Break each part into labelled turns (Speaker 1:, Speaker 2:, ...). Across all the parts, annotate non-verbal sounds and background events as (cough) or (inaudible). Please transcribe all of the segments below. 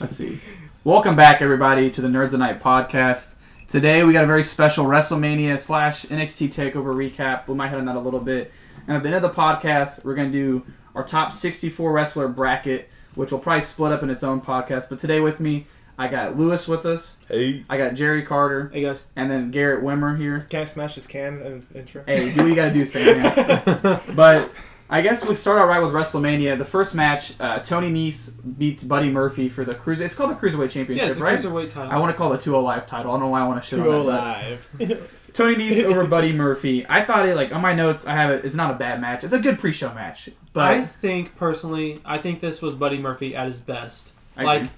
Speaker 1: Let's see. Welcome back, everybody, to the Nerds of Night podcast. Today we got a very special WrestleMania slash NXT Takeover recap. We'll might hit on that a little bit. And at the end of the podcast, we're gonna do our top 64 wrestler bracket, which will probably split up in its own podcast. But today with me, I got Lewis with us.
Speaker 2: Hey.
Speaker 1: I got Jerry Carter,
Speaker 3: Hey guys,
Speaker 1: and then Garrett Wimmer here.
Speaker 3: can I smash this can and intro?
Speaker 1: Hey, do what you gotta do, Sam. man.
Speaker 3: (laughs)
Speaker 1: But I guess we start out right with WrestleMania. The first match, uh, Tony Nese beats Buddy Murphy for the cruise. It's called the Cruiserweight Championship,
Speaker 3: Yeah, it's a
Speaker 1: right?
Speaker 3: cruiserweight title.
Speaker 1: I want to call it 205 title. I don't know why I want to shit
Speaker 3: Too
Speaker 1: on that.
Speaker 3: alive.
Speaker 4: (laughs)
Speaker 1: but (laughs) Tony Nese over Buddy Murphy. I thought it like on my notes. I have it. It's not a bad match. It's a good pre-show match,
Speaker 3: I
Speaker 1: but
Speaker 3: think personally, I think this was Buddy Murphy at his best.
Speaker 1: I
Speaker 3: like,
Speaker 1: agree.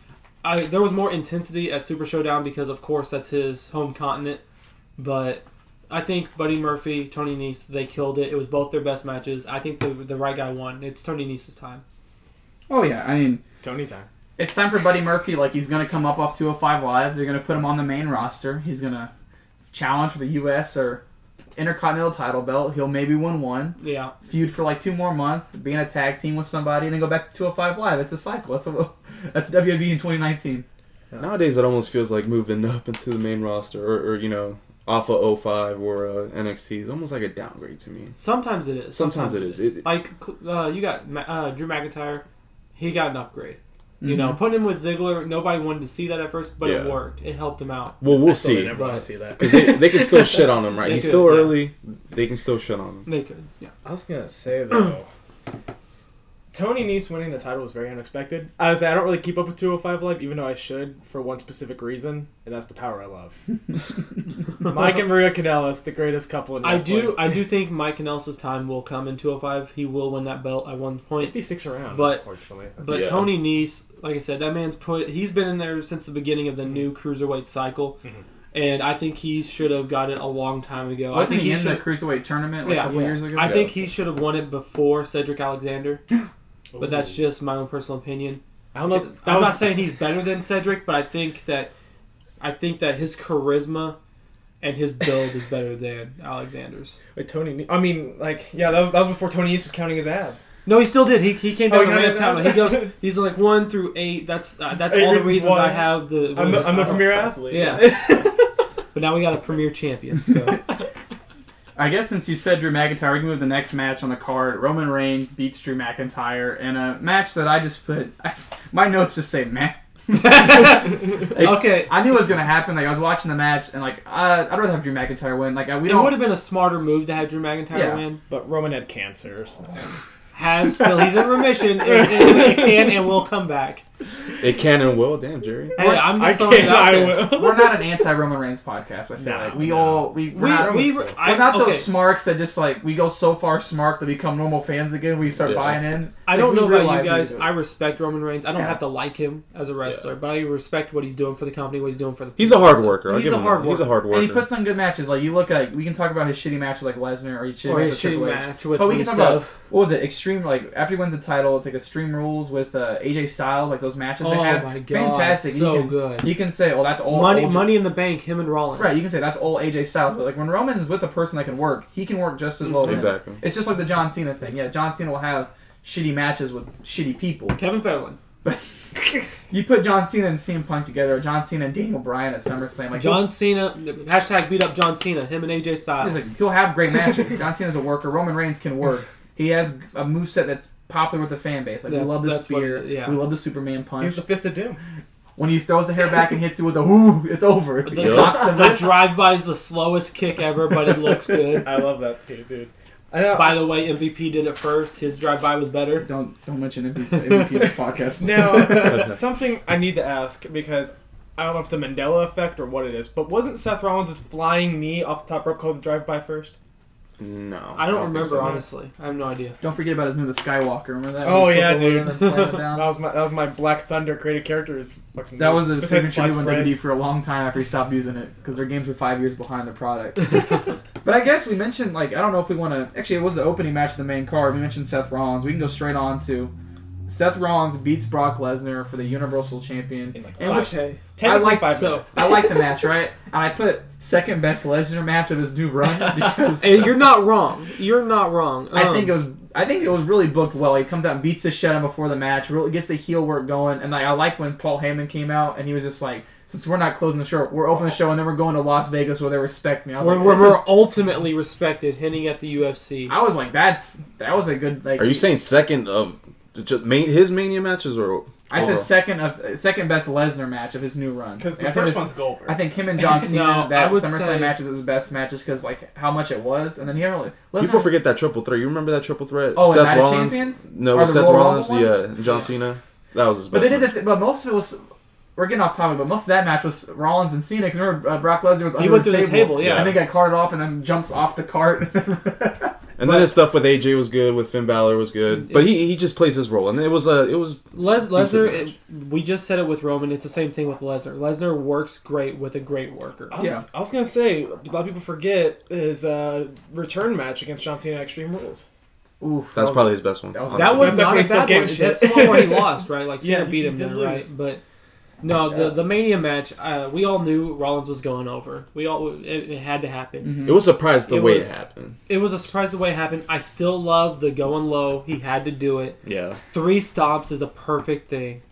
Speaker 3: I there was more intensity at Super Showdown because, of course, that's his home continent. But I think Buddy Murphy, Tony Nese, they killed it. It was both their best matches. I think the the right guy won. It's Tony Nese's time.
Speaker 1: oh yeah, I mean.
Speaker 2: Tony time.
Speaker 1: It's time for Buddy Murphy. Like he's gonna come up off 205 Live. They're gonna put him on the main roster. He's gonna challenge for the U.S. or Intercontinental title belt. He'll maybe win one.
Speaker 3: Yeah,
Speaker 1: feud for like two more months, be in a tag team with somebody, and then go back to 205 Live. It's a cycle. That's a, (laughs) that's WWE in 2019.
Speaker 2: Nowadays, it almost feels like moving (laughs) up into the main roster or, or you know, off of 05 or uh, NXT is almost like a downgrade to me.
Speaker 3: sometimes it is.
Speaker 2: Sometimes it is. It- it-
Speaker 3: like uh, you got Ma- uh, Drew McIntyre, he got an upgrade.
Speaker 1: Mm-hmm.
Speaker 3: You know, putting him with Ziggler, nobody wanted to see that at first, but it
Speaker 2: Yeah.
Speaker 3: worked. It helped him out.
Speaker 2: Well, we'll
Speaker 4: I still
Speaker 2: see.
Speaker 4: didn't ever want to see that.
Speaker 2: Because they, they can still shit on him, right?
Speaker 3: They
Speaker 2: He's
Speaker 3: could,
Speaker 2: still
Speaker 3: yeah.
Speaker 2: early. They can still shit on
Speaker 3: (laughs)
Speaker 2: him.
Speaker 3: They could, yeah.
Speaker 4: I was gonna say though, Tony Nese winning the title was very unexpected. I was I don't really keep up with 205 Live, even though I should for one specific reason, and that's the power I
Speaker 3: (laughs)
Speaker 4: love. Mike and Maria Kanellis, the greatest couple in
Speaker 3: I
Speaker 4: wrestling.
Speaker 3: do, I do think Mike Kanellis' time will come in 205. He will win that belt at one
Speaker 4: If he
Speaker 3: point.
Speaker 4: sticks around,
Speaker 3: But-
Speaker 4: unfortunately,
Speaker 3: But
Speaker 2: Yeah.
Speaker 3: Tony Nese, like I said, that man's put. He's been in there since the beginning of the new cruiserweight cycle, and I think he should have got it a long time ago. I
Speaker 1: Mm-hmm. Wasn't
Speaker 3: think
Speaker 1: he, in the
Speaker 3: should.
Speaker 1: cruiserweight tournament like, a
Speaker 3: Yeah,
Speaker 1: couple
Speaker 3: yeah.
Speaker 1: years ago?
Speaker 3: I think he should have won it before Cedric Alexander, but that's
Speaker 4: Ooh.
Speaker 3: just my own personal opinion.
Speaker 4: I don't know.
Speaker 3: I'm
Speaker 4: That was,
Speaker 3: not saying he's better than Cedric, but I think that I think that his charisma and his build is better than Alexander's.
Speaker 4: Wait, Tony. Ne- I mean, like, yeah, that was, that was before Tony Nese was counting his abs.
Speaker 3: No, he still did. He, he came down
Speaker 4: Oh,
Speaker 3: the
Speaker 4: he
Speaker 3: ramp
Speaker 4: got
Speaker 3: count.
Speaker 4: it.
Speaker 3: He goes. He's like one through eight.
Speaker 4: (laughs)
Speaker 3: That's uh, that's
Speaker 4: Eight
Speaker 3: all the
Speaker 4: reasons
Speaker 3: reasons
Speaker 4: why.
Speaker 3: I have the.
Speaker 4: (laughs) I'm the, I'm the
Speaker 3: (laughs) title.
Speaker 4: premier athlete.
Speaker 3: Yeah.
Speaker 4: (laughs)
Speaker 3: But now we got a premier champion. So
Speaker 1: I guess since you said Drew McIntyre, we can move to the next match on the card. Roman Reigns beats Drew McIntyre in a match that I just put. (laughs) my notes just say meh. It's-
Speaker 3: okay,
Speaker 1: I knew it was gonna happen. Like I was watching the match and like uh, I'd rather have Drew McIntyre win. Like I- we
Speaker 3: it would
Speaker 1: don't.
Speaker 3: have been a smarter move to have Drew McIntyre
Speaker 1: Yeah.
Speaker 3: win.
Speaker 4: But Roman had cancer. So.
Speaker 3: Has still he's in remission. and,
Speaker 4: (laughs)
Speaker 3: and it can and will come back.
Speaker 2: It can and will. Damn, Jerry.
Speaker 3: Hey, I'm
Speaker 4: I
Speaker 3: just throwing it
Speaker 4: can't.
Speaker 3: out
Speaker 4: I
Speaker 3: there.
Speaker 4: will.
Speaker 1: We're not an anti-Roman Reigns podcast. I feel
Speaker 4: Nah,
Speaker 1: like we
Speaker 4: nah.
Speaker 1: all we we're
Speaker 3: We,
Speaker 1: not,
Speaker 3: we,
Speaker 4: Roman's
Speaker 3: I,
Speaker 1: We're not
Speaker 3: okay.
Speaker 1: those smarks that just like we go so far smart that we become normal fans again. We start
Speaker 2: Yeah.
Speaker 1: buying in.
Speaker 3: I
Speaker 1: Like,
Speaker 3: don't
Speaker 1: we
Speaker 3: know about
Speaker 1: realize
Speaker 3: you guys.
Speaker 1: we do.
Speaker 3: I respect Roman Reigns. I don't
Speaker 1: Yeah.
Speaker 3: have to like him as a wrestler, but I respect what he's doing for the company, what he's doing for the.
Speaker 2: He's a
Speaker 3: people.
Speaker 2: hard worker. I'll
Speaker 3: He's
Speaker 2: give
Speaker 3: a
Speaker 2: him
Speaker 3: hard
Speaker 2: that. He's a
Speaker 3: worker.
Speaker 2: hard worker.
Speaker 1: and he puts on good matches. Like you look at, we can talk about his shitty match with like Lesnar or his shitty
Speaker 3: Or
Speaker 1: match
Speaker 3: his
Speaker 1: with
Speaker 3: shitty
Speaker 1: Triple H.
Speaker 3: match with
Speaker 1: but we can talk about
Speaker 3: Rusev.
Speaker 1: what was it? Extreme like after he wins the title, it's like Extreme Rules with uh, AJ Styles. Like those matches they
Speaker 3: Oh
Speaker 1: had,
Speaker 3: my God,
Speaker 1: fantastic. You
Speaker 3: so
Speaker 1: can-
Speaker 3: good.
Speaker 1: You can say, oh, that's all
Speaker 3: money,
Speaker 1: old-
Speaker 3: money in the bank. Him and Rollins.
Speaker 1: Right, you can say that's all AJ Styles, but like when Roman is with a person that can work, he can work just as well. as him.
Speaker 2: Exactly.
Speaker 1: It's just like the John Cena thing. Yeah, John Cena will have shitty matches with shitty people.
Speaker 3: Kevin Federline.
Speaker 1: You put John Cena and CM Punk together, or John Cena and Daniel Bryan at SummerSlam. Like
Speaker 3: John Cena. Hashtag beat up John Cena. Him and AJ
Speaker 1: he'll,
Speaker 3: Styles.
Speaker 1: he's like, he'll have great matches. John Cena's a worker. Roman Reigns can work. He has a moveset that's popular with the fan base. Like
Speaker 3: That's-
Speaker 1: we love the
Speaker 3: that's what
Speaker 1: spear.
Speaker 3: it- yeah.
Speaker 1: We love the Superman punch.
Speaker 4: He's the fist of doom.
Speaker 1: when he throws the hair back and hits you with the whoo, it's over.
Speaker 3: the
Speaker 2: Yup.
Speaker 1: Knocks him
Speaker 3: the
Speaker 1: out.
Speaker 3: drive by is the slowest kick ever, but it
Speaker 1: (laughs)
Speaker 3: looks good.
Speaker 4: I love that dude. dude. I know.
Speaker 3: By the way, MVP did it first. His drive by was better.
Speaker 1: Don't don't mention MVP, MVP in this podcast. (laughs)
Speaker 4: (laughs) Now, something I need to ask because I don't know if the Mandela effect or what it is, but wasn't Seth Rollins' flying knee off the top rope called the drive by first?
Speaker 2: no.
Speaker 3: I don't remember
Speaker 2: honestly.
Speaker 3: honestly. I have no idea.
Speaker 1: Don't forget about his move, the Skywalker. Remember that?
Speaker 4: Oh,
Speaker 1: When he
Speaker 4: yeah,
Speaker 1: flipped over
Speaker 4: dude.
Speaker 1: and slammed it
Speaker 4: That (laughs)
Speaker 1: down?
Speaker 4: was my that was my Black Thunder created characters. Fucking
Speaker 1: That was a
Speaker 4: besides
Speaker 1: signature move
Speaker 4: slice
Speaker 1: on
Speaker 4: bread.
Speaker 1: WWE for a long time after he stopped using it because their games were five years behind the
Speaker 4: (laughs)
Speaker 1: product. but I guess we mentioned like I don't know if we want to. Actually, it was the opening match of the main card. We mentioned Seth Rollins. We can go straight on to Seth Rollins beats Brock Lesnar for the Universal Champion.
Speaker 4: In like
Speaker 1: And
Speaker 4: five-
Speaker 1: which
Speaker 3: Okay.
Speaker 1: I
Speaker 4: Technically
Speaker 1: like
Speaker 4: five
Speaker 1: so
Speaker 4: minutes.
Speaker 1: I like the match right, and I put second best Lesnar match of his new run because
Speaker 3: Hey, you're not wrong. You're not wrong.
Speaker 1: I
Speaker 3: Um,
Speaker 1: think it was I think it was really booked well. He comes out and beats the shit out of him before the match. Really gets the heel work going, and like I like when Paul Heyman came out and he was just like, "Since we're not closing the show, we're opening the show, and then we're going to Las Vegas where they respect me." I was
Speaker 3: We're,
Speaker 1: like,
Speaker 3: we're,
Speaker 1: this
Speaker 3: we're
Speaker 1: is-
Speaker 3: ultimately respected, hinting at the UFC.
Speaker 1: I was like, "That's that was a good." Like,
Speaker 2: Are you saying second of just main, his mania matches or?
Speaker 1: I
Speaker 2: overall?
Speaker 1: said second of second best Lesnar match of his new run
Speaker 4: Because
Speaker 1: Like, I
Speaker 4: the
Speaker 1: think
Speaker 4: first
Speaker 1: it's-
Speaker 4: one's Goldberg.
Speaker 1: I think him and John
Speaker 3: No,
Speaker 1: Cena
Speaker 3: I
Speaker 1: that
Speaker 3: would
Speaker 1: SummerSlam
Speaker 3: say-
Speaker 1: match is his best match, just because like how much it was, and then he had really
Speaker 2: People
Speaker 1: Lesnar-
Speaker 2: forget that triple threat. You remember that triple threat?
Speaker 1: Oh, and
Speaker 2: Seth
Speaker 1: Night of
Speaker 2: Rollins.
Speaker 1: Champions?
Speaker 2: No,
Speaker 1: Or the
Speaker 2: Seth
Speaker 1: Royal Rumble
Speaker 2: Rollins.
Speaker 1: one?
Speaker 2: Yeah, and John
Speaker 3: Yeah.
Speaker 2: Cena. That was his
Speaker 1: But
Speaker 2: best.
Speaker 1: they did the
Speaker 2: match.
Speaker 1: th- but most of it was. We're getting off topic, but most of that match was Rollins and Cena because remember uh, Brock Lesnar was under
Speaker 3: he went
Speaker 1: the
Speaker 3: through the table, yeah.
Speaker 1: and then got carted off and then jumps off the cart. (laughs)
Speaker 2: and then his stuff with AJ was good. With Finn Balor was good. But he he just plays his role, and it was a it was
Speaker 3: Les,
Speaker 2: Decent
Speaker 3: Lesnar,
Speaker 2: match.
Speaker 3: it- we just said it with Roman. It's the same thing with Lesnar. Lesnar works great with a great worker.
Speaker 4: I was,
Speaker 1: Yeah.
Speaker 4: I was gonna say a lot of people forget his uh, return match against John Cena at Extreme Rules.
Speaker 1: Oof,
Speaker 2: that's
Speaker 1: that
Speaker 2: probably his best one.
Speaker 1: that was-
Speaker 2: honestly.
Speaker 3: That was
Speaker 4: That's
Speaker 3: not
Speaker 4: when
Speaker 3: a
Speaker 4: he still
Speaker 3: bad
Speaker 4: gave
Speaker 3: one.
Speaker 4: a shit.
Speaker 3: That's the one where he lost,
Speaker 4: (laughs)
Speaker 3: right? Like Cena
Speaker 4: Yeah, he-
Speaker 3: beat
Speaker 4: he
Speaker 3: him
Speaker 4: did
Speaker 3: then,
Speaker 4: lose.
Speaker 3: right? But no,
Speaker 1: Yeah.
Speaker 3: the the Mania match, uh, we all knew Rollins was going over. We all it, it had to happen.
Speaker 4: Mm-hmm.
Speaker 2: It was surprised the
Speaker 3: It
Speaker 2: way
Speaker 3: was-
Speaker 2: it happened.
Speaker 3: It was a surprise the way it happened. I still love the going low. He had to do it.
Speaker 2: Yeah.
Speaker 3: Three stops is a perfect thing.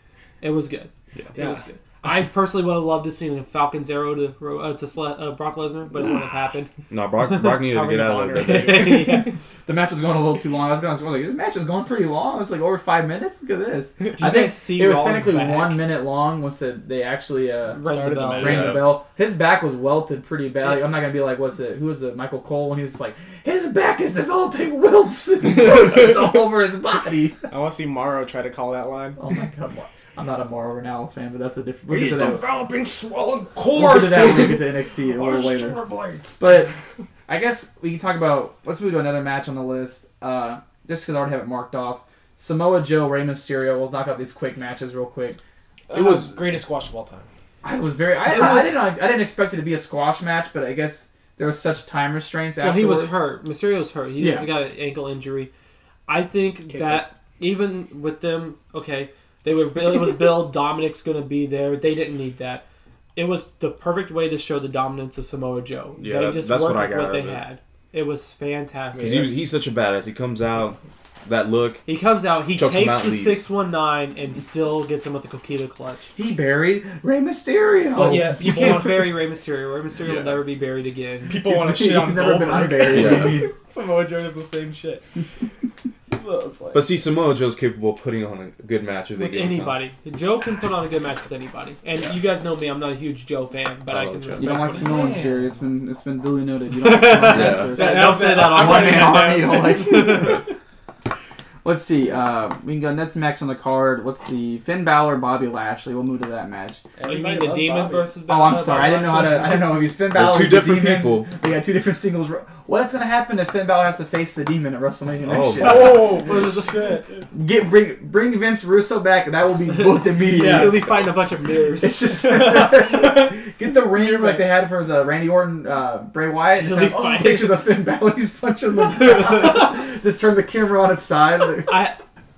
Speaker 3: It was good.
Speaker 2: Yeah.
Speaker 3: It was good. I personally would have loved to see a Falcon's arrow to Ro- uh, to Sle- uh, Brock Lesnar, but it wouldn't
Speaker 4: (laughs)
Speaker 3: have happened. (laughs)
Speaker 2: No, Brock, Brock needed to
Speaker 4: How
Speaker 2: get
Speaker 4: many
Speaker 2: out of
Speaker 4: Bonner-
Speaker 2: there.
Speaker 1: the match was going a little too long. I was going, I was like, this match is going pretty long. It's like over five minutes. Look at
Speaker 3: (laughs)
Speaker 1: this. I
Speaker 3: you
Speaker 1: think
Speaker 3: guys see
Speaker 1: it was
Speaker 3: Rollins
Speaker 1: technically
Speaker 3: back?
Speaker 1: one minute long once it, they actually uh,
Speaker 3: Rang the
Speaker 4: Started the
Speaker 3: bell.
Speaker 4: match.
Speaker 1: rang
Speaker 2: Yeah.
Speaker 1: the bell. His back was welted pretty bad. Like, I'm not gonna be like, what's it? Who was it? Michael Cole when he was like, his back is developing wilts (laughs)
Speaker 3: (laughs)
Speaker 1: and bruises all over his body.
Speaker 4: I want to see Morrow try to call that line.
Speaker 1: Oh my god, Mar- I'm not a Mauro Ronaldo fan, but that's a different. We'll
Speaker 4: He's
Speaker 1: get to that.
Speaker 4: developing swollen
Speaker 1: We'll get to
Speaker 4: cores.
Speaker 1: that (laughs) when we get to NXT a
Speaker 4: Our
Speaker 1: little later.
Speaker 4: shoulder blades.
Speaker 1: But I guess we can talk about. Let's move to another match on the list. Uh, just because I already have it marked off. Samoa Joe, Rey Mysterio. We'll knock out these quick matches real quick.
Speaker 4: It
Speaker 2: was-
Speaker 4: was greatest squash of all time.
Speaker 1: I was very. I,
Speaker 3: It
Speaker 1: I, I
Speaker 3: was-
Speaker 1: didn't. I didn't expect it to be a squash match, but I guess there was such time restraints.
Speaker 3: Well, he was
Speaker 1: afterwards.
Speaker 3: hurt. Mysterio's hurt. He
Speaker 1: Yeah.
Speaker 3: just got an ankle injury. I think
Speaker 4: Okay,
Speaker 3: that even with them, okay, they were. It was
Speaker 2: (laughs)
Speaker 3: Bill. Dominic's going to be there. They didn't need that. It was the perfect way to show the dominance of Samoa Joe.
Speaker 2: Yeah,
Speaker 3: they
Speaker 2: that-
Speaker 3: just
Speaker 2: that's what
Speaker 3: worked
Speaker 2: I
Speaker 3: with
Speaker 2: got
Speaker 3: what
Speaker 2: out
Speaker 3: they
Speaker 2: of it.
Speaker 3: had. It was fantastic.
Speaker 2: 'Cause
Speaker 3: He,
Speaker 2: he was- he's such a badass. He comes out, that look.
Speaker 3: comes out. He
Speaker 2: Chokes him
Speaker 3: takes
Speaker 2: out
Speaker 3: the
Speaker 2: and leaves.
Speaker 3: six one nine and still gets him with the Coquita
Speaker 2: (laughs)
Speaker 3: clutch.
Speaker 1: He buried Rey Mysterio.
Speaker 4: But yeah,
Speaker 3: You
Speaker 4: people
Speaker 3: can't
Speaker 4: want,
Speaker 3: bury Rey Mysterio. Rey Mysterio
Speaker 2: Yeah.
Speaker 3: will never be buried again.
Speaker 4: people
Speaker 1: He's-
Speaker 4: want to
Speaker 1: he's
Speaker 4: shit on
Speaker 1: never been
Speaker 2: (laughs)
Speaker 4: Goldberg.
Speaker 1: unburied.
Speaker 4: (laughs) Samoa Joe does the
Speaker 1: (laughs)
Speaker 4: same shit. so it's like,
Speaker 2: But see, Samoa Joe's capable of putting on a good match if they
Speaker 3: with
Speaker 2: give him time.
Speaker 3: anybody. Joe can put on a good match with anybody. And you guys know me, I'm not a huge Joe fan, but
Speaker 2: I
Speaker 3: I,
Speaker 2: love
Speaker 4: Oh,
Speaker 3: can
Speaker 2: Joe.
Speaker 3: respect
Speaker 1: You don't like
Speaker 3: what
Speaker 1: Samoa
Speaker 4: Yeah.
Speaker 1: Mysterio. It's been it's been duly noted. You don't like Samoa
Speaker 2: Yeah.
Speaker 1: Mysterio.
Speaker 3: That,
Speaker 4: That-
Speaker 3: I'll say that on
Speaker 1: I'm
Speaker 3: one
Speaker 1: one man army.
Speaker 3: hand.
Speaker 1: Like. (laughs) Let's see. Uh, we can go next match on the card. Let's see. Finn Balor, Bobby Lashley. We'll move to that match.
Speaker 3: Oh, (laughs)
Speaker 4: everybody
Speaker 3: you mean the
Speaker 4: loves
Speaker 3: demon
Speaker 1: (laughs)
Speaker 4: Bobby.
Speaker 3: versus
Speaker 1: Oh, I'm sorry. I didn't know how to.
Speaker 3: (laughs)
Speaker 1: I didn't know if he's Finn
Speaker 2: They're
Speaker 1: Balor.
Speaker 2: two
Speaker 1: is the
Speaker 2: different
Speaker 1: demon.
Speaker 2: people.
Speaker 1: We got two different singles. ro- What's gonna happen if Finn Balor has to face the demon at WrestleMania
Speaker 2: Oh,
Speaker 1: next year?
Speaker 2: wow.
Speaker 4: Oh shit!
Speaker 1: Get bring bring Vince Russo back, and that will be
Speaker 2: (laughs)
Speaker 1: booked immediately.
Speaker 4: Yeah.
Speaker 3: You'll be fighting a bunch of mirrors.
Speaker 1: (laughs)
Speaker 4: (laughs)
Speaker 1: It's
Speaker 3: (laughs)
Speaker 1: just get the ring like they had for the Randy Orton uh, Bray Wyatt. and
Speaker 3: He'll
Speaker 1: Just
Speaker 3: be
Speaker 1: have all
Speaker 3: fine.
Speaker 1: pictures of Finn Balor. He's punching
Speaker 3: (laughs)
Speaker 1: the. (laughs) just turn the camera on its side. like-
Speaker 3: I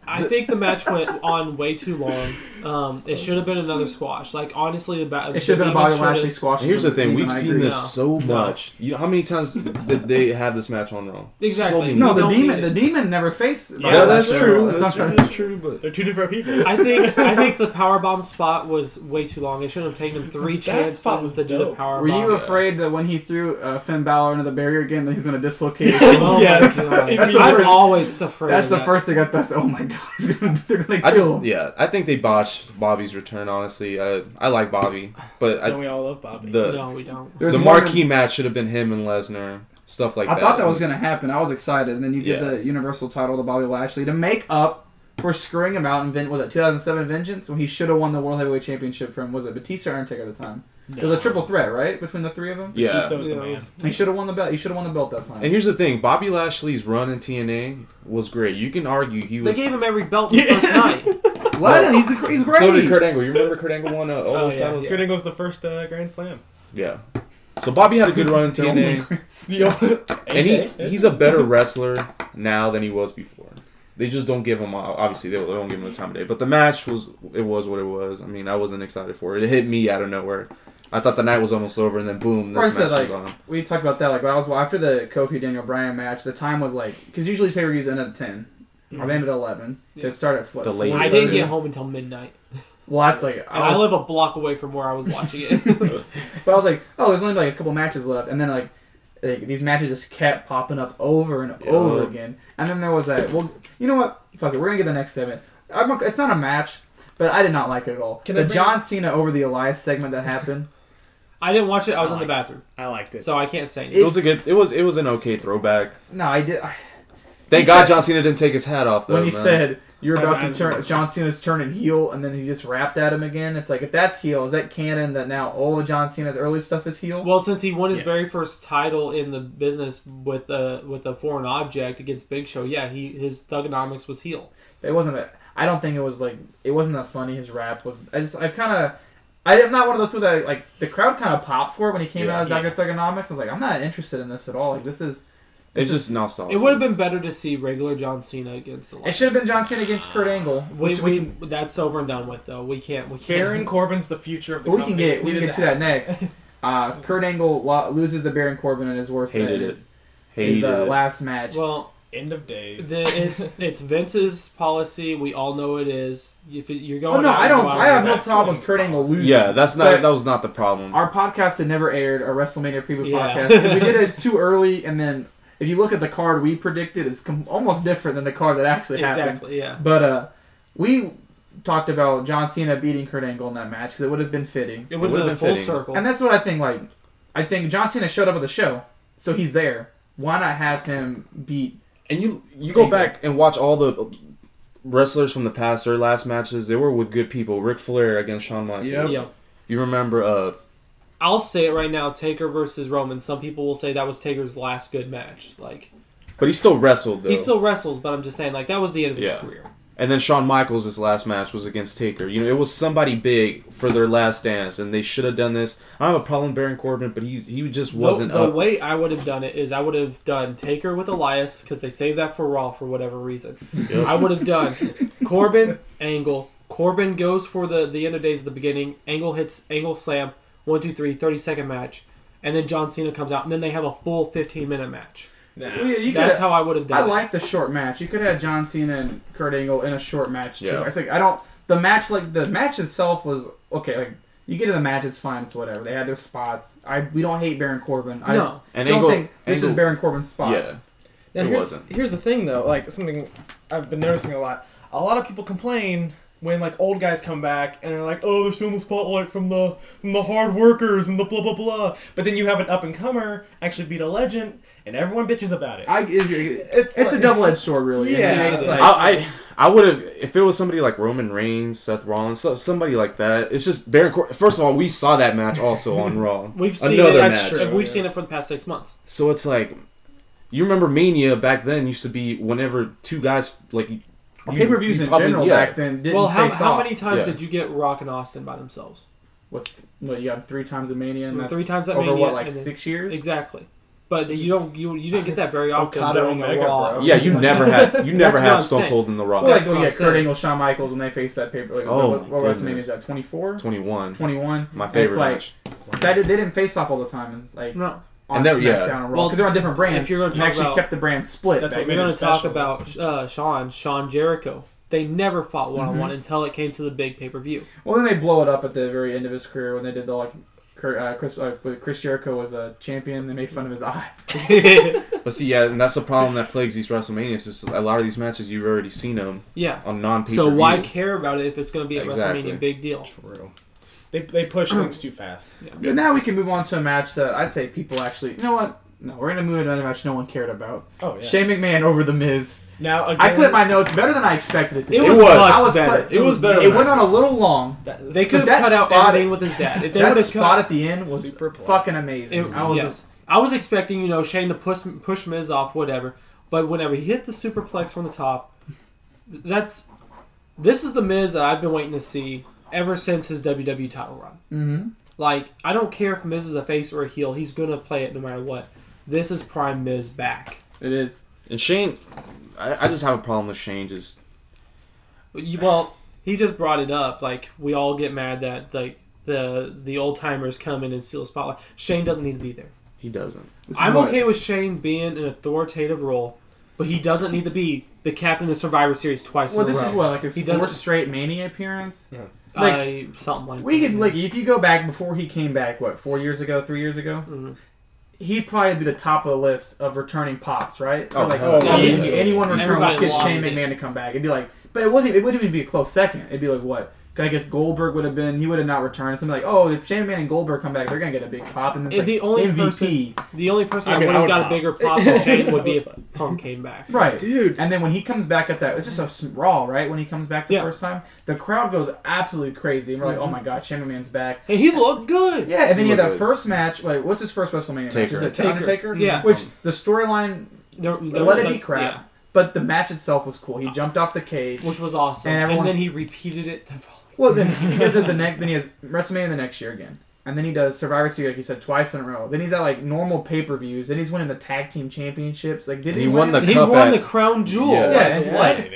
Speaker 3: I think the match went on way too long. Um, it should have been another squash. Like honestly, the ba-
Speaker 1: It should have been a Bobby Lashley squash.
Speaker 2: And here's the thing:
Speaker 1: Even
Speaker 2: we've
Speaker 1: I
Speaker 2: seen
Speaker 1: agree.
Speaker 2: this
Speaker 3: No.
Speaker 2: so much. You know how many times did they have this match on Raw?
Speaker 3: Exactly.
Speaker 2: So many.
Speaker 1: No,
Speaker 3: You
Speaker 1: the
Speaker 3: don't
Speaker 1: demon.
Speaker 3: need
Speaker 1: The
Speaker 3: it.
Speaker 1: demon never faced.
Speaker 4: Yeah,
Speaker 1: Bobby
Speaker 2: yeah, that's
Speaker 1: Lashley.
Speaker 2: true.
Speaker 1: It's
Speaker 2: That's
Speaker 1: not-
Speaker 2: true. That's true. But
Speaker 4: They're two different people.
Speaker 1: (laughs)
Speaker 3: I think I think the power bomb spot was way too long. It should have taken him three
Speaker 4: That
Speaker 3: chances
Speaker 4: spot was
Speaker 3: to do the
Speaker 4: dope.
Speaker 3: power
Speaker 1: Were
Speaker 3: bomb.
Speaker 1: you afraid that when he threw uh, Finn Balor into the barrier again, that he was going to dislocate? (laughs) his shoulder?
Speaker 4: (laughs)
Speaker 3: Oh
Speaker 4: Yes.
Speaker 3: my god!
Speaker 1: That's the
Speaker 3: I'm
Speaker 1: first-
Speaker 3: always afraid.
Speaker 1: That's
Speaker 3: of
Speaker 1: the
Speaker 3: that.
Speaker 1: first thing I thought. Oh my god, (laughs) he's gonna, they're going to
Speaker 2: I
Speaker 1: kill
Speaker 2: just,
Speaker 1: him.
Speaker 2: yeah, I think they botched Bobby's return. Honestly, I, I like Bobby, but
Speaker 4: Don't
Speaker 2: I,
Speaker 4: we all love Bobby?
Speaker 2: the
Speaker 3: No, we don't.
Speaker 1: There's
Speaker 2: the
Speaker 1: more than-
Speaker 2: marquee match should have been him and Lesnar, stuff like
Speaker 1: I
Speaker 2: that.
Speaker 1: thought that was going to happen. I was excited, and then you give
Speaker 2: Yeah.
Speaker 1: the Universal title to Bobby Lashley to make up for screwing him out in Vin- was it 2007 Vengeance when he should have won the World Heavyweight Championship from was it Batista or Undertaker at the time? It was a triple threat, right, between the three of them.
Speaker 2: Yeah.
Speaker 4: Batista was the
Speaker 3: Yeah.
Speaker 4: man.
Speaker 1: He should have won the belt. He should have won the belt that time.
Speaker 2: And here's the thing: Bobby Lashley's run in TNA was great. You can argue he
Speaker 3: They
Speaker 2: was.
Speaker 3: gave him every belt the first night.
Speaker 1: (laughs) what? he's, a, he's great.
Speaker 2: So did Kurt Angle. You remember Kurt Angle won uh, all
Speaker 4: Oh,
Speaker 2: those
Speaker 4: yeah.
Speaker 2: titles?
Speaker 4: Kurt Angle's the first uh, Grand Slam.
Speaker 2: Yeah. So Bobby had a good run in
Speaker 1: The only
Speaker 2: TNA.
Speaker 1: Chris-
Speaker 4: The (laughs) only-
Speaker 2: and
Speaker 4: AJ.
Speaker 2: he, he's a better wrestler now than he was before. They just don't give him obviously they don't give him the time of day. But the match was it was what it was. I mean, I wasn't excited for it. It hit me out of nowhere. I thought the night was almost over, and then boom,
Speaker 1: Or I
Speaker 2: this
Speaker 1: said, like,
Speaker 2: match was on.
Speaker 1: we talked about that. Like, when I was after the Kofi Daniel Bryan match, the time was like because usually pay per views end at ten. I landed at eleven.
Speaker 3: Yeah.
Speaker 1: It started at what,
Speaker 2: The
Speaker 1: four
Speaker 2: late
Speaker 3: I
Speaker 1: thirty?
Speaker 3: didn't get home until midnight,
Speaker 1: Well, that's like
Speaker 3: and
Speaker 1: I, was,
Speaker 3: I live a block away from where I was watching it.
Speaker 1: (laughs) but I was like, oh, there's only like a couple matches left, and then like, like these matches just kept popping up over and
Speaker 2: Yeah.
Speaker 1: over again. And then there was that. Well, you know what? Fuck it. We're gonna get the next segment. I'm, not- it's not a match, but I did not like it at all.
Speaker 4: Can I
Speaker 1: the
Speaker 4: bring-
Speaker 1: John Cena over the Elias segment that happened.
Speaker 3: I didn't watch it. I was in
Speaker 4: Oh
Speaker 3: the bathroom,
Speaker 4: I liked it.
Speaker 3: so I can't say anything.
Speaker 2: It was a good. It was it was an okay throwback.
Speaker 1: no, I Oh, did.
Speaker 2: Thank
Speaker 1: He
Speaker 2: God
Speaker 1: said-
Speaker 2: John Cena didn't take his hat off. Though,
Speaker 1: when he
Speaker 2: man.
Speaker 1: said you're
Speaker 4: That
Speaker 1: about to
Speaker 4: was-
Speaker 1: turn John Cena's turning heel, and then he just rapped at him again. It's like if that's heel, is that canon that now all of John Cena's early stuff is heel?
Speaker 3: Well, since he won his
Speaker 4: Yes.
Speaker 3: very first title in the business with a with a foreign object against Big Show, yeah, he his thugonomics was heel.
Speaker 1: It wasn't. A, I don't think it was like it wasn't that funny. His rap was. I just. I kind of. I'm not one of those people that like the crowd kind of popped for it when he came
Speaker 2: Yeah.
Speaker 1: out as Dr. Thugonomics. I was like, I'm not interested in this at all. Like this is.
Speaker 2: "It's just nostalgia."
Speaker 3: It would have been better to see regular John Cena against the.
Speaker 1: It should have been John Cena against Kurt Angle.
Speaker 3: We,
Speaker 1: Which we,
Speaker 3: we, that's over and done with though. We can't. We can't.
Speaker 4: Baron
Speaker 3: (laughs)
Speaker 4: Corbin's the future of the
Speaker 1: but we can
Speaker 4: company.
Speaker 1: get
Speaker 4: It's
Speaker 1: we can
Speaker 4: needed
Speaker 1: get to that next. (laughs) Uh, Kurt Angle lo- loses the Baron Corbin in his worst.
Speaker 2: Hated it.
Speaker 1: his,
Speaker 2: Hated
Speaker 1: his uh,
Speaker 2: it.
Speaker 1: last match.
Speaker 3: Well,
Speaker 4: End of days.
Speaker 3: the, it's it's Vince's policy. We all know it is. If it, you're going,
Speaker 1: oh no,
Speaker 3: out
Speaker 1: I
Speaker 3: and
Speaker 1: don't.
Speaker 3: going
Speaker 1: I have no
Speaker 4: that's
Speaker 1: problem
Speaker 4: like-
Speaker 1: with Kurt Angle losing.
Speaker 2: Yeah, that's not
Speaker 1: But-
Speaker 2: that was not the problem.
Speaker 1: our podcast had never aired our WrestleMania preview
Speaker 3: Yeah.
Speaker 1: podcast. And we did it too early, and then if you look at the card we predicted, it's com- almost different than the card that actually happened.
Speaker 3: exactly. Yeah.
Speaker 1: But uh, we talked about John Cena beating Kurt Angle in that match because it would have been fitting,
Speaker 3: It would
Speaker 2: would've
Speaker 3: have been
Speaker 2: been
Speaker 3: a full
Speaker 2: fitting.
Speaker 3: circle.
Speaker 1: and that's what I think. Like, I think John Cena showed up at the show, so he's there. Why not have him beat?
Speaker 2: and you you go
Speaker 1: Angle.
Speaker 2: back and watch all the wrestlers from the past their last matches. They were with good people. Ric Flair against Shawn Michaels.
Speaker 1: Yep.
Speaker 3: yeah.
Speaker 2: You remember? Uh,
Speaker 3: I'll say it right now. Taker versus Roman. Some people will say that was Taker's last good match. Like
Speaker 2: but he still wrestled though.
Speaker 3: he still wrestles, but I'm just saying like that was the end of his
Speaker 2: Yeah.
Speaker 3: career.
Speaker 2: And then Shawn Michaels' his last match was against Taker. You know, it was somebody big for their last dance, and they should have done this. I have a problem with Baron Corbin, but he he just wasn't
Speaker 3: the, the
Speaker 2: up.
Speaker 3: way I would have done it is I would have done Taker with Elias because they saved that for Raw for whatever reason. I would have done Corbin Angle. Corbin goes for the the end of days at the beginning. Angle hits Angle slam. One two three. Thirty second match, and then John Cena comes out, and then they have a full fifteen minute match.
Speaker 1: Yeah,
Speaker 4: (laughs) Nah.
Speaker 1: you
Speaker 3: That's
Speaker 1: could.
Speaker 3: how I would have done.
Speaker 1: I
Speaker 3: it.
Speaker 1: like the short match. You could have John Cena and Kurt Angle in a short match too.
Speaker 2: Yeah.
Speaker 1: It's like I don't the match like the match itself was okay. Like you get to the match, it's fine, it's whatever. They had their spots. I we don't hate Baron Corbin. I
Speaker 3: No.
Speaker 1: just
Speaker 2: and
Speaker 1: don't
Speaker 2: Angle,
Speaker 1: think this is
Speaker 2: Angle-
Speaker 1: Baron Corbin's spot.
Speaker 2: Yeah,
Speaker 4: Now,
Speaker 2: It
Speaker 4: here's,
Speaker 2: wasn't.
Speaker 4: Here's the thing, though. Like something I've been noticing a lot. A lot of people complain when like old guys come back and they're like, "Oh, they're stealing the spotlight from the from the hard workers and the blah blah blah." But then you have an up and comer actually beat a legend, and everyone bitches about it.
Speaker 1: I it's,
Speaker 4: It's
Speaker 1: it's
Speaker 4: like-
Speaker 1: a double edged sword really. I mean,
Speaker 4: Yeah,
Speaker 1: it's
Speaker 4: it
Speaker 1: like-
Speaker 2: I I, I would have if it was somebody like Roman Reigns, Seth Rollins, so, somebody like that. It's just Baron Corbin. First of all, we saw that match also on Raw.
Speaker 3: We've seen
Speaker 2: another
Speaker 3: it.
Speaker 2: match.
Speaker 4: true.
Speaker 3: We've
Speaker 4: yeah.
Speaker 3: seen it for the past six months.
Speaker 2: So it's like you remember Mania back then used to be whenever two guys like you-
Speaker 1: pay per views
Speaker 2: you
Speaker 1: in
Speaker 2: probably-
Speaker 1: general
Speaker 2: yeah.
Speaker 1: back then didn't
Speaker 3: Well, how,
Speaker 1: face
Speaker 3: how
Speaker 1: off.
Speaker 3: many times
Speaker 2: Yeah.
Speaker 3: did you get Rock and Austin by themselves?
Speaker 1: What, what you got three times a mania and that's
Speaker 3: Three times that
Speaker 1: over
Speaker 3: Mania,
Speaker 1: what like
Speaker 3: and then-
Speaker 1: six years?
Speaker 3: Exactly. But you don't you you didn't get that very often
Speaker 4: Okada
Speaker 3: during a
Speaker 4: Omega,
Speaker 3: Raw.
Speaker 4: bro.
Speaker 2: Yeah, you never
Speaker 1: (laughs)
Speaker 2: had you never
Speaker 3: That's what I'm
Speaker 2: had Stone
Speaker 3: saying.
Speaker 2: Cold in the Raw.
Speaker 1: Well, like
Speaker 3: That's
Speaker 1: when
Speaker 3: what
Speaker 1: you
Speaker 3: I'm
Speaker 1: get Kurt
Speaker 3: saying.
Speaker 1: Angle, Shawn Michaels, and they face that paper. Like,
Speaker 2: Oh
Speaker 1: what,
Speaker 2: my
Speaker 1: what WrestleMania
Speaker 2: goodness.
Speaker 1: is that? 24?
Speaker 2: Twenty one,
Speaker 1: 21.
Speaker 2: my
Speaker 1: And
Speaker 2: favorite
Speaker 1: It's like,
Speaker 2: match.
Speaker 1: That they didn't face off all the time, and like
Speaker 3: No.
Speaker 1: on
Speaker 2: And they're-
Speaker 1: SmackDown
Speaker 2: yeah.
Speaker 1: and Raw
Speaker 3: Well,
Speaker 1: because they're on different brands.
Speaker 3: if you're gonna
Speaker 1: and
Speaker 3: talk
Speaker 1: actually
Speaker 3: about-
Speaker 1: kept the brand split.
Speaker 4: That's
Speaker 1: back
Speaker 4: what
Speaker 1: then.
Speaker 3: We're going
Speaker 4: made
Speaker 3: to
Speaker 4: it
Speaker 3: talk
Speaker 4: special.
Speaker 3: about uh, Sean Sean Jericho. They never fought one on one
Speaker 1: Mm-hmm.
Speaker 3: until it came to the big pay per view.
Speaker 1: Well, then they blow it up at the very end of his career when they did the like. Kurt, uh, Chris, uh, when Chris Jericho was a champion. They made fun of his eye.
Speaker 2: But see, yeah, and that's the problem that plagues these WrestleManias. Is a lot of these matches you've already seen them
Speaker 3: yeah.
Speaker 2: on non pay
Speaker 3: So why care about it if it's going to be at
Speaker 2: Exactly.
Speaker 3: WrestleMania? Big deal.
Speaker 4: True. They they push things too fast.
Speaker 1: But now we can move on to a match that I'd say people actually. You know what? No, we're gonna move on to a match no one cared about.
Speaker 4: Oh yeah.
Speaker 1: Shane McMahon over the Miz.
Speaker 4: Now again,
Speaker 1: I put my notes better than I expected it to.
Speaker 3: It
Speaker 1: be.
Speaker 3: was,
Speaker 2: was.
Speaker 3: much
Speaker 1: I was
Speaker 3: better.
Speaker 1: put-
Speaker 2: It was better.
Speaker 1: It went on a little long.
Speaker 4: that- (laughs)
Speaker 3: They could have
Speaker 1: that
Speaker 3: cut out
Speaker 1: spot-
Speaker 3: everything with his dad. If they would
Speaker 1: That
Speaker 3: have
Speaker 1: spot
Speaker 3: cut,
Speaker 1: at the end was
Speaker 4: Super plus.
Speaker 1: fucking amazing.
Speaker 3: it,
Speaker 1: I was
Speaker 3: yes. I was expecting you know Shane to push push Miz off whatever, but whenever he hit the superplex from the top, that's this is the Miz that I've been waiting to see ever since his WWE title run.
Speaker 1: Mhm.
Speaker 3: Like, I don't care if Miz is a face or a heel, he's gonna play it no matter what. This is prime Miz back.
Speaker 1: It is.
Speaker 2: And Shane, I, I just have a problem with Shane. Just
Speaker 3: But you- Well, he just brought it up. Like, we all get mad that like the the old timers come in and steal the spotlight. Shane doesn't need to be there.
Speaker 2: he doesn't.
Speaker 1: This is
Speaker 3: I'm
Speaker 1: what-
Speaker 3: okay with Shane being an authoritative role, but he doesn't need to be the captain of Survivor Series twice
Speaker 1: Well,
Speaker 3: in
Speaker 1: this
Speaker 3: a
Speaker 1: is
Speaker 3: row.
Speaker 1: what like his
Speaker 3: He
Speaker 1: fourth
Speaker 3: doesn't-
Speaker 1: straight Mania appearance.
Speaker 3: I, something like
Speaker 1: We
Speaker 3: that.
Speaker 1: could like if you go back before he came back, what four years ago, three years ago,
Speaker 3: Mhm.
Speaker 1: he'd probably be the top of the list of returning pops, right?
Speaker 2: Oh,
Speaker 1: like
Speaker 2: hell
Speaker 4: yeah.
Speaker 1: any- anyone return, let's
Speaker 3: Everybody
Speaker 1: get Shane
Speaker 3: lost it.
Speaker 1: McMahon to come back. It'd be like, but it wouldn't. It wouldn't even be a close second. It'd be like what? 'Cause I guess Goldberg would have been. He would have not returned. Something like, oh, if Shane McMahon and Goldberg come back, they're gonna get a big pop. And it's
Speaker 3: If
Speaker 1: like
Speaker 3: the only
Speaker 1: MVP,
Speaker 3: the only person
Speaker 4: I
Speaker 3: that
Speaker 4: mean,
Speaker 3: would
Speaker 4: I
Speaker 3: have
Speaker 4: would
Speaker 3: got
Speaker 4: pop.
Speaker 3: a bigger pop than Shane
Speaker 1: (laughs)
Speaker 3: would be if Punk came back.
Speaker 1: right?
Speaker 4: Dude.
Speaker 1: And then when he comes back at that, it's just a s- raw, right? When he comes back the
Speaker 3: Yeah.
Speaker 1: first time, the crowd goes absolutely crazy. And we're like, oh my god, Shane McMahon's back.
Speaker 3: And he looked good.
Speaker 1: Yeah, and then he had
Speaker 2: Look
Speaker 1: that
Speaker 2: good.
Speaker 1: first match. Like, what's his first WrestleMania match?
Speaker 2: Taker.
Speaker 1: Is it
Speaker 3: Taker.
Speaker 1: Undertaker? Um,
Speaker 3: Yeah.
Speaker 1: Which the storyline
Speaker 3: There- there-
Speaker 1: let it be
Speaker 3: that's-
Speaker 1: crap,
Speaker 3: yeah,
Speaker 1: but the match itself was cool. He jumped off the cage.
Speaker 3: which was awesome.
Speaker 1: And
Speaker 3: And,
Speaker 1: everyone's-
Speaker 3: then he repeated it. The following.
Speaker 1: Well, then (laughs) he does it the next. Then he has WrestleMania the next year again, and then he does Survivor Series, like you said, twice in a row. Then he's at like normal pay per views. Then he's winning the tag team championships. Like, did
Speaker 2: And he won
Speaker 1: win
Speaker 2: the
Speaker 1: it?
Speaker 3: He
Speaker 2: cup
Speaker 3: won
Speaker 2: at-
Speaker 3: the crown jewel.
Speaker 2: Yeah.
Speaker 1: Yeah, and it's just
Speaker 3: What?
Speaker 1: like-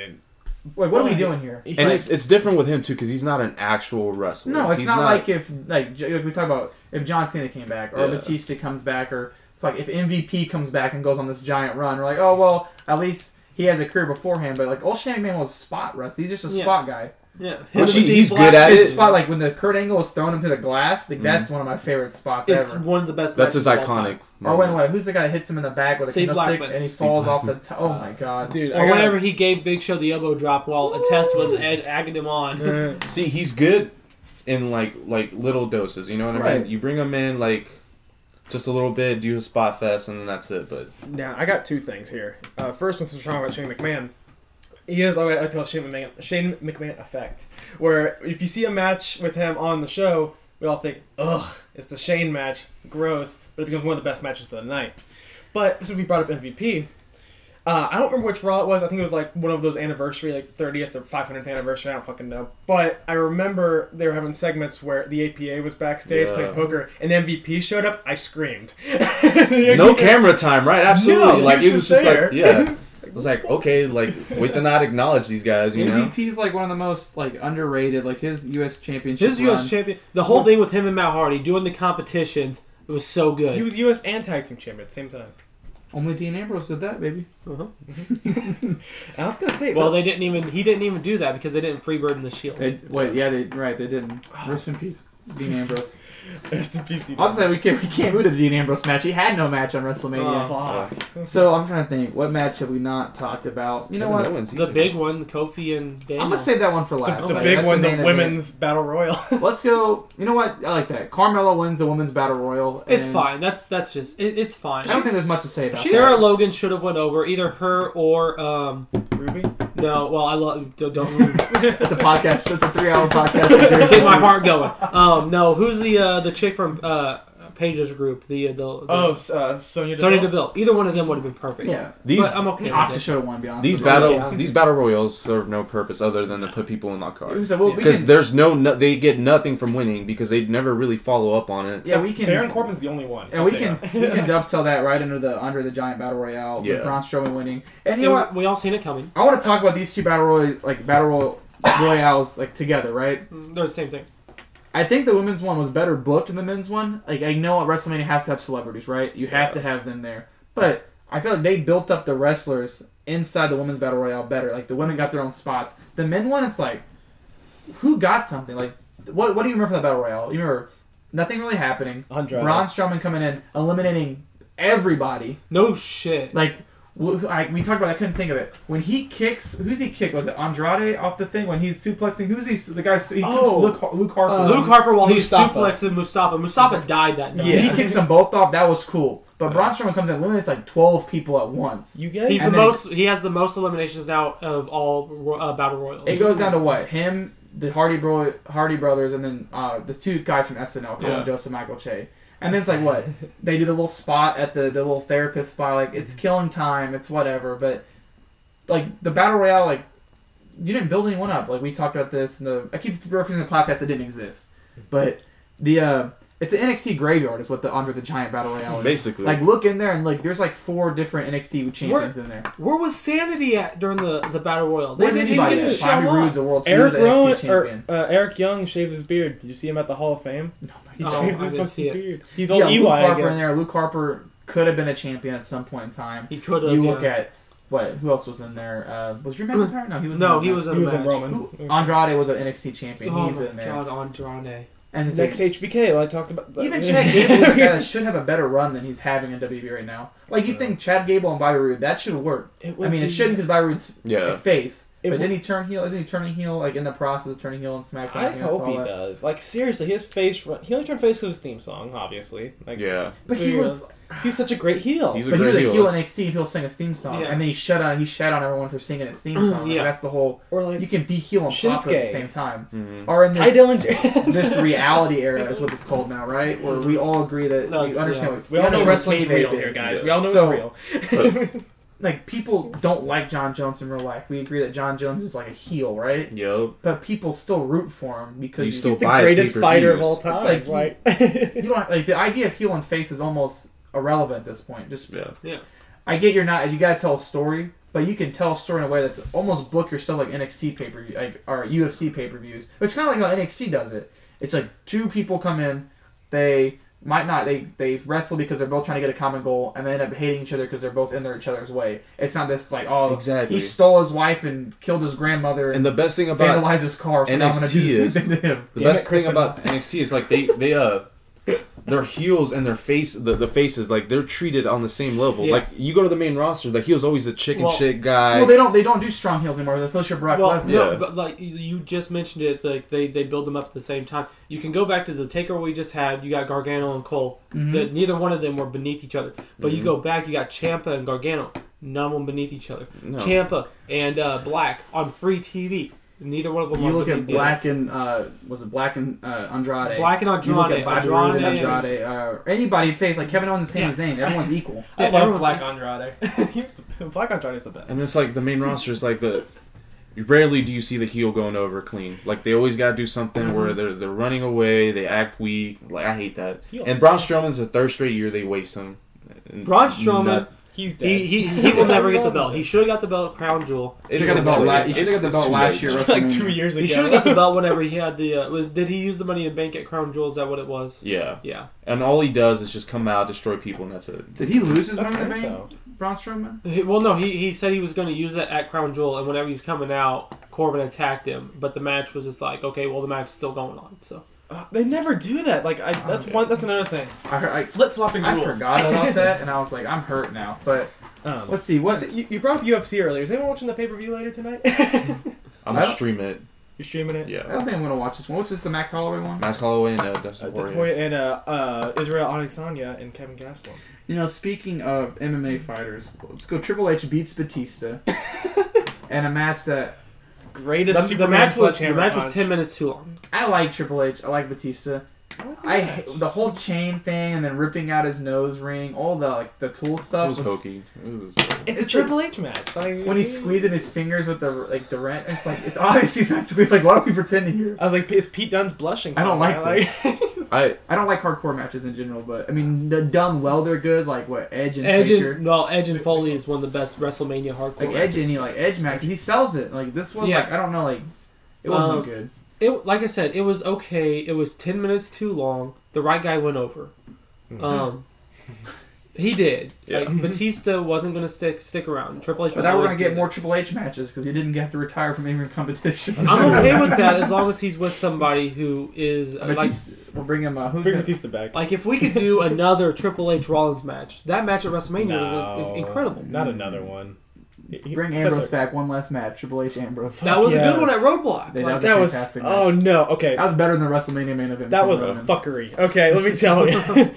Speaker 1: Like, what are we doing here?
Speaker 4: He-
Speaker 2: And it's it's different with him too because he's not an actual wrestler.
Speaker 1: No, it's
Speaker 2: he's
Speaker 1: not, like if like J- like we talk about if John Cena came back or
Speaker 2: Yeah.
Speaker 1: Batista comes back or fuck if MVP comes back and goes on this giant run. We're like, oh well, at least he has a career beforehand. But like, all Shane McMahon was spot rust. He's just a
Speaker 3: Yeah.
Speaker 1: spot guy.
Speaker 3: yeah.
Speaker 2: Which he-
Speaker 3: Steve
Speaker 2: he's
Speaker 3: Black-
Speaker 2: good at
Speaker 1: His
Speaker 2: it.
Speaker 1: spot like when the Kurt Angle was thrown into the glass.
Speaker 2: Mm.
Speaker 1: Like that's one of my favorite spots
Speaker 3: It's
Speaker 1: ever.
Speaker 3: one of the best.
Speaker 2: that's his
Speaker 3: matches of all time.
Speaker 2: iconic.
Speaker 1: Or when
Speaker 2: moment.
Speaker 1: what, who's the guy that hits him in the back with a
Speaker 3: Steve
Speaker 1: candlestick
Speaker 3: Blackman.
Speaker 1: and he
Speaker 2: Steve
Speaker 1: falls off the top? Oh my god!
Speaker 4: Dude,
Speaker 3: Or
Speaker 4: I
Speaker 3: whenever he gave Big Show the elbow drop while a test was ed- agging him on.
Speaker 4: gotta-
Speaker 2: See, he's good in like like little doses. You know what I
Speaker 1: Right.
Speaker 2: mean? You bring him in like just a little bit, do a spot fest, and then that's it. But
Speaker 4: Now, I got two things here. Uh, first, one's we're talking about Shane McMahon, he is like I call it Shane McMahon, Shane McMahon effect, where if you see a match with him on the show, we all think, ugh, it's the Shane match, gross, but it becomes one of the best matches of the night. But since we brought up MVP, uh, I don't remember which Raw it was. I think it was like one of those anniversary, like 30th or 500th anniversary. I don't fucking know. But I remember they were having segments where the APA was backstage
Speaker 2: Yeah.
Speaker 4: playing poker, and MVP showed up. I screamed. (laughs)
Speaker 2: no camera time, right? Absolutely.
Speaker 4: No,
Speaker 2: like
Speaker 4: you're
Speaker 2: it was just
Speaker 4: there.
Speaker 2: like
Speaker 3: (laughs)
Speaker 2: yeah.
Speaker 4: It's like,
Speaker 2: It's like okay, like wait to not acknowledge these guys. You know,
Speaker 1: MVP is like one of the most like underrated. Like his U.S. championship.
Speaker 3: His U.S. champion. The whole thing with him and Matt Hardy doing the competitions. It was so good.
Speaker 4: He was U.S. and tag team champion at the same time.
Speaker 1: Only Dean Ambrose did that, baby.
Speaker 3: uh-huh.
Speaker 4: And I was gonna say,
Speaker 3: Well, they didn't even. He didn't even do that because they didn't freebird the shield.
Speaker 1: They, wait, yeah, they right. They
Speaker 4: (sighs)
Speaker 1: didn't. Rest in peace, Dean Ambrose.
Speaker 4: (laughs) rest in peace, Dean
Speaker 1: I'll say we
Speaker 4: Ambrose.
Speaker 1: can't we can't move to the Dean Ambrose match. He had no match on WrestleMania.
Speaker 4: Oh, fuck.
Speaker 1: So I'm trying to think, what match have we not talked about? You know what?
Speaker 3: the big one, Kofi and Daniel.
Speaker 1: I'm gonna save that one for last.
Speaker 4: The,
Speaker 1: Like,
Speaker 4: the big
Speaker 1: that's
Speaker 4: one, the
Speaker 1: main event.
Speaker 4: women's battle royal. (laughs)
Speaker 1: Let's go. You know what? I like that. Carmella wins the women's battle royal.
Speaker 3: it's
Speaker 1: and
Speaker 3: fine. That's that's just. It, it's fine.
Speaker 1: I don't think there's much to say about
Speaker 4: she's-
Speaker 1: that.
Speaker 3: Sarah Logan should have went over either her or um
Speaker 4: Ruby.
Speaker 3: no. Well, I love don't, (laughs) don't
Speaker 1: It's a podcast. It's a three-hour
Speaker 3: (laughs)
Speaker 1: podcast.
Speaker 3: get my heart going. Um, no, who's the uh, the chick from uh Paige's group? The uh, the, the
Speaker 4: (laughs) Oh, s- uh, Sonya.
Speaker 3: Sonya
Speaker 4: Deville.
Speaker 3: Deville. Either one of them would have been perfect. (laughs)
Speaker 1: Yeah.
Speaker 2: These
Speaker 3: but um, I'm okay.
Speaker 1: Oscar
Speaker 3: With it.
Speaker 1: should have won. to Be honest. with
Speaker 2: these
Speaker 1: you.
Speaker 2: battle
Speaker 3: Yeah.
Speaker 2: these battle royals serve no purpose other than to put people in that
Speaker 1: It
Speaker 2: card
Speaker 1: was a- well, we
Speaker 2: because
Speaker 1: can,
Speaker 2: there's no, no they get nothing from winning because they never really follow up on it.
Speaker 1: yeah, we can.
Speaker 4: Baron Corbin's the only one.
Speaker 1: And we
Speaker 2: Yeah.
Speaker 1: can we can dovetail that right under the under the giant battle royale
Speaker 2: Yeah.
Speaker 1: with Braun Strowman winning. And
Speaker 3: And
Speaker 1: you know what?
Speaker 3: We all seen it coming.
Speaker 1: I want to talk about these two battle royal like battle royal royales like together, right?
Speaker 3: Mm, They're the same thing.
Speaker 1: I think the women's one was better booked than the men's one. Like I know WrestleMania has to have celebrities, right? You have to have them there, but I feel like they built up the wrestlers inside the women's battle royale better. Like the women got their own spots. The men one, it's like, who got something? Like what what do you remember from the battle royale? You remember nothing really happening.
Speaker 4: Andrade.
Speaker 1: Braun Strowman coming in, eliminating everybody.
Speaker 3: No shit.
Speaker 1: Like, wh- I, we talked about. I couldn't think of it. When he kicks, who's he kick? Was it Andrade off the thing when he's suplexing? Who's he? The guy. He
Speaker 4: Oh.
Speaker 1: kicks Luke, Luke Harper.
Speaker 4: Uh,
Speaker 3: Luke Harper while he's
Speaker 4: Mustafa.
Speaker 3: suplexing Mustafa. Mustafa died that night.
Speaker 1: He
Speaker 4: yeah.
Speaker 1: kicks them both off. That was cool. But Braun Strowman comes in and eliminates like twelve people at once.
Speaker 4: (laughs) You guys.
Speaker 3: He's
Speaker 1: And
Speaker 3: the
Speaker 1: then-
Speaker 3: most. He has the most eliminations now of all ro- uh, battle royals.
Speaker 1: it goes down to what him, the Hardy bro, Hardy brothers, and then uh, the two guys from SNL, Colin
Speaker 3: Yeah.
Speaker 1: Joseph, Michael Che. And then it's like what they do the little spot at the the little therapist spot. Like it's killing time. It's whatever. But like the battle royale, like you didn't build anyone up. Like we talked about this. In the I keep referencing the podcast that didn't exist, but the uh, it's an NXT graveyard is what the Andre the Giant battle royale is.
Speaker 2: Basically,
Speaker 1: Like look in there and like there's like four different NXT champions in there.
Speaker 3: Where was Sanity at during the, the battle royal? They
Speaker 1: Where
Speaker 3: didn't
Speaker 1: did
Speaker 3: even
Speaker 1: anybody?
Speaker 3: get to
Speaker 1: at?
Speaker 3: show
Speaker 1: Bobby Roode's
Speaker 3: up.
Speaker 1: the world
Speaker 4: Eric
Speaker 1: Series NXT
Speaker 4: Rowan
Speaker 1: champion.
Speaker 4: or uh, Eric Young shaved his beard. Did you see him at the Hall of Fame?
Speaker 1: oh my
Speaker 4: He
Speaker 1: God.
Speaker 3: Oh,
Speaker 4: shaved
Speaker 3: I
Speaker 4: his
Speaker 3: didn't see
Speaker 4: fucking
Speaker 3: it.
Speaker 4: beard. He's E
Speaker 1: yeah,
Speaker 4: old
Speaker 1: Luke
Speaker 4: EY
Speaker 1: Harper in
Speaker 4: again.
Speaker 1: there. Luke Harper could have been a champion at some point in time.
Speaker 3: He could have.
Speaker 1: You look
Speaker 3: yeah.
Speaker 1: at what? Who else was in there? Uh, was Drew McIntyre? No, he was.
Speaker 3: no,
Speaker 1: in
Speaker 3: he was in
Speaker 4: He
Speaker 3: a
Speaker 4: was
Speaker 3: match.
Speaker 4: in Roman.
Speaker 1: Who- Andrade was an NXT champion.
Speaker 3: Oh
Speaker 1: He's
Speaker 3: my
Speaker 1: in there.
Speaker 3: god, Andrade.
Speaker 1: And it's
Speaker 4: Next
Speaker 1: like,
Speaker 4: HBK, I talked about. (laughs)
Speaker 1: even Chad Gable like,
Speaker 3: (laughs)
Speaker 1: that should have a better run than he's having in WWE right now. Like you
Speaker 2: Yeah.
Speaker 1: think Chad Gable and Bobby Roode that should work. I
Speaker 4: It was
Speaker 1: mean, it
Speaker 4: the-
Speaker 1: shouldn't because Bobby Roode's a
Speaker 2: Yeah.
Speaker 1: face.
Speaker 4: It
Speaker 1: but
Speaker 4: w-
Speaker 1: then he turn heel. Isn't he turning heel like in the process of turning heel on SmackDown?
Speaker 4: I
Speaker 1: think saw
Speaker 4: hope he
Speaker 1: that.
Speaker 4: does. Like seriously, his face. Run, he only turned face to his theme song, obviously. Like
Speaker 2: Yeah.
Speaker 1: But he
Speaker 4: Yeah.
Speaker 1: was.
Speaker 4: he's such a great heel.
Speaker 2: He's a
Speaker 1: But he was
Speaker 2: great
Speaker 1: a
Speaker 2: heel.
Speaker 1: heel in
Speaker 2: That's-
Speaker 1: NXT. He'll sing his theme song,
Speaker 3: Yeah.
Speaker 1: and then he shut on. He shat on everyone for singing his theme
Speaker 4: (clears throat)
Speaker 1: song. Like,
Speaker 3: Yeah.
Speaker 1: that's the whole.
Speaker 4: or
Speaker 1: You
Speaker 4: like
Speaker 1: can be heel and popular at
Speaker 4: Shinsuke.
Speaker 1: the same time.
Speaker 2: Mhm.
Speaker 1: Or in
Speaker 4: Ty
Speaker 1: this,
Speaker 4: (laughs) Dillinger.
Speaker 1: this reality era is what it's called now, right? Where we all agree that
Speaker 3: No,
Speaker 1: we
Speaker 3: it's-
Speaker 1: understand.
Speaker 3: yeah.
Speaker 1: What,
Speaker 4: We all know
Speaker 1: understand what
Speaker 4: wrestling's
Speaker 1: kayfabe
Speaker 4: real here,
Speaker 1: is.
Speaker 4: guys.
Speaker 2: yeah.
Speaker 4: We all know
Speaker 1: So-
Speaker 4: (laughs) it's real.
Speaker 1: Like people don't like John Jones in real life. We agree that John Jones is like a heel, right?
Speaker 2: Yup.
Speaker 1: But people still root for him because
Speaker 2: You
Speaker 1: you
Speaker 2: still
Speaker 4: he's the
Speaker 2: buys
Speaker 4: greatest
Speaker 2: pay-per-views.
Speaker 4: fighter of all
Speaker 2: It's
Speaker 4: time.
Speaker 1: like
Speaker 4: like, (laughs)
Speaker 1: you don't like the idea of heel and face is almost irrelevant at this point. Just
Speaker 2: Yeah.
Speaker 1: I get you're not you gotta tell a story, but you can tell a story in a way that's almost book yourself like NXT pay per view like or UFC pay per views. It's kinda like how NXT does it. It's like two people come in, they might not they they wrestle because they're both trying to get a common goal and they end up hating each other because they're both in their each other's way. It's not this like oh
Speaker 2: Exactly.
Speaker 1: he stole his wife and killed his grandmother
Speaker 2: And
Speaker 1: and,
Speaker 2: the best thing about
Speaker 1: vandalized his car so now I'm gonna do the
Speaker 2: NXT
Speaker 1: same
Speaker 2: is-
Speaker 1: thing to
Speaker 2: (laughs)
Speaker 1: him.
Speaker 2: The
Speaker 4: Damn
Speaker 2: best
Speaker 4: it, Chris
Speaker 2: thing about NXT is like they they uh their heels and their face the, the faces like they're treated on the same level.
Speaker 3: Yeah.
Speaker 2: Like you go to the main roster, the heel's always the chicken
Speaker 3: Well-
Speaker 2: shit guy.
Speaker 1: Well, they don't they don't do strong heels anymore. They're Fisher Brock
Speaker 3: well,
Speaker 1: Lesnar.
Speaker 3: no,
Speaker 2: Yeah.
Speaker 3: but like you- you just mentioned it, like they, they build them up at the same time. You can go back to the taker we just had. You got Gargano and Cole.
Speaker 1: Mm-hmm.
Speaker 3: That neither one of them were beneath each other. But
Speaker 2: Mm-hmm.
Speaker 3: you go back, you got Champa and Gargano. None of them beneath each other.
Speaker 2: No.
Speaker 3: Champa and uh, Black on free TV. Neither one of them.
Speaker 1: You
Speaker 3: are
Speaker 1: look at
Speaker 3: beneath the other.
Speaker 1: Black and uh, was it Black and uh, Andrade?
Speaker 3: Black and
Speaker 1: You look
Speaker 3: Andrade.
Speaker 1: at Bobby Roode
Speaker 3: Andrade.
Speaker 1: and Andrade, or anybody face like Kevin Owens and Sami
Speaker 3: Yeah.
Speaker 1: Zayn. Everyone's equal.
Speaker 4: I
Speaker 3: Yeah,
Speaker 4: love
Speaker 3: everyone's-
Speaker 4: Black Andrade. (laughs) he's the, Black Andrade's the best.
Speaker 2: and it's like the main roster is like the rarely do you see the heel going over clean. Like they always gotta do something
Speaker 1: Mm-hmm.
Speaker 2: where they're they're running away, they act weak. Like I hate that.
Speaker 4: Heel.
Speaker 2: And Braun Strowman's the third straight year they waste him. And
Speaker 3: Braun Strowman.
Speaker 2: that-
Speaker 4: He's dead.
Speaker 3: He, he, he will never get the belt. He should have got the belt, crown jewel.
Speaker 1: You
Speaker 2: it's-
Speaker 1: should have
Speaker 2: it's
Speaker 1: got the belt,
Speaker 2: late.
Speaker 1: la- you should have got
Speaker 2: It's-
Speaker 1: the
Speaker 2: it's
Speaker 1: belt
Speaker 2: too
Speaker 1: last
Speaker 2: late.
Speaker 1: year.
Speaker 4: like two years ago.
Speaker 3: He
Speaker 2: (laughs)
Speaker 4: (laughs)
Speaker 3: should have got the belt whenever he had the uh, was. Did he use the money in bank at Crown Jewel? Is that what it was?
Speaker 2: Yeah,
Speaker 3: Yeah,
Speaker 2: and all he does is just come out, destroy people, and that's it.
Speaker 1: (laughs) Did he lose his
Speaker 4: That's
Speaker 1: money in the
Speaker 4: great,
Speaker 1: bank?
Speaker 4: though.
Speaker 1: Braun Strowman.
Speaker 3: He- well, no, he, he said he was going to use it at Crown Jewel, and whenever he's coming out, Corbin attacked him. But the match was just like, okay, well, the match is still going on. So
Speaker 4: Uh, they never do that. Like I, that's
Speaker 1: Okay.
Speaker 4: one. That's another thing.
Speaker 1: I, heard-
Speaker 4: Flip flopping
Speaker 1: I, I
Speaker 4: rules.
Speaker 1: forgot (laughs)
Speaker 4: (laughs)
Speaker 1: about that, and I was like, I'm hurt now. But
Speaker 4: Um,
Speaker 1: let's see what.
Speaker 4: you, you brought up UFC earlier. Is anyone watching the pay per view later tonight?
Speaker 2: I'm
Speaker 1: I
Speaker 2: gonna
Speaker 1: don't-
Speaker 2: stream it.
Speaker 4: You're streaming it.
Speaker 1: I
Speaker 2: Yeah,
Speaker 1: don't think I'm gonna watch this one. What's this? The Max Holloway one?
Speaker 2: Max Holloway and uh, Dustin
Speaker 4: Uh,
Speaker 2: Poirier.
Speaker 4: Dustin Poirier and uh, uh, Israel Adesanya and Kevin Gastelum.
Speaker 1: You know, speaking of MMA fighters, let's go. Triple H beats
Speaker 3: (laughs)
Speaker 1: Batista, and a match that
Speaker 4: Greatest
Speaker 3: the, the
Speaker 4: Superman
Speaker 3: match was the
Speaker 4: sledgehammer
Speaker 3: match was
Speaker 4: punch.
Speaker 3: ten minutes too long.
Speaker 1: I like. Triple H, I like Batista.
Speaker 4: I like the
Speaker 1: I
Speaker 4: match.
Speaker 1: hate- the whole chain thing and then ripping out his nose ring, all the like the tool
Speaker 2: It
Speaker 1: stuff
Speaker 2: was hokey. It was just-
Speaker 4: It's a
Speaker 1: It's
Speaker 4: Triple H match. Like,
Speaker 1: When he's squeezing his fingers with the like the rent, it's like it's (laughs) obvious he's not squeezing. Like why are we pretending here?
Speaker 4: I was like, it's Pete Dunne's blushing.
Speaker 1: I don't like
Speaker 4: somewhere.
Speaker 2: I
Speaker 1: I don't like hardcore matches in general, but I mean the done well they're good. Like what Edge and
Speaker 3: Edge
Speaker 1: Taker,
Speaker 3: and well, Edge and Foley is one of the best WrestleMania hardcore.
Speaker 1: like Edge and he like Edge match. He sells it. Like this one,
Speaker 3: Yeah.
Speaker 1: like I don't know, like it wasn't
Speaker 3: Um,
Speaker 1: good.
Speaker 3: it like I said, it was okay. It was ten minutes too long. The right guy went over.
Speaker 4: Mm-hmm.
Speaker 3: Um,
Speaker 4: (laughs)
Speaker 3: he did. Like, Batista wasn't going to stick stick around. Triple H.
Speaker 1: But
Speaker 3: would
Speaker 1: now we're
Speaker 3: always
Speaker 1: gonna
Speaker 3: be
Speaker 1: get
Speaker 3: there.
Speaker 1: more Triple H matches because he didn't get to retire from even competition.
Speaker 3: I'm okay
Speaker 1: (laughs)
Speaker 3: with that as long as he's with somebody who is uh, like
Speaker 1: Batista, we'll bring him. Uh, who's
Speaker 4: Bring
Speaker 1: gonna-
Speaker 4: Batista back.
Speaker 3: like if we could do another Triple H Rollins match. That match at WrestleMania was uh, incredible.
Speaker 4: Not another one. He- he-
Speaker 1: bring
Speaker 4: except
Speaker 1: Ambrose
Speaker 4: for-
Speaker 1: back one last match. Triple H Ambrose.
Speaker 3: that was a
Speaker 4: yes.
Speaker 3: good one at Roadblock.
Speaker 1: They
Speaker 3: Like,
Speaker 1: don't-
Speaker 4: That was.
Speaker 1: Fantastic match.
Speaker 4: Oh no. Okay.
Speaker 1: That was better than the WrestleMania main event.
Speaker 4: That
Speaker 1: between
Speaker 4: was
Speaker 1: Roman.
Speaker 4: fuckery. Okay, let me
Speaker 1: (laughs)
Speaker 4: tell you.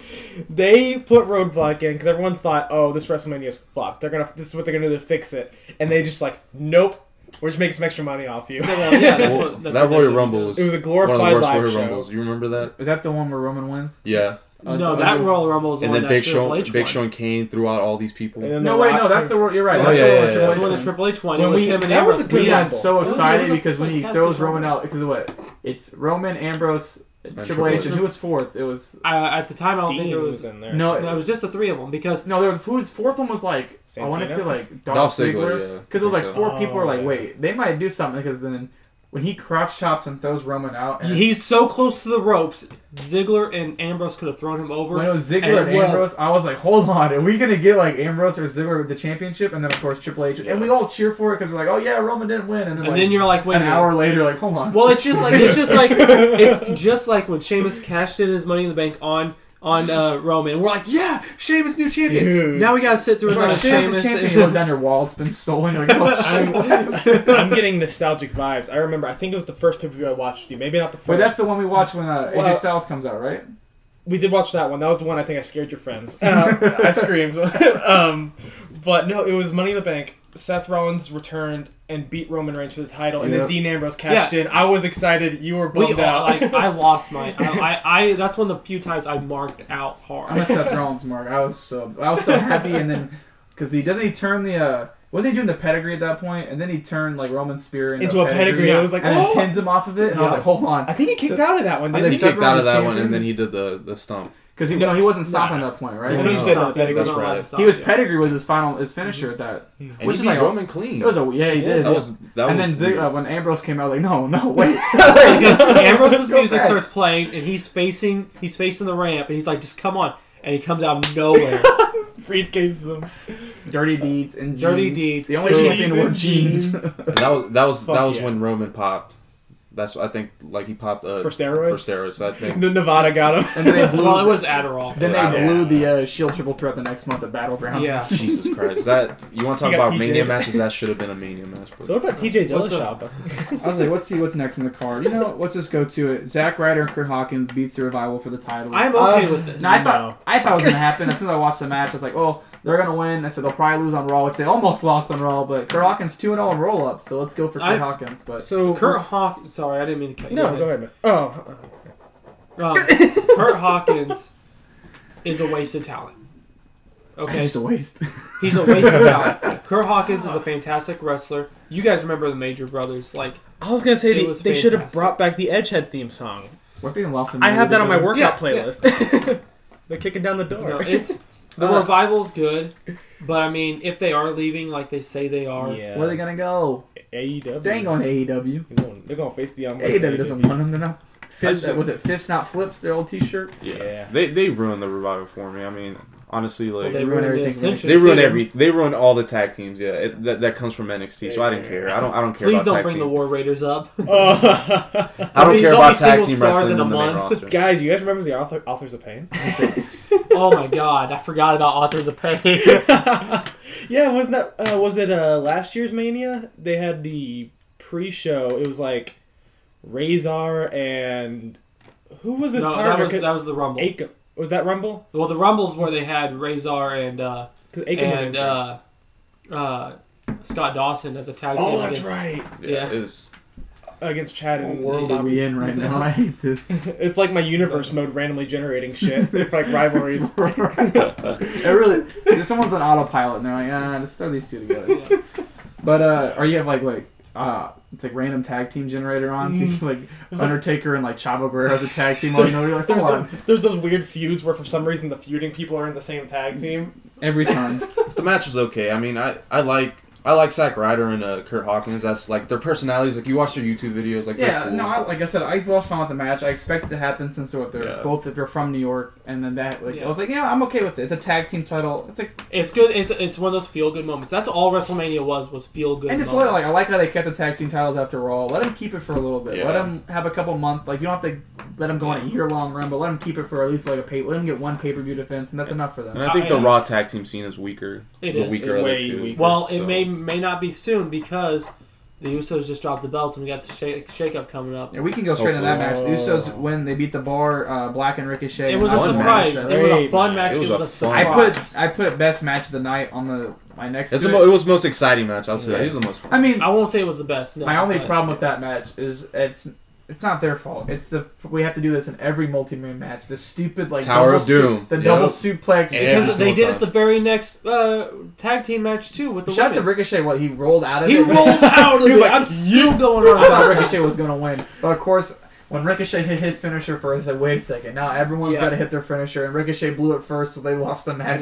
Speaker 4: they put Roadblock in because everyone thought, "Oh, this WrestleMania is fucked. They're gonna. This is what they're gonna do to fix it." And they just like, "Nope, we're just making some extra money off you."
Speaker 3: yeah, (laughs)
Speaker 4: (laughs)
Speaker 3: well, yeah, that's
Speaker 2: well,
Speaker 3: what- that's
Speaker 2: that
Speaker 3: what they
Speaker 2: Royal
Speaker 3: did.
Speaker 2: Rumble was,
Speaker 4: It was a
Speaker 2: one of
Speaker 4: glorified
Speaker 2: the worst
Speaker 4: live
Speaker 2: Royal
Speaker 4: show.
Speaker 2: Rumbles. You remember that?
Speaker 1: Is that the one where Roman wins?
Speaker 2: Yeah.
Speaker 1: Uh,
Speaker 3: No,
Speaker 1: the
Speaker 3: that
Speaker 1: others-
Speaker 3: Royal Rumble was the
Speaker 2: And
Speaker 3: one
Speaker 2: then Big
Speaker 3: that Triple
Speaker 2: Show,
Speaker 3: H
Speaker 2: Big
Speaker 3: won.
Speaker 2: Show and Kane threw out all these people.
Speaker 4: And then
Speaker 1: No,
Speaker 4: The
Speaker 1: wait,
Speaker 4: Rock
Speaker 1: no, that's the
Speaker 4: came-
Speaker 1: wor- you're right.
Speaker 2: Oh,
Speaker 1: that's
Speaker 2: yeah,
Speaker 1: the
Speaker 2: yeah,
Speaker 1: one
Speaker 2: yeah,
Speaker 1: Triple
Speaker 2: yeah.
Speaker 3: That's
Speaker 1: H
Speaker 3: the one that
Speaker 1: wins.
Speaker 3: Triple H won.
Speaker 1: When
Speaker 3: It was
Speaker 1: we-
Speaker 3: him and
Speaker 4: that was
Speaker 3: Ambrose.
Speaker 4: a good
Speaker 1: We got
Speaker 4: Rumble.
Speaker 1: so
Speaker 3: That was-
Speaker 1: excited
Speaker 3: that was a
Speaker 1: because when he
Speaker 3: fantastic
Speaker 1: throws Roman
Speaker 3: Rumble.
Speaker 1: out, because of what? It's Roman, Ambrose, Triple
Speaker 2: Triple
Speaker 1: H,
Speaker 2: H.
Speaker 1: and who was fourth? It was
Speaker 3: I- at the time, I don't think
Speaker 4: Dean
Speaker 3: it
Speaker 4: was,
Speaker 3: was.
Speaker 4: in there.
Speaker 1: no,
Speaker 3: No, it was just the three of them because
Speaker 1: no. There was who was fourth one was like I want to
Speaker 4: Santino?
Speaker 1: say like Dolph,
Speaker 2: Dolph
Speaker 1: Ziggler
Speaker 2: Ziggler, yeah.
Speaker 1: because it was like
Speaker 2: Think so.
Speaker 1: four people were
Speaker 4: Oh,
Speaker 1: like
Speaker 4: yeah.
Speaker 1: wait they might do something because then when he crotch chops and throws Roman out, and
Speaker 3: He's so close to the ropes. Ziggler and Ambrose could have thrown him over.
Speaker 1: when it was Ziggler and,
Speaker 3: And well-
Speaker 1: Ambrose, I was like, hold on, are we gonna get like Ambrose or Ziggler with the championship? And then of course Triple H, and we all cheer for it because we're like, oh yeah, Roman didn't win, and then,
Speaker 3: and
Speaker 1: like,
Speaker 3: then you're like, wait. a
Speaker 1: an
Speaker 3: minute.
Speaker 1: hour later, like, hold on.
Speaker 3: Well, it's just like
Speaker 1: (laughs)
Speaker 3: it's just like it's just like when Sheamus cashed in his Money in the Bank on on uh, Roman. We're like, yeah, Sheamus new champion.
Speaker 4: Dude.
Speaker 3: Now we gotta sit through
Speaker 1: You're
Speaker 3: another
Speaker 1: like, Sheamus
Speaker 3: Sheamus.
Speaker 1: is champion. You look down your wall, it's been stolen. You're like, oh, shit.
Speaker 4: I'm, (laughs) I'm getting nostalgic vibes. I remember. I think it was the first pay per view I watched. with You maybe not the first.
Speaker 1: Wait, that's the one we watch when uh, AJ
Speaker 4: Well-
Speaker 1: Styles comes out, right?
Speaker 4: we did watch that one. That was the one I think I scared your
Speaker 3: (laughs)
Speaker 4: friends. Uh, I screamed. (laughs) um, but no, it was Money in the Bank. Seth Rollins returned and beat Roman Reigns for the title, and
Speaker 1: Yeah.
Speaker 4: then Dean Ambrose cashed
Speaker 3: Yeah.
Speaker 4: in. I was excited. You were
Speaker 3: (laughs) we
Speaker 4: bummed
Speaker 3: all,
Speaker 4: out.
Speaker 3: like I lost my I, I I that's one of the few times I marked out
Speaker 1: I'm a
Speaker 3: hard.
Speaker 1: Seth Rollins mark. I was so I was so happy, and then because he doesn't he turn the uh wasn't he doing the pedigree at that point, and then he turned like Roman Spear into,
Speaker 4: Into a pedigree, I was like,
Speaker 1: and
Speaker 4: "Oh!"
Speaker 1: then pins him off of it, and I was
Speaker 3: Yeah.
Speaker 1: like, hold on,
Speaker 4: I think he kicked out of that one.
Speaker 1: I
Speaker 4: Didn't
Speaker 2: He
Speaker 4: he?
Speaker 1: think Seth
Speaker 2: kicked out
Speaker 1: Rollins
Speaker 2: of that one,
Speaker 1: champion?
Speaker 2: and then he did the the stump.
Speaker 1: because he, no, he wasn't
Speaker 4: No.
Speaker 1: stopping at that point, right?
Speaker 4: Yeah,
Speaker 1: He
Speaker 4: he
Speaker 1: was
Speaker 4: did
Speaker 1: stopping.
Speaker 4: not. That
Speaker 2: That's
Speaker 3: They're
Speaker 2: right.
Speaker 3: allowed to stop,
Speaker 1: He was
Speaker 3: yeah.
Speaker 1: pedigree was his final his finisher at that.
Speaker 2: And
Speaker 1: Which
Speaker 2: he
Speaker 1: is
Speaker 2: beat
Speaker 1: like a-
Speaker 2: Roman clean.
Speaker 1: It was a yeah he
Speaker 4: Yeah,
Speaker 1: did.
Speaker 2: that was that
Speaker 1: and
Speaker 2: was.
Speaker 1: then Zig,
Speaker 2: weird.
Speaker 1: uh, when Ambrose came out, like no no wait, (laughs)
Speaker 3: because Ambrose's
Speaker 1: Go
Speaker 3: music
Speaker 1: back.
Speaker 3: starts playing and he's facing he's facing the ramp and he's like, just come on. And he comes out
Speaker 1: (laughs)
Speaker 3: of nowhere.
Speaker 4: briefcases him.
Speaker 1: dirty deeds and jeans.
Speaker 3: Dirty deeds.
Speaker 1: The only
Speaker 3: Dirty
Speaker 1: champion
Speaker 4: deeds
Speaker 1: wore
Speaker 4: and
Speaker 1: jeans.
Speaker 4: (laughs) jeans.
Speaker 2: And that was that was
Speaker 4: Fuck
Speaker 2: that was
Speaker 4: yeah.
Speaker 2: when Roman popped. That's what I think like he popped uh,
Speaker 4: For steroids?
Speaker 2: For steroids, so I think
Speaker 4: (laughs) N- Nevada got him.
Speaker 1: (laughs) and then they blew.
Speaker 3: well, it was Adderall.
Speaker 1: then they
Speaker 2: Yeah.
Speaker 1: blew the uh, Shield triple threat the next month at Battleground.
Speaker 3: Yeah.
Speaker 2: Jesus Christ, that you want to talk
Speaker 4: He got
Speaker 2: about
Speaker 4: TJ'd.
Speaker 2: mania matches? That should have been a mania match. But
Speaker 4: So what about TJ
Speaker 3: What's up? (laughs)
Speaker 1: (laughs)
Speaker 4: Dillashaw?
Speaker 1: I was like, let's see what's next in the card. You know, let's just go to it. Zack Ryder and Kurt Hawkins beats the revival for the title.
Speaker 3: I'm okay with this.
Speaker 1: No, I
Speaker 4: No.
Speaker 1: thought I thought it was gonna happen. As soon as I watched the match, I was like, "Oh, they're gonna win." I said they'll probably lose on Raw, which they almost (laughs) lost on Raw. But Kurt Hawkins two and zero in roll up, so let's go for Kurt
Speaker 3: I-
Speaker 1: Hawkins. But
Speaker 4: So
Speaker 3: Kurt Hawk sorry, I didn't mean to cut you.
Speaker 4: No,
Speaker 3: off.
Speaker 4: go ahead. man. Oh,
Speaker 3: Um, Kurt Hawkins is a wasted talent.
Speaker 1: okay,
Speaker 3: Okay,
Speaker 1: just a waste. (laughs)
Speaker 3: he's a wasted talent. Kurt Hawkins is a fantastic wrestler. You guys remember the Major Brothers? Like,
Speaker 4: (laughs) I was gonna say
Speaker 3: It
Speaker 4: they,
Speaker 3: was
Speaker 4: they should have
Speaker 3: fantastic.
Speaker 4: brought back the Edgehead theme song.
Speaker 1: Weren't they in Laugh and
Speaker 4: I have that on my
Speaker 1: Loser?
Speaker 4: workout
Speaker 3: Yeah, yeah.
Speaker 4: playlist. (laughs) They're kicking down the
Speaker 3: you know,
Speaker 4: door.
Speaker 3: it's the
Speaker 2: Uh.
Speaker 3: revival's good, but I mean, if they are leaving, like they say they are,
Speaker 4: yeah. E
Speaker 1: Where are they gonna go?
Speaker 4: AEW.
Speaker 1: They ain't going to E AEW.
Speaker 4: They're going, they're going to face the um,
Speaker 1: AEW E doesn't want them to know. Fist,
Speaker 2: just-
Speaker 1: was it fist not flips? Their old T-shirt.
Speaker 2: yeah.
Speaker 4: Yeah.
Speaker 2: they they ruined the revival for me. I mean, honestly,
Speaker 3: well,
Speaker 2: like
Speaker 3: they
Speaker 1: ruined
Speaker 3: ruin
Speaker 1: everything
Speaker 3: everything.
Speaker 1: for me.
Speaker 3: Ascension
Speaker 2: they ruined
Speaker 3: too.
Speaker 2: every they ruined all the tag teams. Yeah, it, that that comes from NXT, so I didn't care. I don't I don't care
Speaker 3: Please
Speaker 2: about
Speaker 3: don't
Speaker 2: tag
Speaker 3: bring
Speaker 2: team.
Speaker 3: the War Raiders up.
Speaker 4: (laughs)
Speaker 3: (laughs)
Speaker 4: Oh. (laughs)
Speaker 2: I don't care
Speaker 3: They'll be-
Speaker 2: about
Speaker 3: they'll be
Speaker 2: tag
Speaker 3: single
Speaker 2: team
Speaker 3: stars
Speaker 2: wrestling
Speaker 3: in a
Speaker 2: in the main
Speaker 3: month.
Speaker 2: roster.
Speaker 4: Guys, you guys remember the author, Authors
Speaker 1: (laughs)
Speaker 4: of Pain?
Speaker 3: oh my God, I forgot about Authors of Pain.
Speaker 4: yeah, wasn't that uh, was it uh, last year's Mania? They had the pre-show. It was like Razor and who was his
Speaker 3: no, that
Speaker 4: partner?
Speaker 3: was that was the Rumble.
Speaker 4: Akam. Was that Rumble?
Speaker 3: Well, the Rumbles where they had Razor and. uh
Speaker 4: Because Akam was in
Speaker 3: and
Speaker 4: there.
Speaker 3: uh, uh, Scott Dawson as a tag team.
Speaker 4: Oh, that's
Speaker 3: against-
Speaker 4: right.
Speaker 2: Yeah,
Speaker 3: Yeah.
Speaker 2: it's
Speaker 4: Against Chad
Speaker 1: What
Speaker 4: and
Speaker 1: world are
Speaker 4: Bobby.
Speaker 1: we in right now? I hate this.
Speaker 4: (laughs) It's like my universe mode randomly generating shit.
Speaker 3: (laughs)
Speaker 4: It's like
Speaker 1: (laughs)
Speaker 4: rivalries.
Speaker 1: it really. if Someone's on autopilot, and they're like, ah, just throw these two together.
Speaker 3: Yeah.
Speaker 1: But uh, or you have like like uh, it's like random tag team generator on, so you can, like
Speaker 4: There's, like-
Speaker 1: Undertaker and like Chavo Guerrero as a tag team on. You're like,
Speaker 4: There's,
Speaker 1: hold
Speaker 4: the,
Speaker 1: on,
Speaker 4: there's those weird feuds where for some reason the feuding people are in the same tag team.
Speaker 1: every time.
Speaker 2: the match was okay. I mean, I I like. I like Zack Ryder and uh, Kurt Hawkins. That's like their personalities. Like you watch their YouTube videos. Like
Speaker 1: (laughs)
Speaker 2: they're
Speaker 1: Yeah,
Speaker 2: cool.
Speaker 1: no, I, like I said, I was fine with the match. I expected it to happen since what they're
Speaker 2: Yeah.
Speaker 1: both if you're from New York, and then that like I
Speaker 3: Yeah.
Speaker 1: was like, yeah, I'm okay with it. It's a tag team title. It's like
Speaker 3: It's good. It's it's one of those feel good moments. That's all WrestleMania was was feel good.
Speaker 1: and just let it,
Speaker 3: moments.
Speaker 1: like I like how they kept the tag team titles after all. Let them keep it for a little bit. Let
Speaker 2: Yeah.
Speaker 1: them have a couple months. Like you don't have to let them go on a year long run, but let them keep it for at least like a pay. Let them get one pay per view defense, and that's enough for them.
Speaker 2: And I think
Speaker 3: I-
Speaker 2: the Raw tag team scene is weaker.
Speaker 3: It
Speaker 2: the
Speaker 3: is.
Speaker 2: weaker of the
Speaker 4: Way
Speaker 2: two.
Speaker 4: weaker.
Speaker 3: well, it
Speaker 2: so-
Speaker 3: may may not be soon because the Usos just dropped the belts and we got the shake, shake up coming up.
Speaker 1: Yeah, we can go straight into that match. The
Speaker 4: Hopefully.
Speaker 1: Usos win. They beat the Bar. Uh, Black and Ricochet.
Speaker 3: It was
Speaker 1: I
Speaker 3: a
Speaker 1: won that
Speaker 3: surprise.
Speaker 1: match.
Speaker 4: match.
Speaker 3: It was a
Speaker 4: Great
Speaker 3: fun
Speaker 4: match.
Speaker 3: match. It was, a
Speaker 2: fun
Speaker 1: I
Speaker 3: surprise.
Speaker 1: put I put best match of the night on the my next.
Speaker 2: It's
Speaker 1: to
Speaker 2: the
Speaker 1: it.
Speaker 2: mo- it was the most exciting match. I'll say that.
Speaker 4: Yeah.
Speaker 2: It was the most fun.
Speaker 1: I mean,
Speaker 3: I won't say it was the best. No,
Speaker 1: my only
Speaker 3: but-
Speaker 1: problem with that match is it's it's not their fault. It's the we have to do this in every multi-man match. The stupid like
Speaker 2: Tower
Speaker 1: double
Speaker 2: of Doom.
Speaker 1: su- the
Speaker 2: Yep.
Speaker 1: double suplex.
Speaker 2: Yeah, every
Speaker 3: because they
Speaker 2: single
Speaker 3: did
Speaker 2: time.
Speaker 3: it the very next uh, tag team match too with the
Speaker 1: Shout out to
Speaker 3: women.
Speaker 1: Ricochet. What (laughs) he rolled out of
Speaker 3: he
Speaker 1: it.
Speaker 3: rolled out.
Speaker 4: He
Speaker 3: He
Speaker 4: was
Speaker 3: was
Speaker 4: like,
Speaker 3: I'm still going
Speaker 1: I (laughs)
Speaker 3: on.
Speaker 1: thought Ricochet was gonna win, but of course. When Ricochet hit his finisher first, I said, wait a second. Now everyone's
Speaker 3: Yeah.
Speaker 1: got to hit their finisher, and Ricochet blew it first, so they lost the match.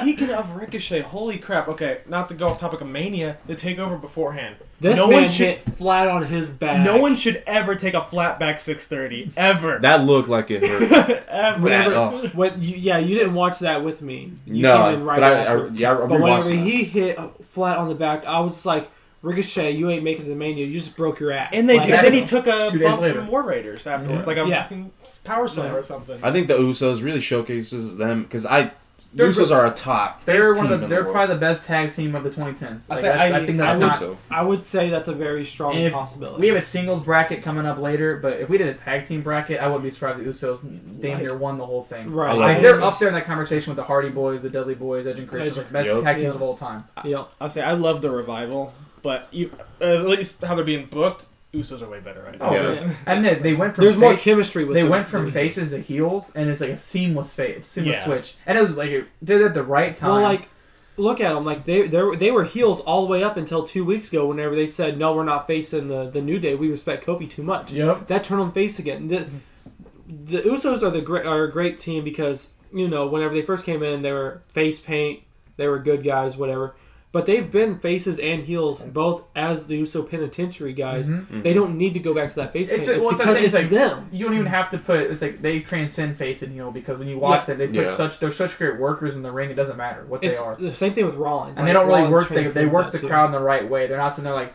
Speaker 4: (laughs) Speaking of Ricochet, holy crap. Okay, not to go off topic of Mania, the takeover beforehand.
Speaker 3: This
Speaker 4: No
Speaker 3: man
Speaker 4: one should-
Speaker 3: hit flat on his back.
Speaker 4: No one should ever take a flat back 630. Ever.
Speaker 2: That looked like
Speaker 1: (laughs)
Speaker 2: it hurt.
Speaker 4: ever.
Speaker 3: Whenever,
Speaker 2: Oh.
Speaker 3: when you, yeah, you didn't watch that with me. You
Speaker 2: no,
Speaker 3: came in right
Speaker 2: but I, I,
Speaker 3: after.
Speaker 2: yeah, I
Speaker 3: but
Speaker 2: rewatched
Speaker 3: whenever
Speaker 2: that.
Speaker 3: he hit flat on the back, I was like, Ricochet, you ain't making the mania. You just broke your ass.
Speaker 4: And, they,
Speaker 3: like,
Speaker 4: and then he
Speaker 1: that-
Speaker 4: took a
Speaker 1: two days
Speaker 4: bump
Speaker 1: later.
Speaker 4: from War Raiders afterwards, like a
Speaker 3: Yeah.
Speaker 4: fucking power slam or something.
Speaker 2: I think the Usos really showcases them because I
Speaker 1: They're-
Speaker 2: Usos are a top.
Speaker 1: They're
Speaker 2: team
Speaker 1: one of
Speaker 2: in
Speaker 1: the,
Speaker 2: the
Speaker 1: they're
Speaker 2: world.
Speaker 1: probably the best tag team of the 2010s.
Speaker 3: I
Speaker 1: Like,
Speaker 3: say-
Speaker 1: that's-
Speaker 3: I-
Speaker 1: I think
Speaker 3: I
Speaker 1: that's
Speaker 2: I
Speaker 3: would-
Speaker 2: think
Speaker 1: not
Speaker 2: so.
Speaker 3: I would say that's a very strong
Speaker 1: If
Speaker 3: possibility.
Speaker 1: We have a singles bracket coming up later, but if we did a tag team bracket, I wouldn't be surprised if Usos damn near won the whole thing.
Speaker 3: right.
Speaker 2: I
Speaker 1: Like,
Speaker 2: love
Speaker 1: they're
Speaker 2: Usos.
Speaker 1: up there in that conversation with the Hardy Boys, the Dudley Boys, Edge and Christian,
Speaker 3: Edge-
Speaker 1: like best
Speaker 2: Yep.
Speaker 1: tag teams
Speaker 3: Yeah.
Speaker 1: of all time.
Speaker 3: Yeah.
Speaker 4: I'll say I love the revival, but you, uh, at least how they're being booked, Usos are way better right now.
Speaker 1: Oh,
Speaker 2: Yeah.
Speaker 3: yeah.
Speaker 1: And they, they went from
Speaker 3: There's more
Speaker 1: face-
Speaker 3: chemistry with
Speaker 1: they
Speaker 3: the-
Speaker 1: went from
Speaker 3: the-
Speaker 1: faces to heels, and it's like a seamless fade, seamless
Speaker 4: Yeah.
Speaker 1: switch, and it was like it did it at the right time.
Speaker 3: Well, like, look at them. Like they they they were heels all the way up until two weeks ago. Whenever they said no, we're not facing the the new day. We respect Kofi too much.
Speaker 1: yep,
Speaker 3: That turned them face again. The, the Usos are the great are a great team because you know whenever they first came in, they were face paint. They were good guys, whatever. But they've been faces and heels both as the Uso Penitentiary guys.
Speaker 1: Mm-hmm.
Speaker 3: They don't need to go back to that face
Speaker 1: It's-
Speaker 3: paint. It's
Speaker 1: well, it's that
Speaker 3: because
Speaker 1: thing,
Speaker 3: it's
Speaker 1: it's like-
Speaker 3: them.
Speaker 1: you don't even have to put. It's like they transcend face and heel because when you watch that, they put
Speaker 2: Yeah.
Speaker 1: such they're such great workers in the ring. It doesn't matter what
Speaker 3: It's
Speaker 1: they are,
Speaker 3: the same thing with Rollins.
Speaker 1: and they
Speaker 3: Like,
Speaker 1: don't really
Speaker 3: Rollins
Speaker 1: work. They, they
Speaker 3: transcends
Speaker 1: work
Speaker 3: that
Speaker 1: the
Speaker 3: too.
Speaker 1: crowd in the right way. They're not sitting there like.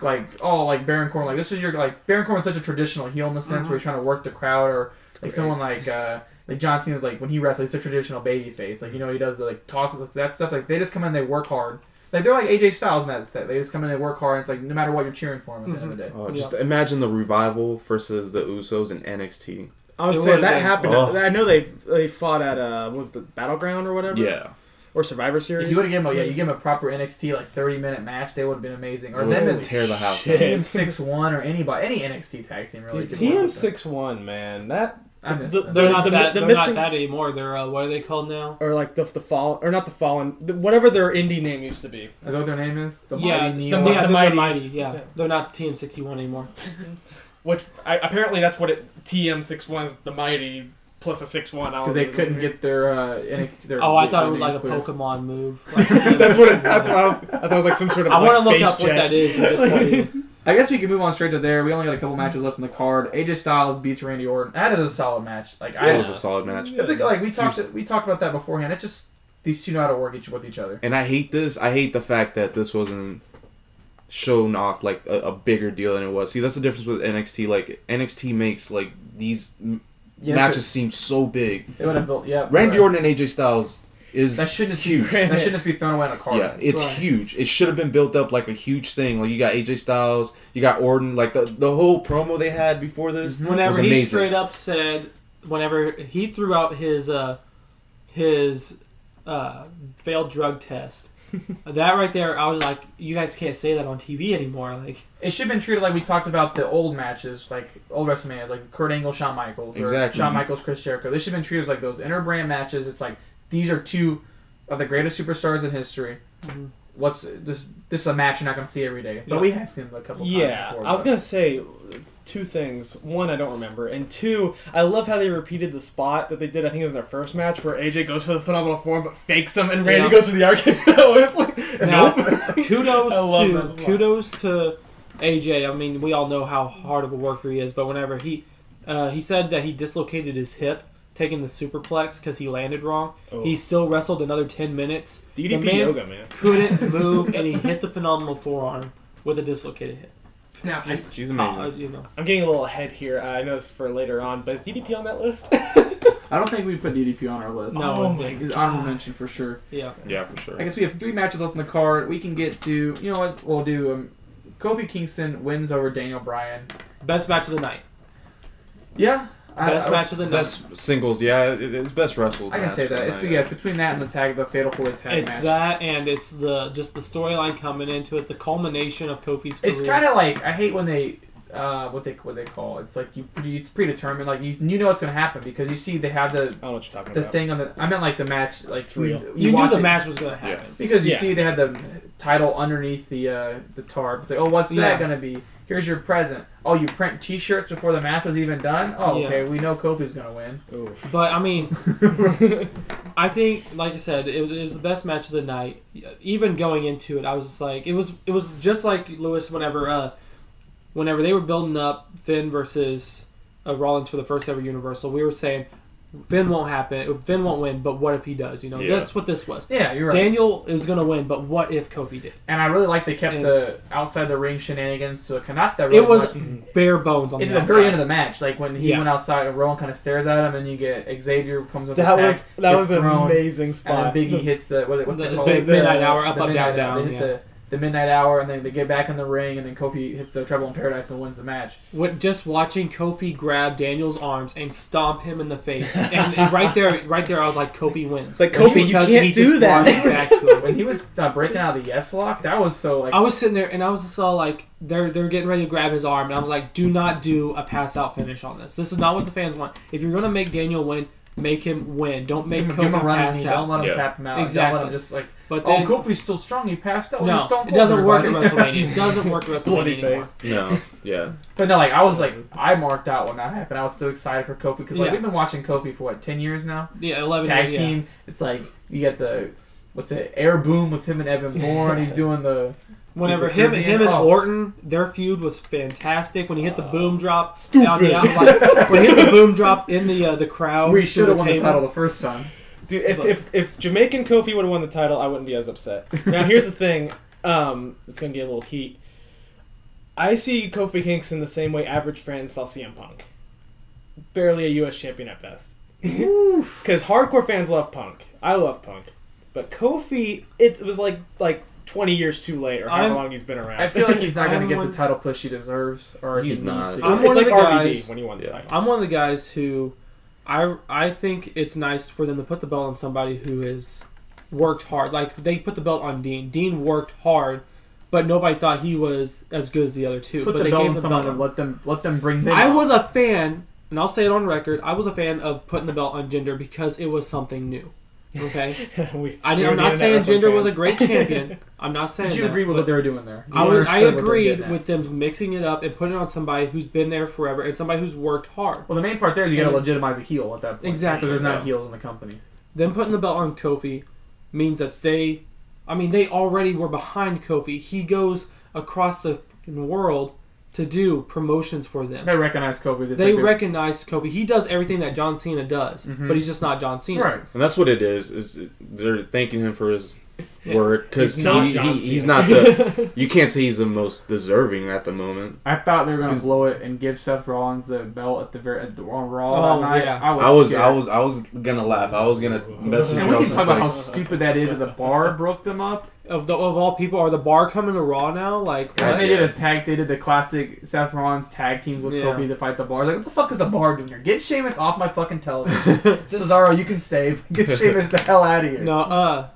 Speaker 1: Like oh like Baron Corbin like this is your like Baron Corbin's such a traditional heel in the sense
Speaker 3: Uh-huh.
Speaker 1: where he's trying to work the crowd or like
Speaker 4: great.
Speaker 1: someone like uh like John Cena's like when he wrestles he's a traditional baby face like you know he does the like talk like, that stuff like they just come in they work hard like they're like AJ Styles in that set they just come in they work hard and it's like no matter what you're cheering for him at the end of the day
Speaker 3: Mm-hmm.
Speaker 2: Uh, just imagine the revival versus the Usos in NXT.
Speaker 4: I was
Speaker 3: It
Speaker 4: saying
Speaker 3: would've
Speaker 4: that
Speaker 3: been-
Speaker 4: happened.
Speaker 2: Ugh.
Speaker 4: I know they they fought at uh what was it, the battleground or whatever
Speaker 2: Yeah,
Speaker 4: or Survivor Series.
Speaker 1: If you would have given him, a, yeah, you give him a proper NXT like thirty minute match, they would have been amazing. Or
Speaker 2: Would
Speaker 1: them and
Speaker 2: tear the house.
Speaker 4: shit.
Speaker 2: down.
Speaker 1: Team (laughs) Six One or anybody, any NXT tag team really. could work
Speaker 4: TM
Speaker 1: with them.
Speaker 4: six one man that
Speaker 1: I miss
Speaker 4: the-
Speaker 1: that.
Speaker 3: They're not
Speaker 4: The- the-
Speaker 3: that.
Speaker 4: the
Speaker 3: they're
Speaker 4: missing-
Speaker 3: not that anymore. They're uh, what are they called now?
Speaker 4: or like the the fall or not the fallen the, whatever their indie name used to be.
Speaker 1: Is that what their name is? The
Speaker 3: yeah,
Speaker 1: Mighty
Speaker 3: the,
Speaker 1: Neo.
Speaker 4: Mi-
Speaker 3: yeah,
Speaker 4: the
Speaker 3: they're
Speaker 4: Mighty.
Speaker 3: mighty. Yeah.
Speaker 4: Yeah.
Speaker 3: they're not TM sixty one anymore.
Speaker 4: Which I, apparently that's what it TM six one is the mighty plus a six one.
Speaker 1: because they couldn't get their uh, NXT. Their,
Speaker 3: Oh, I thought
Speaker 1: their
Speaker 3: it was
Speaker 1: name
Speaker 3: like a
Speaker 1: clear.
Speaker 3: Pokemon move.
Speaker 1: (laughs)
Speaker 4: (laughs) that's what it's, that's what I was. I thought it was like some sort of.
Speaker 3: I
Speaker 4: like,
Speaker 3: want to look
Speaker 4: space
Speaker 3: up
Speaker 4: jet.
Speaker 3: what that is. and
Speaker 4: (laughs)
Speaker 3: just tell you.
Speaker 1: I guess we can move on straight to there. We only got a couple matches left in the card. AJ Styles beats Randy Orton. That is a solid match. Like I,
Speaker 2: It was a solid match.
Speaker 1: it's like, like we talked we talked about that beforehand. It's just these two know how to work each with each other.
Speaker 2: And I hate this. I hate the fact that this wasn't shown off like a, a bigger deal than it was. See, that's the difference with NXT. Like NXT makes like these m
Speaker 1: Yeah,
Speaker 2: matches seem so big.
Speaker 1: They would have built. Yeah,
Speaker 2: Randy
Speaker 1: right.
Speaker 2: Orton and AJ Styles is
Speaker 1: That shouldn't just
Speaker 2: huge.
Speaker 1: be (laughs) that shouldn't just be thrown away on a card.
Speaker 2: Yeah, it's
Speaker 3: Right.
Speaker 2: huge. It should have been built up like a huge thing. Like you got AJ Styles, you got Orton. Like the the whole promo they had before this
Speaker 1: Mhm.
Speaker 2: was
Speaker 3: Whenever
Speaker 2: amazing.
Speaker 3: he straight up said, whenever he threw out his uh, his uh, failed
Speaker 4: (laughs)
Speaker 3: drug test, that right there, I was like, you guys can't say that on TV anymore. Like,
Speaker 1: It should have been treated like we talked about the old matches, like old WrestleManias, like Kurt Angle, Shawn Michaels, or
Speaker 2: Exactly.
Speaker 1: Shawn Michaels, Chris Jericho. They should have been treated as like those interbrand matches. It's like these are two of the greatest superstars in history.
Speaker 3: Mhm.
Speaker 1: What's this? This is a match you're not going to see every day, but
Speaker 3: Yeah.
Speaker 1: we have seen them a couple times.
Speaker 4: Yeah,
Speaker 1: before,
Speaker 4: I was
Speaker 1: but-
Speaker 4: gonna say two things. One, I don't remember, and two, I love how they repeated the spot that they did. I think it was in their first match where AJ goes for the phenomenal form but fakes him, and Randy
Speaker 3: Yeah.
Speaker 4: goes for the RKO. (laughs) it's like
Speaker 3: Now,
Speaker 4: (laughs) nope. I love
Speaker 3: kudos
Speaker 4: that
Speaker 3: to
Speaker 4: spot.
Speaker 3: kudos to AJ. I mean, we all know how hard of a worker he is, but whenever he uh, he said that he dislocated his hip taking the superplex because he landed wrong,
Speaker 4: Oh.
Speaker 3: he still wrestled another ten minutes. The
Speaker 4: DDP
Speaker 3: man
Speaker 4: yoga man.
Speaker 3: couldn't move, and he hit the phenomenal forearm with a dislocated hip.
Speaker 1: Now, I-
Speaker 2: She's, she's
Speaker 3: Uh,
Speaker 2: amazing.
Speaker 3: you know,
Speaker 4: I'm getting a little ahead here. I know this is for later on, but is DDP on that list? (laughs)
Speaker 1: I don't think we put DDP on our list.
Speaker 3: No.
Speaker 4: oh
Speaker 3: I
Speaker 4: my
Speaker 3: think.
Speaker 1: He's
Speaker 4: god.
Speaker 1: honorable mention for sure.
Speaker 3: yeah.
Speaker 2: Yeah, for sure.
Speaker 1: I guess we have three matches left in the card. We can get to you know what we'll do. Um, Kofi Kingston wins over Daniel Bryan.
Speaker 3: Best match of the night.
Speaker 1: Yeah,
Speaker 3: Best match of the night.
Speaker 2: Best singles, yeah, it- it's best wrestled.
Speaker 1: I can
Speaker 2: match
Speaker 1: say that. It's
Speaker 2: tonight.
Speaker 1: yeah, it's between that and the tag, the Fatal Four Way Tag
Speaker 3: It's
Speaker 1: match.
Speaker 3: that, and it's the just the storyline coming into it, the culmination of Kofi's career.
Speaker 1: It's kind of like I hate when they uh, what they what they call it. it's like you pre- it's predetermined like you you know what's gonna happen because you see they have the
Speaker 4: I don't know what you're talking
Speaker 1: the
Speaker 4: about.
Speaker 1: thing on the I meant like the match like
Speaker 4: It's real.
Speaker 1: you,
Speaker 3: you knew
Speaker 1: watch
Speaker 3: the
Speaker 1: it
Speaker 3: match was gonna happen.
Speaker 1: because you
Speaker 4: Yeah.
Speaker 1: see they have the title underneath the uh, the tarp. It's like, oh, what's
Speaker 3: Yeah.
Speaker 1: that gonna be? Here's your present. Oh, you print T-shirts before the match was even done. Oh,
Speaker 3: Yeah.
Speaker 1: okay, we know Kofi's gonna win.
Speaker 4: Oof.
Speaker 3: But
Speaker 1: (laughs)
Speaker 3: I mean, I think, like I said, it, it was the best match of the night. Even going into it, I was just like, it was, it was just like Lewis whenever, uh, whenever they were building up Finn versus uh, Rollins for the first ever Universal. We were saying Finn won't happen, Finn won't win, but what if he does? You know,
Speaker 2: Yeah.
Speaker 3: that's what this was.
Speaker 1: Yeah, you're right.
Speaker 3: Daniel is gonna win, but what if Kofi did?
Speaker 1: and I really like they kept
Speaker 3: Yeah.
Speaker 1: the outside the ring shenanigans to a Kanata. Really
Speaker 3: It
Speaker 1: much.
Speaker 3: was- Bare bones on
Speaker 1: It's
Speaker 3: the
Speaker 1: at the very
Speaker 3: outside.
Speaker 1: end of the match, like when he
Speaker 3: Yeah.
Speaker 1: went outside, and Rowan kind of stares at him, and you get Xavier comes up.
Speaker 4: That
Speaker 1: to
Speaker 4: was
Speaker 1: attack,
Speaker 4: that
Speaker 1: gets
Speaker 4: was an
Speaker 1: thrown,
Speaker 4: amazing
Speaker 1: And
Speaker 4: spot. (laughs)
Speaker 1: then Biggie hits the what, what's
Speaker 3: The-
Speaker 1: it called?
Speaker 4: the midnight
Speaker 3: hour, up, up,
Speaker 1: midnight
Speaker 3: down,
Speaker 1: hour. They hit
Speaker 3: down, yeah.
Speaker 1: the, the midnight hour, and then they get back in the ring, and then Kofi hits the treble in paradise and wins the match.
Speaker 3: What, just watching Kofi grab Daniel's arms and stomp him in the face, and, and right there, right there, I was like, Kofi wins.
Speaker 4: It's like Kofi, you
Speaker 3: Because he
Speaker 4: can't
Speaker 3: just
Speaker 4: do that.
Speaker 3: walked back to him.
Speaker 1: When he was uh, breaking out of the yes lock, that was so like
Speaker 3: I was sitting there and I was just all like, they're they're getting ready to grab his arm, and I was like, do not do a pass out finish on this. This is not what the fans want. If you're gonna make Daniel win, make him win. Don't make
Speaker 1: give him,
Speaker 3: Kofi
Speaker 1: give him a run and
Speaker 3: pass
Speaker 1: he
Speaker 3: out.
Speaker 1: don't let him
Speaker 2: Yeah.
Speaker 1: tap him out. Don't
Speaker 3: Exactly.
Speaker 1: let him just like
Speaker 3: But
Speaker 1: oh
Speaker 3: then,
Speaker 1: Kofi's still strong. He passed out. He's
Speaker 3: no,
Speaker 1: Stone
Speaker 3: it doesn't
Speaker 1: Cold,
Speaker 3: work at
Speaker 1: everybody.
Speaker 3: WrestleMania. It
Speaker 4: (laughs)
Speaker 3: doesn't work at
Speaker 4: Bloody
Speaker 3: WrestleMania anymore.
Speaker 4: face.
Speaker 2: No, yeah,
Speaker 1: (laughs) But no, like I was like I marked out when that happened. I was so excited for Kofi because like
Speaker 3: Yeah.
Speaker 1: we've been watching Kofi for what ten years now.
Speaker 3: Yeah, eleven
Speaker 1: Tag
Speaker 3: yeah.
Speaker 1: team. It's like you get the what's it air boom with him and Evan Bourne. He's doing the
Speaker 3: Whenever
Speaker 1: He's a
Speaker 3: him
Speaker 1: Caribbean Uh,
Speaker 3: him and
Speaker 1: hog.
Speaker 3: Orton, their feud was fantastic. When he hit the boom drop down
Speaker 4: Stupid.
Speaker 3: the out,
Speaker 1: (laughs)
Speaker 3: like, when he hit the boom drop in the uh, the crowd,
Speaker 1: we
Speaker 3: to
Speaker 1: should have won the
Speaker 3: table.
Speaker 1: title the first time.
Speaker 4: Dude, if,
Speaker 3: Look.
Speaker 4: if, if Jamaican Kofi would have won the title, I wouldn't be as upset. Now, here's the thing. Um, it's going to get a little heat. I see Kofi Kingston the same way average fans saw CM Punk. Barely a U.S. champion at best. (laughs) Because hardcore fans love Punk. I love Punk. But Kofi, it was like like 20 years too late or however
Speaker 3: I'm-
Speaker 4: long he's been around.
Speaker 1: I feel like he's not going
Speaker 3: I'm
Speaker 1: to get
Speaker 3: one-
Speaker 1: the title push he deserves. Or
Speaker 2: He's
Speaker 1: he needs
Speaker 2: not.
Speaker 1: to.
Speaker 4: it's,
Speaker 3: I'm
Speaker 4: it's
Speaker 3: one of
Speaker 4: like
Speaker 3: the
Speaker 4: RVD
Speaker 3: guys-
Speaker 4: when he won the
Speaker 2: Yeah.
Speaker 3: (laughs)
Speaker 4: title.
Speaker 3: I'm one of the guys who I I think it's nice for them to put the belt on somebody who has worked hard. Like they put the belt on Dean. Dean worked hard, but nobody thought he was as good as the other two.
Speaker 1: Put
Speaker 3: but
Speaker 1: the
Speaker 3: they
Speaker 1: belt
Speaker 3: gave
Speaker 1: on
Speaker 3: the
Speaker 1: someone
Speaker 3: belt
Speaker 1: and
Speaker 3: on-
Speaker 1: let them let them bring them.
Speaker 3: I
Speaker 1: up.
Speaker 3: was a fan, and I'll say it on record. I was a fan of putting the belt on Gender because it was something new.
Speaker 1: (laughs)
Speaker 3: Okay,
Speaker 4: we,
Speaker 3: I
Speaker 4: we were
Speaker 3: didn't, I'm not
Speaker 4: doing that
Speaker 3: saying
Speaker 4: wrestling
Speaker 3: Gender was a
Speaker 4: fans.
Speaker 3: great champion. I'm not saying
Speaker 1: Did you
Speaker 3: that,
Speaker 1: agree with
Speaker 3: but-
Speaker 1: what they were doing there? You
Speaker 3: I, was, I
Speaker 1: understood what they were
Speaker 3: agreed
Speaker 1: getting at.
Speaker 3: with them mixing it up and putting it on somebody who's been there forever and somebody who's worked hard.
Speaker 1: Well, the main part there is you got to
Speaker 3: And-
Speaker 1: legitimize a heel at that point.
Speaker 3: Exactly.
Speaker 1: Because there's not
Speaker 4: Yeah.
Speaker 1: heels in the company.
Speaker 3: Them putting the belt on Kofi means that they, I mean, they already were behind Kofi. He goes across the fucking world to do promotions for them.
Speaker 1: They recognize Kobe. It's
Speaker 3: they
Speaker 1: like
Speaker 3: recognize Kofi. He does everything that John Cena does, but he's just not John
Speaker 1: they're-
Speaker 3: Cena.
Speaker 1: right.
Speaker 2: and that's what it is. Is they're thanking him for his work because
Speaker 4: He's not
Speaker 2: he,
Speaker 4: John
Speaker 2: he, he's
Speaker 4: Cena.
Speaker 2: not the.
Speaker 1: (laughs)
Speaker 2: You can't say he's the most deserving at the moment.
Speaker 1: I thought they were gonna
Speaker 2: Cause-
Speaker 1: blow it and give Seth Rollins the belt at the very at the, on Raw
Speaker 3: Oh,
Speaker 1: that night.
Speaker 3: yeah.
Speaker 1: I was.
Speaker 2: I was,
Speaker 1: scared.
Speaker 2: I was, I was gonna laugh. I was gonna message
Speaker 1: And
Speaker 2: you. I
Speaker 1: we
Speaker 2: was
Speaker 1: can talk
Speaker 2: just
Speaker 1: about how
Speaker 2: like,
Speaker 1: stupid that is that the bar broke them up.
Speaker 3: Of the of all people, are the bar coming to Raw now? Like
Speaker 1: And then
Speaker 3: what?
Speaker 1: they
Speaker 2: Yeah.
Speaker 1: did a tag. They did the classic Seth Rollins tag teams with
Speaker 3: Yeah.
Speaker 1: Kofi to fight the bar. Like, what the fuck is the bar doing here? Get Sheamus off my fucking television. (laughs) Cesaro, you can stay. but (laughs) Get Sheamus the hell out of here.
Speaker 3: no. Uh,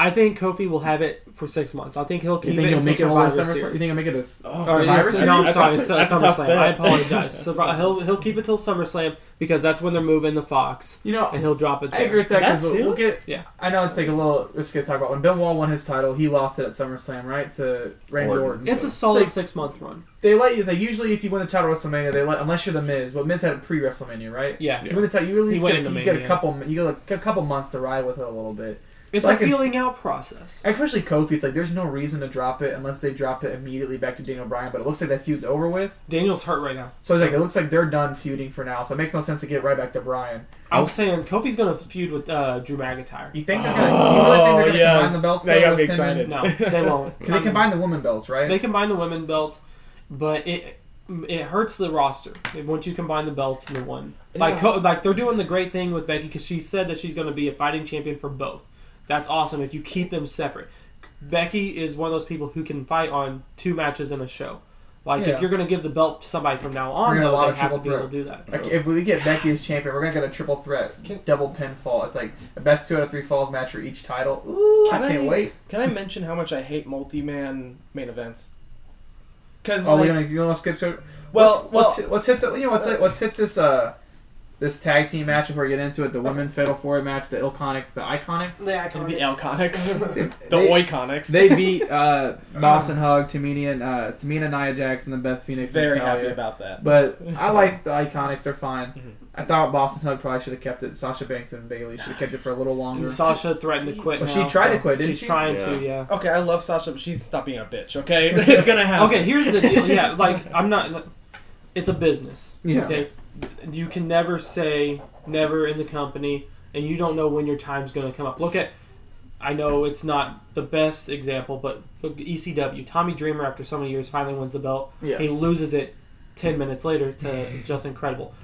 Speaker 3: I think Kofi will have it for six months. I think he'll keep
Speaker 1: You think
Speaker 3: it
Speaker 1: he'll
Speaker 3: until
Speaker 1: make it all the way to
Speaker 3: Survivor
Speaker 1: SummerSlam?
Speaker 3: Series.
Speaker 1: You think he'll make it a
Speaker 4: Oh,
Speaker 3: Or,
Speaker 1: Survivor
Speaker 3: yeah,
Speaker 1: Series?
Speaker 3: no, I'm
Speaker 4: That's
Speaker 3: sorry.
Speaker 4: a-
Speaker 3: Su-
Speaker 4: that's a tough
Speaker 3: SummerSlam.
Speaker 4: bet.
Speaker 3: I
Speaker 1: (laughs)
Speaker 3: apologize. Survi- he'll he'll keep it till SummerSlam because that's when they're moving the Fox,
Speaker 1: You know,
Speaker 3: and he'll drop it.
Speaker 1: I
Speaker 3: there.
Speaker 1: agree with that
Speaker 4: That
Speaker 1: because we'll, we'll get.
Speaker 3: Yeah.
Speaker 1: I know it's like a little risky to talk about. When Bill Wall won his title, he lost it at SummerSlam, right? To Randy
Speaker 2: Orton.
Speaker 1: Orton.
Speaker 3: It's a solid
Speaker 1: It's
Speaker 3: six month run.
Speaker 1: They let you. It's like usually if you win the title at WrestleMania, they let unless you're the Miz. But Miz had a pre WrestleMania, right?
Speaker 3: Yeah,
Speaker 1: You win the title, you at least
Speaker 3: He went
Speaker 1: get,
Speaker 3: into
Speaker 1: you get a
Speaker 3: Mania.
Speaker 1: couple. You get a, couple months to ride with it a little bit.
Speaker 3: it's
Speaker 1: So I
Speaker 3: a
Speaker 1: can s-
Speaker 3: feeling out process.
Speaker 1: Especially Kofi, it's like there's no reason to drop it unless they drop it immediately back to Daniel Bryan. But it looks like that feud's over with.
Speaker 3: Daniel's hurt right now.
Speaker 1: So it's like it looks like they're done feuding for now. So it makes no sense to get right back to Bryan.
Speaker 3: I'm saying Kofi's gonna feud with uh, Drew McIntyre.
Speaker 1: You think they're gonna? you really think they're gonna combine the belts?
Speaker 4: Oh, Now
Speaker 1: though,
Speaker 4: you got
Speaker 1: with
Speaker 4: me
Speaker 1: him and-
Speaker 4: excited.
Speaker 3: No, they won't.
Speaker 1: Because (laughs) they combine the woman belts, right?
Speaker 3: They combine the women belts, but it it hurts the roster once you combine the belts in the one. Like
Speaker 4: Yeah.
Speaker 3: co- like they're doing the great thing with Becky because she said that she's going to be a fighting champion for both. That's awesome if you keep them separate. Becky is one of those people who can fight on two matches in a show. Like
Speaker 1: Yeah.
Speaker 3: if you're going to give the belt to somebody from now on,
Speaker 1: Bring in a lot
Speaker 3: though,
Speaker 1: of
Speaker 3: they have to
Speaker 1: triple
Speaker 3: be able to do that.
Speaker 1: Like if we get Becky as champion, we're gonna get a triple threat,
Speaker 4: Can-
Speaker 1: double pin fall. It's like the best two out of three falls match for each title. Ooh,
Speaker 4: Can
Speaker 1: I can't
Speaker 4: I-
Speaker 1: wait.
Speaker 4: Can I mention how much I hate multi-man main events? Because
Speaker 1: Oh,
Speaker 4: like,
Speaker 1: we're gonna you want to skip to?
Speaker 4: well,
Speaker 1: let's,
Speaker 4: well,
Speaker 1: let's, let's hit the you know let's let's hit this uh this tag team match before we get into it. The women's fatal four match, the Ilconics, the Iconics.
Speaker 5: The iconics.
Speaker 4: The
Speaker 5: (laughs)
Speaker 4: Alconics. the
Speaker 1: They-
Speaker 4: Oiconics.
Speaker 1: They beat (laughs) uh, Moss and Hug, Tamina, and, uh, Tamina, Nia Jax, and the Beth Phoenix. and
Speaker 5: Very
Speaker 1: Natalia.
Speaker 5: happy about that.
Speaker 1: But I like the Iconics; they're fine.
Speaker 4: Mhm.
Speaker 1: I thought Boston Hug probably should have kept it. Sasha Banks and Bailey should have kept it for a little longer.
Speaker 3: And Sasha threatened to quit.
Speaker 1: Well, she
Speaker 3: now,
Speaker 1: tried to
Speaker 3: so
Speaker 1: quit, didn't
Speaker 3: she's
Speaker 1: she?
Speaker 3: trying to,
Speaker 2: Yeah.
Speaker 3: yeah.
Speaker 5: Okay, I love Sasha, but she's stop being a bitch. (laughs) Okay, it's gonna happen.
Speaker 3: Okay, here's the deal.
Speaker 5: (laughs)
Speaker 3: Yeah, like I'm not. It's a business.
Speaker 1: Yeah.
Speaker 3: Okay, you can never say never in the company, and you don't know when your time's going to come up. Look at. I know it's not the best example, but look, ECW. Tommy Dreamer, after so many years, finally wins the belt.
Speaker 1: Yeah.
Speaker 3: He loses it ten minutes later to just incredible.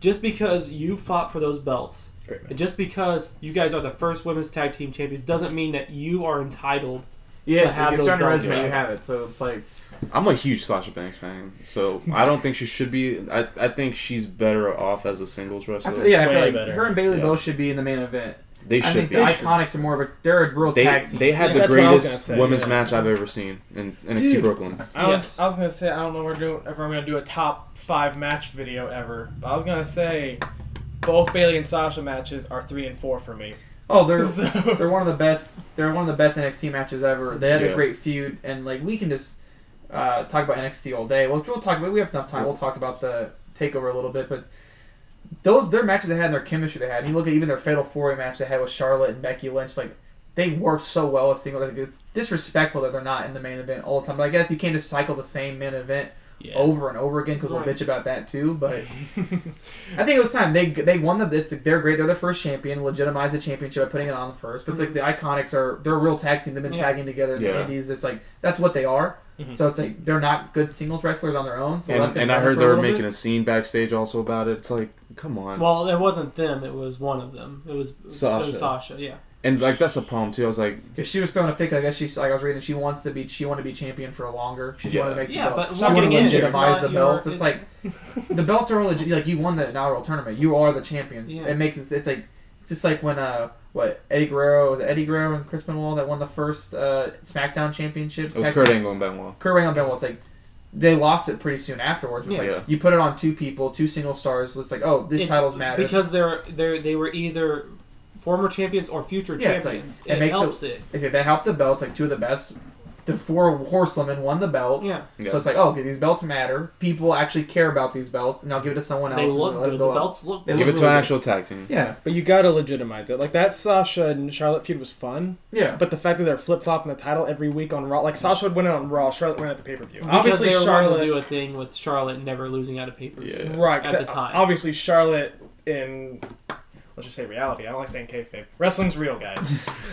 Speaker 3: Just because you fought for those belts,
Speaker 4: Great match.
Speaker 3: and just because you guys are the first women's tag team champions, doesn't mean that you are entitled.
Speaker 1: Yeah,
Speaker 3: To have
Speaker 1: so if
Speaker 3: those
Speaker 1: it's on your
Speaker 3: belts,
Speaker 1: resume,
Speaker 3: yeah.
Speaker 1: you have it. So it's like
Speaker 2: I'm a huge Sasha Banks fan, so I don't think she should be. I, I think she's better off as a singles
Speaker 1: I
Speaker 2: wrestler.
Speaker 1: feel, yeah, I
Speaker 5: Way
Speaker 1: feel like
Speaker 5: better.
Speaker 1: her and Bailey
Speaker 2: Yeah.
Speaker 1: both should be in the main event.
Speaker 2: They
Speaker 1: I
Speaker 2: should
Speaker 1: think
Speaker 2: be.
Speaker 1: the Iconics are more of a they're a real
Speaker 2: They,
Speaker 1: tag team.
Speaker 2: they had
Speaker 5: Yeah,
Speaker 2: the
Speaker 5: that's what I was
Speaker 2: greatest
Speaker 5: gonna say,
Speaker 2: women's
Speaker 5: yeah.
Speaker 2: match I've ever seen in NXT
Speaker 5: Dude.
Speaker 2: Brooklyn.
Speaker 5: I was
Speaker 3: Yes.
Speaker 5: I was gonna say I don't know we're doing if I'm gonna do a top five match video ever, but I was gonna say both Bailey and Sasha matches are three and four for me. (laughs)
Speaker 1: oh, they're
Speaker 5: So
Speaker 1: they're one of the best. They're one of the best NXT matches ever. They had a
Speaker 2: Yeah.
Speaker 1: great feud, and like we can just uh, talk about NXT all day. Well, we'll talk. about We have enough time. We'll talk about the takeover a little bit, but those their matches they had, and their chemistry they had. You look at even their Fatal Four Way match they had with Charlotte and Becky Lynch. Like they worked so well as single. Like, it's disrespectful that they're not in the main event all the time. But I guess you can't just cycle the same main event over and over again because we'll
Speaker 3: Right.
Speaker 1: bitch about that too. But I think it was time they they won the. It's they're great. They're the first champion. Legitimize the championship by putting it on first. But it's like the Iconics are they're a real tag team. They've been
Speaker 3: Yeah.
Speaker 1: tagging together in the
Speaker 2: Yeah.
Speaker 1: Indies. It's like that's what they are.
Speaker 4: Mhm.
Speaker 1: So it's like they're not good singles wrestlers on their own. So let
Speaker 2: And,
Speaker 1: them
Speaker 2: and I
Speaker 1: run
Speaker 2: heard
Speaker 1: for
Speaker 2: they
Speaker 1: a
Speaker 2: were
Speaker 1: little
Speaker 2: making
Speaker 1: bit.
Speaker 2: a scene backstage also about it. It's like, come on.
Speaker 3: Well, it wasn't them. It was one of them. It was It
Speaker 2: Sasha.
Speaker 3: was Sasha. Yeah.
Speaker 2: and like that's the problem too. I was like,
Speaker 1: Because she was throwing a pick, I guess she's like I was reading. She wants to be. She wanted to be champion for longer. She
Speaker 2: Yeah.
Speaker 1: wanted to make the
Speaker 3: Yeah, but
Speaker 1: belts.
Speaker 3: look
Speaker 1: she wanted
Speaker 3: at
Speaker 1: to
Speaker 3: it, it's
Speaker 1: legitimize
Speaker 3: not
Speaker 1: the
Speaker 3: your-
Speaker 1: belts. It's
Speaker 3: (laughs)
Speaker 1: like the belts are legit. Like you won the inaugural tournament. You are the champions.
Speaker 3: Yeah.
Speaker 1: It makes it. It's like it's just like when uh what Eddie Guerrero was it Eddie Guerrero and Chris Benoit that won the first uh SmackDown championship.
Speaker 2: it was
Speaker 1: Tag-
Speaker 2: Kurt Angle and Benoit.
Speaker 1: Kurt Angle and Benoit. It's like they lost it pretty soon afterwards. It's
Speaker 2: Yeah.
Speaker 1: like
Speaker 2: Yeah.
Speaker 1: you put it on two people, two single stars. It's like oh this
Speaker 3: It-
Speaker 1: titles matter.
Speaker 3: because they're they they were either former champions or future
Speaker 1: Yeah, it's like-
Speaker 3: champions.
Speaker 1: it
Speaker 3: it
Speaker 1: makes
Speaker 3: helps it.
Speaker 1: It's like, that helped the belts. Like two of the best. The four horsewomen won the belt.
Speaker 3: Yeah,
Speaker 2: Yeah.
Speaker 1: So it's like, oh, okay, these belts matter. People actually care about these belts, and I'll give it to someone else.
Speaker 3: they
Speaker 1: and
Speaker 3: look
Speaker 1: let it
Speaker 3: good. The
Speaker 1: go out.
Speaker 3: belts look
Speaker 1: They
Speaker 3: good.
Speaker 2: Give
Speaker 1: look
Speaker 2: it to
Speaker 1: really
Speaker 2: an
Speaker 1: good.
Speaker 2: actual tag team.
Speaker 1: Yeah,
Speaker 4: But you gotta legitimize it. Like that Sasha and Charlotte feud was fun,
Speaker 1: yeah.
Speaker 4: but the fact that they're flip flopping the title every week on Raw, like Sasha would win it on Raw, Charlotte win it at the pay per view.
Speaker 3: Because
Speaker 4: Obviously,
Speaker 3: they were wanting
Speaker 4: Charlotte
Speaker 3: to do a thing with Charlotte never losing out of paper.
Speaker 2: Yeah.
Speaker 4: Right.
Speaker 3: at
Speaker 4: so-
Speaker 3: the time.
Speaker 4: Obviously, Charlotte in let's just say reality. I don't like saying kayfabe. Wrestling's real, guys.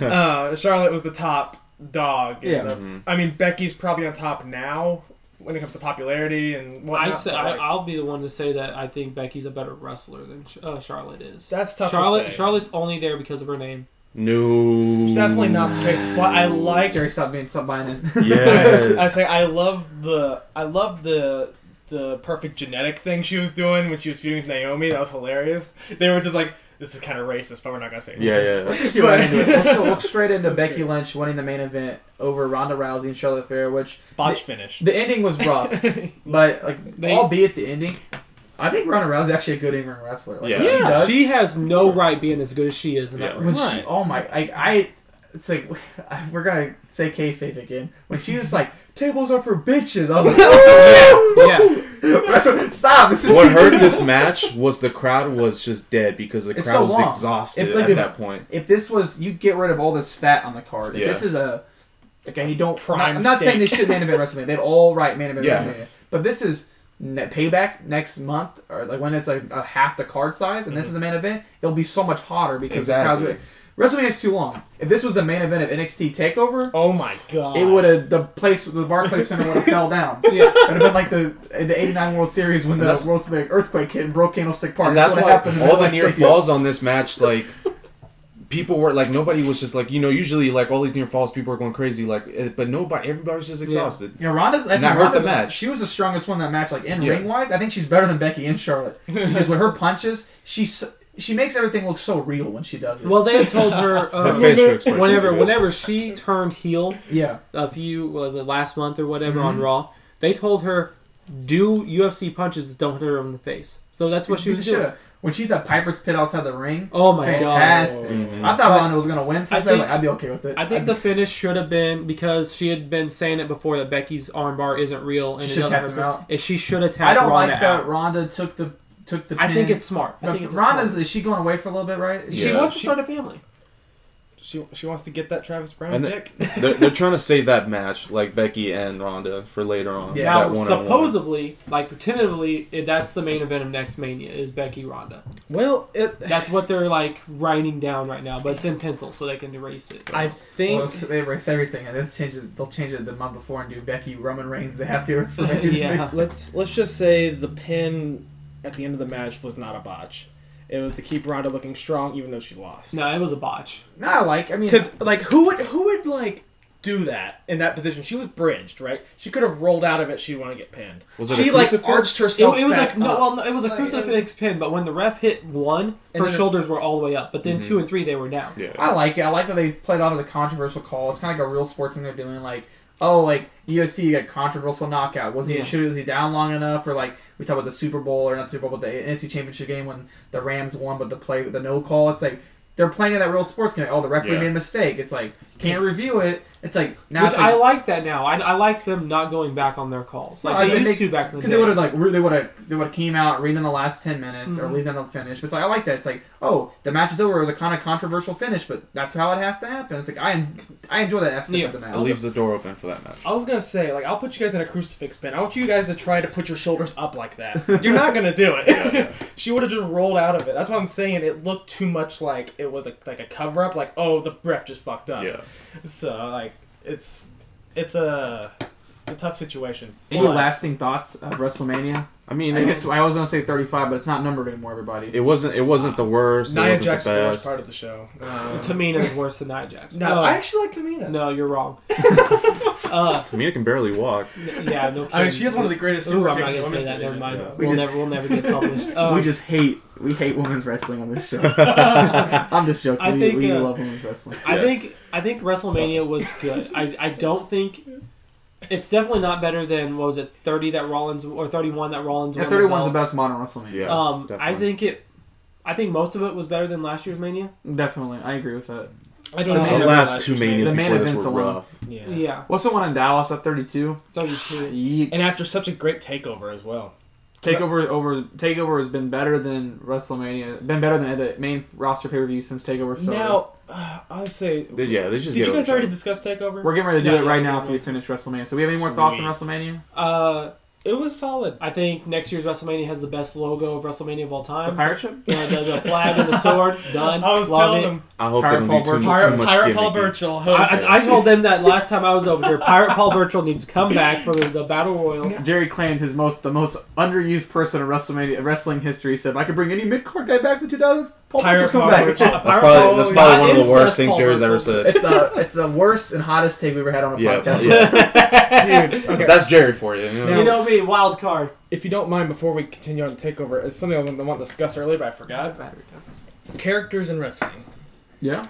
Speaker 4: uh, Charlotte was the top dog. in
Speaker 1: Yeah.
Speaker 4: the-
Speaker 2: Mhm.
Speaker 4: I mean, Becky's probably on top now when it comes to popularity and whatnot.
Speaker 3: I say,
Speaker 4: but,
Speaker 3: I,
Speaker 4: like,
Speaker 3: I'll be the one to say that I think Becky's a better wrestler than uh, Charlotte is.
Speaker 4: that's tough.
Speaker 3: Charlotte
Speaker 4: to say.
Speaker 3: Charlotte's only there because of her name.
Speaker 2: No.
Speaker 4: It's definitely not the case. But I like.
Speaker 1: Jerry, stop being stop buying it. (laughs)
Speaker 4: (laughs) I
Speaker 2: Yes.
Speaker 4: say I love the I love the the perfect genetic thing she was doing when she was feuding with Naomi. That was hilarious. They were just like, this is kind of racist, but we're not gonna say. it.
Speaker 2: yeah, yeah.
Speaker 1: Let's just get right into it. Let's
Speaker 3: (laughs)
Speaker 1: go look straight into
Speaker 4: That's
Speaker 1: Becky
Speaker 4: good.
Speaker 1: Lynch winning the main event over Ronda Rousey and Charlotte Flair, which
Speaker 4: Botch finish.
Speaker 1: the ending was
Speaker 3: (laughs)
Speaker 1: rough, but like
Speaker 3: They-
Speaker 1: albeit the ending, I think Ronda Rousey is actually a good in ring wrestler. Like,
Speaker 2: Yeah.
Speaker 1: She
Speaker 4: Yeah,
Speaker 1: does.
Speaker 3: She has no right being as good as she is in
Speaker 2: Yeah.
Speaker 3: that
Speaker 1: when
Speaker 3: ring.
Speaker 1: she,
Speaker 4: Right.
Speaker 1: oh my, I, I, it's like (laughs) we're gonna say kayfabe again. When she was like, "Tables are for bitches," I was like, (laughs)
Speaker 3: yeah,
Speaker 1: "Bro, "Stop!" This is
Speaker 2: (laughs) What hurt this match was the crowd was just dead because the
Speaker 1: It's
Speaker 2: crowd
Speaker 1: so
Speaker 2: was
Speaker 1: long.
Speaker 2: exhausted
Speaker 1: It's like
Speaker 2: at
Speaker 1: if-
Speaker 2: that point.
Speaker 1: if this was you get rid of all this fat on the card. If
Speaker 2: Yeah.
Speaker 1: this is a okay, you don't.
Speaker 4: Prime
Speaker 1: not- I'm not
Speaker 4: steak.
Speaker 1: saying they should main event WrestleMania. They'd all right main event
Speaker 2: Yeah.
Speaker 1: WrestleMania, but this is ne- payback next month or like when it's like a half the card size, and this is the main event. It'll be so much hotter because
Speaker 2: Mm-hmm. Exactly.
Speaker 1: the crowds. WrestleMania's too long. If this was the main event of NXT Takeover.
Speaker 4: (laughs) Oh my god!
Speaker 1: It would have the place the Barclays Center would have fell
Speaker 2: (laughs)
Speaker 1: down. It
Speaker 3: yeah.
Speaker 1: would have been like the the '89 World Series when the
Speaker 2: That's-
Speaker 1: World the earthquake hit and broke Candlestick Park.
Speaker 2: And that's
Speaker 1: what
Speaker 2: why
Speaker 1: happened.
Speaker 2: all the near falls on this match,
Speaker 1: (laughs)
Speaker 2: like people were like nobody was just like you know usually like all these near falls people are going crazy like eh, but nobody everybody's just exhausted.
Speaker 1: Yeah, Ronda's. I
Speaker 2: And
Speaker 1: think
Speaker 2: that hurt the
Speaker 1: Ronda's-
Speaker 2: match.
Speaker 1: She was the strongest one in that match, like in
Speaker 2: Yeah.
Speaker 1: ring wise. I think she's better than Becky and
Speaker 2: (laughs)
Speaker 1: Charlotte because with her punches, she s- she makes everything look so real when she does it.
Speaker 3: Well, they had told her
Speaker 2: Her (laughs)
Speaker 3: uh,
Speaker 2: facial expressions
Speaker 3: whenever
Speaker 2: were good.
Speaker 3: whenever she turned heel
Speaker 1: yeah,
Speaker 3: a few well, the last month or whatever on
Speaker 1: Mm-hmm.
Speaker 3: Raw, they told her do UFC punches that don't hit her in the face. So that's what she
Speaker 1: Beat
Speaker 3: was
Speaker 1: the
Speaker 3: doing.
Speaker 1: shit out- when she hit that Piper's Pit outside the ring,
Speaker 3: Oh my god.
Speaker 1: fantastic.
Speaker 2: Mhm.
Speaker 1: I thought Ronda was gonna win for
Speaker 3: I
Speaker 1: a second.
Speaker 3: think-
Speaker 1: Like, I'd be okay with it.
Speaker 3: I think the finish should have been because she had been saying it before that Becky's armbar isn't real and
Speaker 1: She
Speaker 3: it
Speaker 1: should've
Speaker 3: doesn't
Speaker 1: tapped
Speaker 3: hurt
Speaker 1: him out.
Speaker 3: If she should have tapped
Speaker 1: I don't
Speaker 3: Ronda
Speaker 1: like that
Speaker 3: out.
Speaker 1: Ronda took the took the. Pin.
Speaker 3: I think it's smart. I
Speaker 1: But
Speaker 3: think it's a
Speaker 1: Ronda's
Speaker 3: smart-
Speaker 1: is she going away for a little bit, right?
Speaker 2: Yeah.
Speaker 3: She wants to
Speaker 2: She-
Speaker 3: start a family.
Speaker 4: She she wants to get that Travis Brown
Speaker 2: And the-
Speaker 4: dick.
Speaker 2: they're, they're trying to save that match, like Becky and Ronda, for later on.
Speaker 1: Yeah.
Speaker 2: that
Speaker 3: now,
Speaker 2: one-on-one.
Speaker 3: supposedly, like tentatively, it- that's the main event of next Mania is Becky Ronda.
Speaker 4: Well, it
Speaker 3: That's what they're like writing down right now, but it's in pencil, so they can erase it.
Speaker 6: I
Speaker 1: Well,
Speaker 6: think
Speaker 1: it's- they erase everything, and they'll change it. They'll change it the month before and do Becky Roman Reigns. They
Speaker 3: (laughs)
Speaker 1: have to. Or something.
Speaker 3: yeah,
Speaker 4: let's let's just say the pin at the end of the match was not a botch. It was to keep Ronda looking strong, even though she lost.
Speaker 3: no, it was a botch.
Speaker 1: No, I like. I mean,
Speaker 4: Because like who would who would like do that in that position? She was bridged, right? She could have rolled out of it. She didn't want to get pinned.
Speaker 2: Was it
Speaker 4: she
Speaker 2: a
Speaker 4: like
Speaker 2: crucifix?
Speaker 4: arched
Speaker 3: It,
Speaker 4: herself.
Speaker 3: it was
Speaker 4: back
Speaker 3: like no,
Speaker 4: up.
Speaker 3: well, no, it was a
Speaker 4: Like,
Speaker 3: crucifix pin, but when the ref hit one,
Speaker 4: And
Speaker 3: her
Speaker 4: then-
Speaker 3: shoulders were all the way up, but then two and three they were down.
Speaker 2: Yeah.
Speaker 1: I like it. I like that they played a lot of the controversial call. It's kind of like a real sports thing they're doing. Like, oh, like UFC, you got controversial knockout. Was he
Speaker 3: Yeah.
Speaker 1: should was he down long enough? Or like we talk about the Super Bowl or not Super Bowl, but the NFC Championship game when the Rams won, but the play the no call. It's like they're playing that real sports game. Like, oh, the referee
Speaker 2: Yeah.
Speaker 1: made a mistake. It's like can't
Speaker 4: Yes.
Speaker 1: review it. It's like now
Speaker 3: Which
Speaker 1: it's like,
Speaker 3: I like that now. I, I like them not going back on their calls like
Speaker 1: No, I
Speaker 3: they
Speaker 1: think
Speaker 3: used
Speaker 1: they-
Speaker 3: to back in the
Speaker 1: Because
Speaker 3: day.
Speaker 1: they would have like re- they would have they would have came out reading the last ten minutes or
Speaker 3: Mhm.
Speaker 1: at least they'll finish. But it's like I like that. It's like oh the match is over. It was a kind of controversial finish, but that's how it has to happen. It's like I I enjoy that aspect
Speaker 3: Yeah.
Speaker 1: of the match.
Speaker 2: It leaves the door open for that match.
Speaker 4: I was gonna say like I'll put you guys in a crucifix pin. I want you guys to try to put your shoulders up like that. You're not gonna do (laughs) it. she would have just rolled out of it. That's what I'm saying. It looked too much like it was a, like a cover up. Like oh the ref just fucked up.
Speaker 2: Yeah.
Speaker 4: So like it's it's a it's a tough situation.
Speaker 1: Any
Speaker 4: But-
Speaker 1: lasting thoughts of WrestleMania?
Speaker 2: I mean,
Speaker 1: I guess I was gonna say 35, but it's not numbered anymore. Everybody.
Speaker 2: it wasn't. It wasn't the worst. it
Speaker 4: Nia
Speaker 2: wasn't
Speaker 4: Jax
Speaker 2: the
Speaker 4: was the worst
Speaker 2: best.
Speaker 4: part of the show. Um,
Speaker 3: (laughs) Tamina's worse than Nia Jax.
Speaker 4: no,
Speaker 3: Oh,
Speaker 4: I actually like Tamina.
Speaker 3: no,
Speaker 4: (laughs)
Speaker 3: you're wrong. uh,
Speaker 2: Tamina can barely walk.
Speaker 3: n- yeah, no. Kidding.
Speaker 4: I mean, she is one of the greatest
Speaker 3: Ooh,
Speaker 4: super
Speaker 3: I'm not gonna say that. Never mind. We'll
Speaker 1: just-
Speaker 3: never, we'll never
Speaker 1: (laughs)
Speaker 3: get published. Um,
Speaker 1: just hate we hate women's wrestling on this show.
Speaker 2: (laughs)
Speaker 1: I'm just joking.
Speaker 3: I
Speaker 1: we
Speaker 3: think,
Speaker 1: we
Speaker 3: uh,
Speaker 1: love women's wrestling.
Speaker 3: I
Speaker 2: Yes.
Speaker 3: think I think WrestleMania was good. I, I don't think it's definitely not better than what was it thirty that Rollins or thirty one that Rollins.
Speaker 1: Yeah,
Speaker 3: won the
Speaker 1: 31's the
Speaker 3: belt.
Speaker 1: best modern WrestleMania.
Speaker 2: Yeah.
Speaker 3: Um, I
Speaker 2: definitely.
Speaker 3: think it. I think most of it was better than last year's Mania.
Speaker 1: Definitely, I agree with that.
Speaker 3: I
Speaker 4: don't
Speaker 2: the
Speaker 4: know. Yeah.
Speaker 3: know.
Speaker 2: last two
Speaker 4: The
Speaker 2: manias
Speaker 1: main
Speaker 2: before this
Speaker 1: events
Speaker 2: were
Speaker 1: alone.
Speaker 2: rough.
Speaker 4: Yeah.
Speaker 3: Yeah,
Speaker 1: What's the one in Dallas at 32?
Speaker 3: thirty two.
Speaker 1: Yeeks.
Speaker 4: And after such a great takeover as well.
Speaker 1: Takeover over Takeover has been better than WrestleMania, been better than the main roster pay per view since Takeover started.
Speaker 4: Now, uh, I'll say,
Speaker 2: They- Yeah, they just
Speaker 4: did you
Speaker 2: get
Speaker 4: guys
Speaker 2: over
Speaker 4: already
Speaker 2: it.
Speaker 4: discuss takeover?
Speaker 1: we're getting ready to do
Speaker 3: Yeah,
Speaker 1: it right
Speaker 3: yeah,
Speaker 1: now
Speaker 3: yeah.
Speaker 1: after we finish WrestleMania. So we have any more thoughts on Wrestlemania?
Speaker 3: Uh,
Speaker 4: It was solid.
Speaker 3: I think next year's WrestleMania has the best logo of Wrestlemania of all
Speaker 1: The
Speaker 3: time.
Speaker 1: pirate ship?
Speaker 3: The, the, the flag and the sword. Done.
Speaker 4: I was
Speaker 3: Love
Speaker 4: telling
Speaker 3: it.
Speaker 4: him
Speaker 2: I hope
Speaker 1: Pirate
Speaker 2: they don't do
Speaker 1: Paul
Speaker 2: too,
Speaker 1: Burchill.
Speaker 2: much- too
Speaker 4: Pirate,
Speaker 2: much
Speaker 4: Pirate Paul
Speaker 2: gimmicky.
Speaker 4: Burchill.
Speaker 3: I, I- I told them that last time I was over here. Pirate Paul Burchill needs to come back from the, the battle royal.
Speaker 1: Jerry claimed his most the most underused person in WrestleMania wrestling history. Said if I could bring any mid card guy back from the 2000s, Paul
Speaker 4: Pirate
Speaker 1: Burchill's coming
Speaker 4: Paul
Speaker 1: back. (laughs)
Speaker 4: Burchill.
Speaker 2: That's probably, that's probably
Speaker 3: Oh, not
Speaker 2: one of the
Speaker 3: incest
Speaker 2: worst things
Speaker 3: Paul
Speaker 2: Jerry's ever
Speaker 3: Burchill.
Speaker 2: said.
Speaker 1: It's uh, it's the worst and hottest take we ever had on a
Speaker 2: Yeah,
Speaker 1: podcast. (laughs)
Speaker 2: yeah.
Speaker 4: Dude,
Speaker 2: But
Speaker 4: okay.
Speaker 2: That's Jerry for you. you know?
Speaker 3: You know me, wild card.
Speaker 4: if you don't mind, before we continue on takeover, it's something I want I want to discuss earlier, but I forgot. Characters in wrestling.
Speaker 1: Yeah.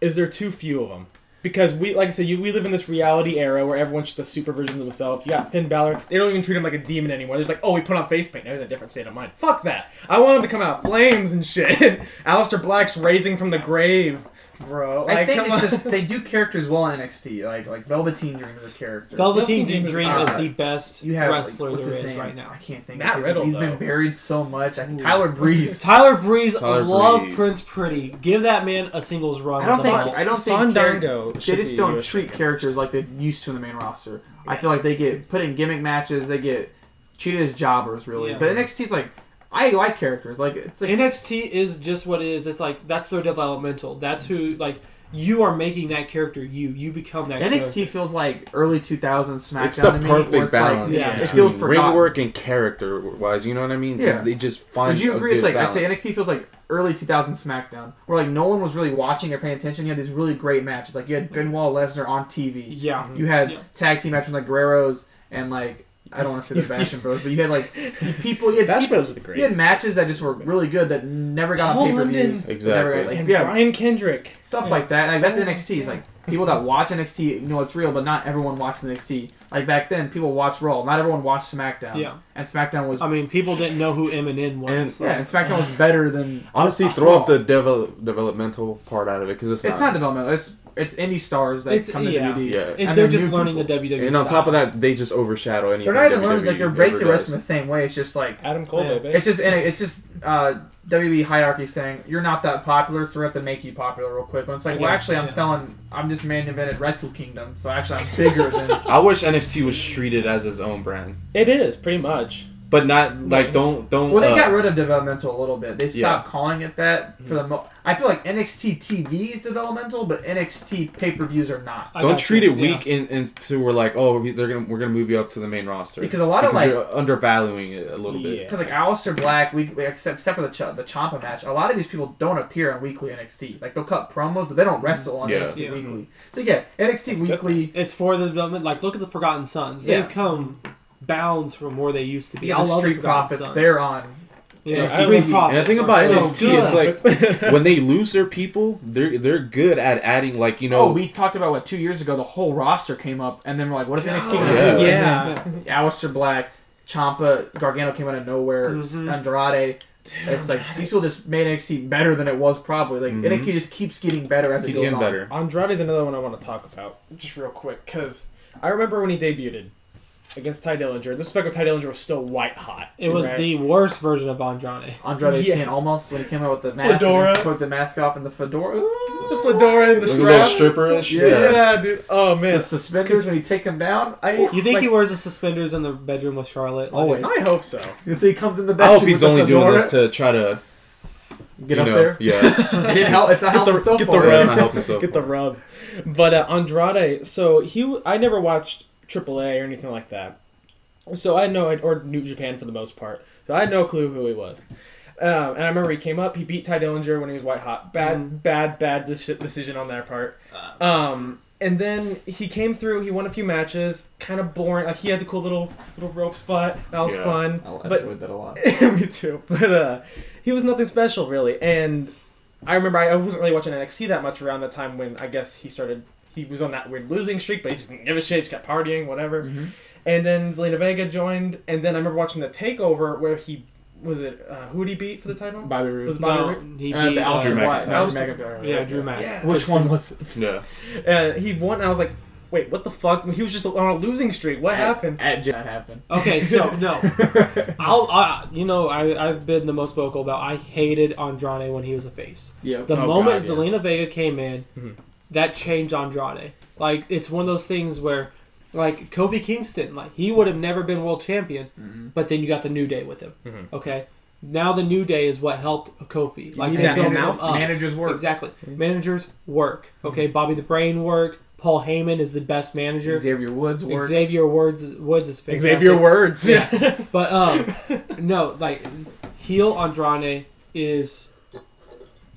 Speaker 4: Is there too few of them? Because we, like I said, you, we live in this reality era where everyone's just a super version of themselves. You got Finn Balor; they don't even treat him like a demon anymore. They're just like, "Oh, we put on face paint. Now he's in a different state of mind." Fuck that! I want him to come out flames and shit. (laughs) Alistair Black's raising from the grave, bro. Like,
Speaker 1: I think
Speaker 4: come
Speaker 1: it's
Speaker 4: on. (laughs)
Speaker 1: just they do characters well in NXT, like like Velveteen Dream is a character.
Speaker 3: Velveteen
Speaker 4: Dream
Speaker 3: Dream,
Speaker 4: is
Speaker 3: is
Speaker 1: alright.
Speaker 3: the best
Speaker 1: you have like,
Speaker 3: wrestler
Speaker 1: what's
Speaker 3: there
Speaker 1: his
Speaker 3: is
Speaker 1: name? I
Speaker 3: right now.
Speaker 1: can't think.
Speaker 4: Matt
Speaker 1: of his
Speaker 4: Riddle,
Speaker 1: He's
Speaker 4: though.
Speaker 1: been buried so much. I, Tyler Breeze.
Speaker 3: Tyler Breeze,
Speaker 2: Tyler
Speaker 3: I love
Speaker 2: Breeze.
Speaker 3: Prince Pretty. Give that man a singles run.
Speaker 1: I don't
Speaker 3: with
Speaker 1: think
Speaker 3: the belt.
Speaker 1: I don't think character-
Speaker 4: Fandango.
Speaker 1: they just don't treat characters like they used to in the main roster. I feel like they get put in gimmick matches. They get treated as jobbers, really.
Speaker 3: Yeah.
Speaker 1: But NXT's like, I like characters. Like it's like
Speaker 3: NXT is just what it is. It's like that's their developmental. That's who like you are making that character you. You become that character.
Speaker 1: NXT feels like early 2000s SmackDown.
Speaker 2: It's the
Speaker 1: to me, where
Speaker 2: perfect
Speaker 1: it's
Speaker 2: balance
Speaker 1: Like,
Speaker 3: yeah.
Speaker 1: It
Speaker 2: between
Speaker 1: feels
Speaker 2: ring
Speaker 1: forgotten.
Speaker 2: work and character wise. You know what I mean?
Speaker 1: Yeah.
Speaker 2: Just, they just find.
Speaker 1: Would you
Speaker 2: a
Speaker 1: agree? It's
Speaker 2: good
Speaker 1: like
Speaker 2: balance.
Speaker 1: I say, NXT feels like early 2000s SmackDown, where like no one was really watching or paying attention. You had these really great matches. Like you had Benoit Lesnar on TV.
Speaker 3: Yeah.
Speaker 1: You had
Speaker 3: Yeah.
Speaker 1: tag team matches like Guerrero's and like I don't want
Speaker 2: (laughs)
Speaker 1: to say the Bastion Bros, but you had like
Speaker 4: (laughs)
Speaker 1: people. You had,
Speaker 4: Bash
Speaker 1: people,
Speaker 4: Bros with the great.
Speaker 1: you had matches that just were really good that never got on
Speaker 4: Paul
Speaker 1: pay per views.
Speaker 4: London.
Speaker 2: Exactly.
Speaker 1: Like,
Speaker 4: and
Speaker 1: yeah,
Speaker 4: Brian Kendrick.
Speaker 1: Oh, stuff like that. Like that's NXT. It's like people that watch NXT know it's real, but not everyone watched NXT. Like back then, people watched Raw. Not everyone watched SmackDown.
Speaker 3: Yeah.
Speaker 1: And SmackDown was
Speaker 3: I mean, people didn't know who Eminem was.
Speaker 1: yeah, and SmackDown was better than
Speaker 2: Honestly, throw out the devel- developmental part out of it because it's,
Speaker 1: it's not developmental. It's it's indie stars that
Speaker 3: It's-
Speaker 1: come to
Speaker 3: yeah.
Speaker 1: WWE.
Speaker 2: Yeah.
Speaker 3: It-
Speaker 1: And
Speaker 3: they're
Speaker 1: they're
Speaker 3: just
Speaker 1: new
Speaker 3: learning
Speaker 1: people.
Speaker 3: the WWE.
Speaker 2: And on
Speaker 3: style.
Speaker 2: top of that, they just overshadow anything.
Speaker 1: They're not even
Speaker 2: WWE
Speaker 1: learning. Like they're
Speaker 2: ever
Speaker 1: basically
Speaker 2: E does.
Speaker 1: wrestling the same way. It's just like
Speaker 4: Adam Cole,
Speaker 3: Yeah.
Speaker 4: baby.
Speaker 1: it's just it's just uh, WWE hierarchy saying you're not that popular, so we have to make you popular real quick. When it's like, well,
Speaker 3: Yeah,
Speaker 1: actually, I'm
Speaker 3: yeah.
Speaker 1: selling. I'm just main evented Wrestle Kingdom, so actually, I'm bigger than.
Speaker 2: (laughs) I wish NXT was treated as his own brand,
Speaker 4: It is pretty much.
Speaker 2: but not like don't don't.
Speaker 1: Well, they
Speaker 2: uh,
Speaker 1: got rid of developmental a little bit. They stopped
Speaker 2: Yeah.
Speaker 1: calling it that for the. Mo- I feel like NXT TV is developmental, but NXT pay per views are not.
Speaker 3: I
Speaker 2: don't
Speaker 3: got
Speaker 2: treat
Speaker 3: you.
Speaker 2: it
Speaker 3: Yeah.
Speaker 2: weak and and so we're like, oh, we- they're gonna we're gonna move you up to the main roster
Speaker 1: Because a lot of, like-
Speaker 2: you're undervaluing it a little bit.
Speaker 4: Yeah.
Speaker 1: Because like Aleister Black, we, we except except for the Ch- the Champa match, a lot of these people don't appear on weekly NXT. Like they'll cut promos, but they don't wrestle on
Speaker 2: Yeah.
Speaker 1: NXT
Speaker 3: Yeah.
Speaker 1: weekly. So yeah, NXT
Speaker 4: That's good.
Speaker 1: weekly.
Speaker 3: It's for the development. Like, look at the Forgotten Sons.
Speaker 1: Yeah.
Speaker 3: They've come bounds from where they used to be.
Speaker 1: Yeah,
Speaker 3: I
Speaker 1: the
Speaker 3: love
Speaker 1: Street
Speaker 3: the Forgotten
Speaker 1: Profits.
Speaker 3: Sons.
Speaker 1: They're on.
Speaker 3: Yeah,
Speaker 4: Yeah,
Speaker 3: Street
Speaker 4: I mean-
Speaker 3: Profits
Speaker 2: And I think
Speaker 3: are
Speaker 2: about
Speaker 3: so
Speaker 2: NXT,
Speaker 3: good.
Speaker 2: it's like
Speaker 4: (laughs)
Speaker 2: when they lose their people, they're they're good at adding like you know.
Speaker 1: Oh, we talked about what two years ago the whole roster came up, and then we're like, what is NXT gonna
Speaker 2: Oh, Yeah.
Speaker 1: do?
Speaker 4: Yeah.
Speaker 1: And then Aleister Black, Champa, Gargano came out of nowhere.
Speaker 3: Mhm.
Speaker 1: Andrade. it's like these people just made NXT better than it was probably. Like
Speaker 2: Mhm.
Speaker 1: NXT just keeps getting better as it
Speaker 2: keep
Speaker 1: goes
Speaker 2: getting
Speaker 1: on.
Speaker 2: better.
Speaker 4: Andrade's another one I want to talk about.
Speaker 7: about just real quick because I remember when he debuted against Ty Dillinger. This spec of Ty Dillinger was still white hot.
Speaker 3: It was
Speaker 7: Right.
Speaker 3: the worst version of Andrade.
Speaker 1: Andrade
Speaker 7: Yeah.
Speaker 1: San Almost when he came out with the mask,
Speaker 7: Fedora.
Speaker 1: and then took the mask off and the fedora. Ooh.
Speaker 7: the fedora and the
Speaker 2: Like a little
Speaker 7: straps.
Speaker 2: stripper and shit.
Speaker 7: Yeah. dude. Oh
Speaker 1: The
Speaker 7: man.
Speaker 1: suspenders when you take them down. I
Speaker 3: You think
Speaker 1: like,
Speaker 3: he wears the suspenders in the bedroom with Charlotte? Like,
Speaker 1: Always.
Speaker 7: I hope so.
Speaker 1: until he comes in the
Speaker 2: I
Speaker 1: back?
Speaker 2: hope he's only doing this to try to
Speaker 1: get
Speaker 2: you
Speaker 1: up
Speaker 2: know,
Speaker 1: there.
Speaker 2: Yeah,
Speaker 1: (laughs) It didn't help. It's not
Speaker 7: Get
Speaker 1: helping
Speaker 7: the,
Speaker 1: so
Speaker 7: get the
Speaker 1: far.
Speaker 2: Yeah, it's
Speaker 7: rub.
Speaker 2: not helping so
Speaker 7: get the
Speaker 2: far.
Speaker 7: rub.
Speaker 4: But uh, Andrade, so he, w- I never watched AAA or anything like that, so I had no, or New Japan for the most part, so I had no clue who he was. Um, and I remember he came up, he beat Ty Dillinger when he was white hot. Bad,
Speaker 2: Mm-hmm.
Speaker 4: bad, bad deci- decision on that part.
Speaker 2: Uh.
Speaker 4: Um, and then he came through, he won a few matches, kind of boring. Like he had the cool little little rope spot, that was
Speaker 2: Yeah.
Speaker 4: fun.
Speaker 1: I
Speaker 4: but
Speaker 1: enjoyed that a lot.
Speaker 4: (laughs) me too. But uh, he was nothing special really. And I remember I, I wasn't really watching NXT that much around the time when I guess he started. He was on that weird losing streak, but he just didn't give a shit. Just kept partying, whatever.
Speaker 1: Mhm.
Speaker 4: And then Zelina Vega joined, and then I remember watching the Takeover where he was it uh, who did he beat for the title?
Speaker 1: Bobby Roode.
Speaker 4: Was Bobby
Speaker 3: No,
Speaker 4: Roode?
Speaker 3: he
Speaker 1: Uh,
Speaker 3: beat,
Speaker 1: the
Speaker 3: uh,
Speaker 1: Aleister
Speaker 2: Drew
Speaker 1: Black-
Speaker 2: McIntyre.
Speaker 1: Aleister McIntyre.
Speaker 3: yeah, Drew Mac.
Speaker 4: Yeah.
Speaker 1: Which one was it?
Speaker 2: Yeah,
Speaker 4: Uh, he won. I was like, wait, what the fuck? He was just on a losing streak. What happened?
Speaker 1: At J- that happened.
Speaker 3: Okay, so
Speaker 2: (laughs)
Speaker 3: no, I'll I, you know I I've been the most vocal about I hated Andrade when he was a face.
Speaker 1: Yeah.
Speaker 3: The
Speaker 2: Oh,
Speaker 3: moment
Speaker 2: God, yeah. Mm-hmm.
Speaker 3: Zelina Vega came in,
Speaker 4: Mhm.
Speaker 3: that changed Andrade. Like it's one of those things where, like Kofi Kingston, like he would have never been world champion,
Speaker 1: Mhm.
Speaker 3: but then you got the New Day with him.
Speaker 1: Mm-hmm.
Speaker 4: Mhm.
Speaker 3: Okay, now the New Day is what helped Kofi. Like
Speaker 1: need
Speaker 3: they
Speaker 1: that
Speaker 3: built him
Speaker 1: mouth-
Speaker 3: up.
Speaker 1: managers work. Mm-hmm.
Speaker 3: exactly. Managers work. Okay, Bobby the Brain worked. Paul Heyman is the best manager.
Speaker 1: Xavier Woods worked.
Speaker 3: Xavier Woods Woods is fantastic.
Speaker 4: Xavier words.
Speaker 3: Yeah.
Speaker 4: (laughs)
Speaker 1: (laughs)
Speaker 3: But um, no, like heel Andrade is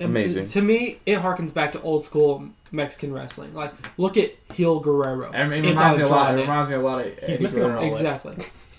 Speaker 2: Amazing.
Speaker 3: To me, it harkens back to old school Mexican wrestling. Like, look at heel Guerrero.
Speaker 1: I mean,
Speaker 3: It's
Speaker 1: it reminds me a lot. It
Speaker 3: Andrade.
Speaker 1: reminds me a lot of. Eddie
Speaker 4: missing a
Speaker 1: Guerrero.
Speaker 4: role.
Speaker 3: Exactly.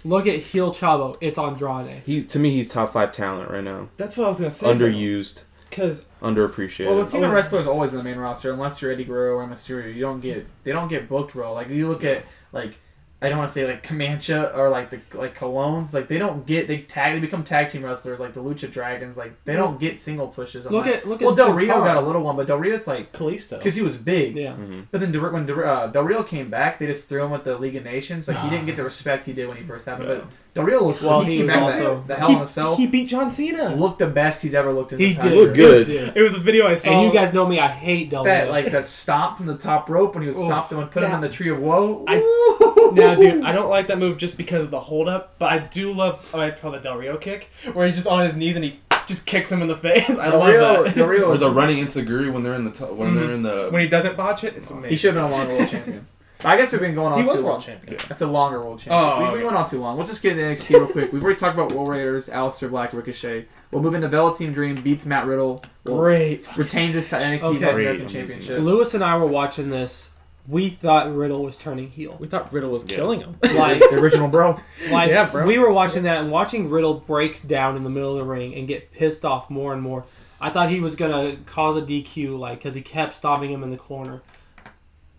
Speaker 3: look at heel Chavo. It's Andrade.
Speaker 2: he's to me he's top five talent right now.
Speaker 4: That's what I was gonna say.
Speaker 2: Underused,
Speaker 4: because
Speaker 2: underappreciated.
Speaker 1: Well, Latino
Speaker 4: Oh.
Speaker 1: wrestlers always in the main roster unless you're Eddie Guerrero or Mysterio. You don't get they don't get booked well. Like you look at like I don't want to say like Comancha or like the like Colones. Like they don't get they tag they become tag team wrestlers like the Lucha Dragons. Like they don't get single pushes. I'm
Speaker 3: Look
Speaker 1: like-
Speaker 3: at look at
Speaker 1: well Del
Speaker 3: Sin
Speaker 1: Rio
Speaker 3: Cara.
Speaker 1: got a little one, but Del Rio it's like
Speaker 4: Kalisto.
Speaker 1: because he was big.
Speaker 3: yeah.
Speaker 2: Mhm.
Speaker 1: But then Del- when Del, uh, Del Rio came back, they just threw him with the League of Nations. Like he didn't
Speaker 4: Ah.
Speaker 1: get the respect he did when he first happened. But Del Rio looked
Speaker 3: Well,
Speaker 1: he,
Speaker 3: he
Speaker 1: came
Speaker 3: was
Speaker 1: back
Speaker 3: also-
Speaker 1: the, the Hell in a Cell.
Speaker 4: He beat John Cena.
Speaker 1: looked the best he's ever looked in.
Speaker 3: He
Speaker 1: the
Speaker 3: did.
Speaker 2: Look good.
Speaker 3: He did.
Speaker 4: It was a video I saw.
Speaker 3: And you guys know me. I hate Del
Speaker 1: that
Speaker 3: Rio.
Speaker 1: like that stomp from the top rope when he was
Speaker 3: Oof.
Speaker 1: stopped and would put him
Speaker 4: Now-
Speaker 1: in the tree of woe.
Speaker 4: I-
Speaker 1: Ooh.
Speaker 4: Now, dude, I don't like that move just because of the holdup, but I do love oh, I call the Del Rio kick, where he's just on his knees and he just kicks him in the (laughs) face. I
Speaker 1: Del
Speaker 4: love
Speaker 1: Rio,
Speaker 4: that.
Speaker 1: Del Rio
Speaker 4: (laughs)
Speaker 2: Or
Speaker 1: was,
Speaker 2: the running insecurity when they're in the t- when
Speaker 3: Mm-hmm.
Speaker 2: they're in the
Speaker 4: When he doesn't botch it, (laughs) it's amazing.
Speaker 1: he should have been a longer world champion. But I guess we've been going on
Speaker 4: He
Speaker 1: too
Speaker 4: was
Speaker 1: long.
Speaker 4: world champion.
Speaker 1: That's a longer world champion.
Speaker 4: Oh,
Speaker 1: we, we
Speaker 4: okay.
Speaker 1: went on too long. We'll just get into NXT real quick. We've already talked about World Raiders, Aleister Black, Ricochet. We'll move into Bella Team Dream beats Matt Riddle. Well,
Speaker 4: Great.
Speaker 1: Retains his NXT North
Speaker 3: Okay.
Speaker 2: Great,
Speaker 1: American
Speaker 2: amazing.
Speaker 1: Championship.
Speaker 3: Lewis and I were watching this. We thought Riddle was turning heel.
Speaker 4: We thought Riddle was
Speaker 2: Yeah.
Speaker 4: killing him.
Speaker 1: (laughs)
Speaker 3: Like
Speaker 1: the original bro.
Speaker 3: Like
Speaker 4: Yeah, bro.
Speaker 3: we were watching that and watching Riddle break down in the middle of the ring and get pissed off more and more. I thought he was gonna cause a DQ, like because he kept stopping him in the corner.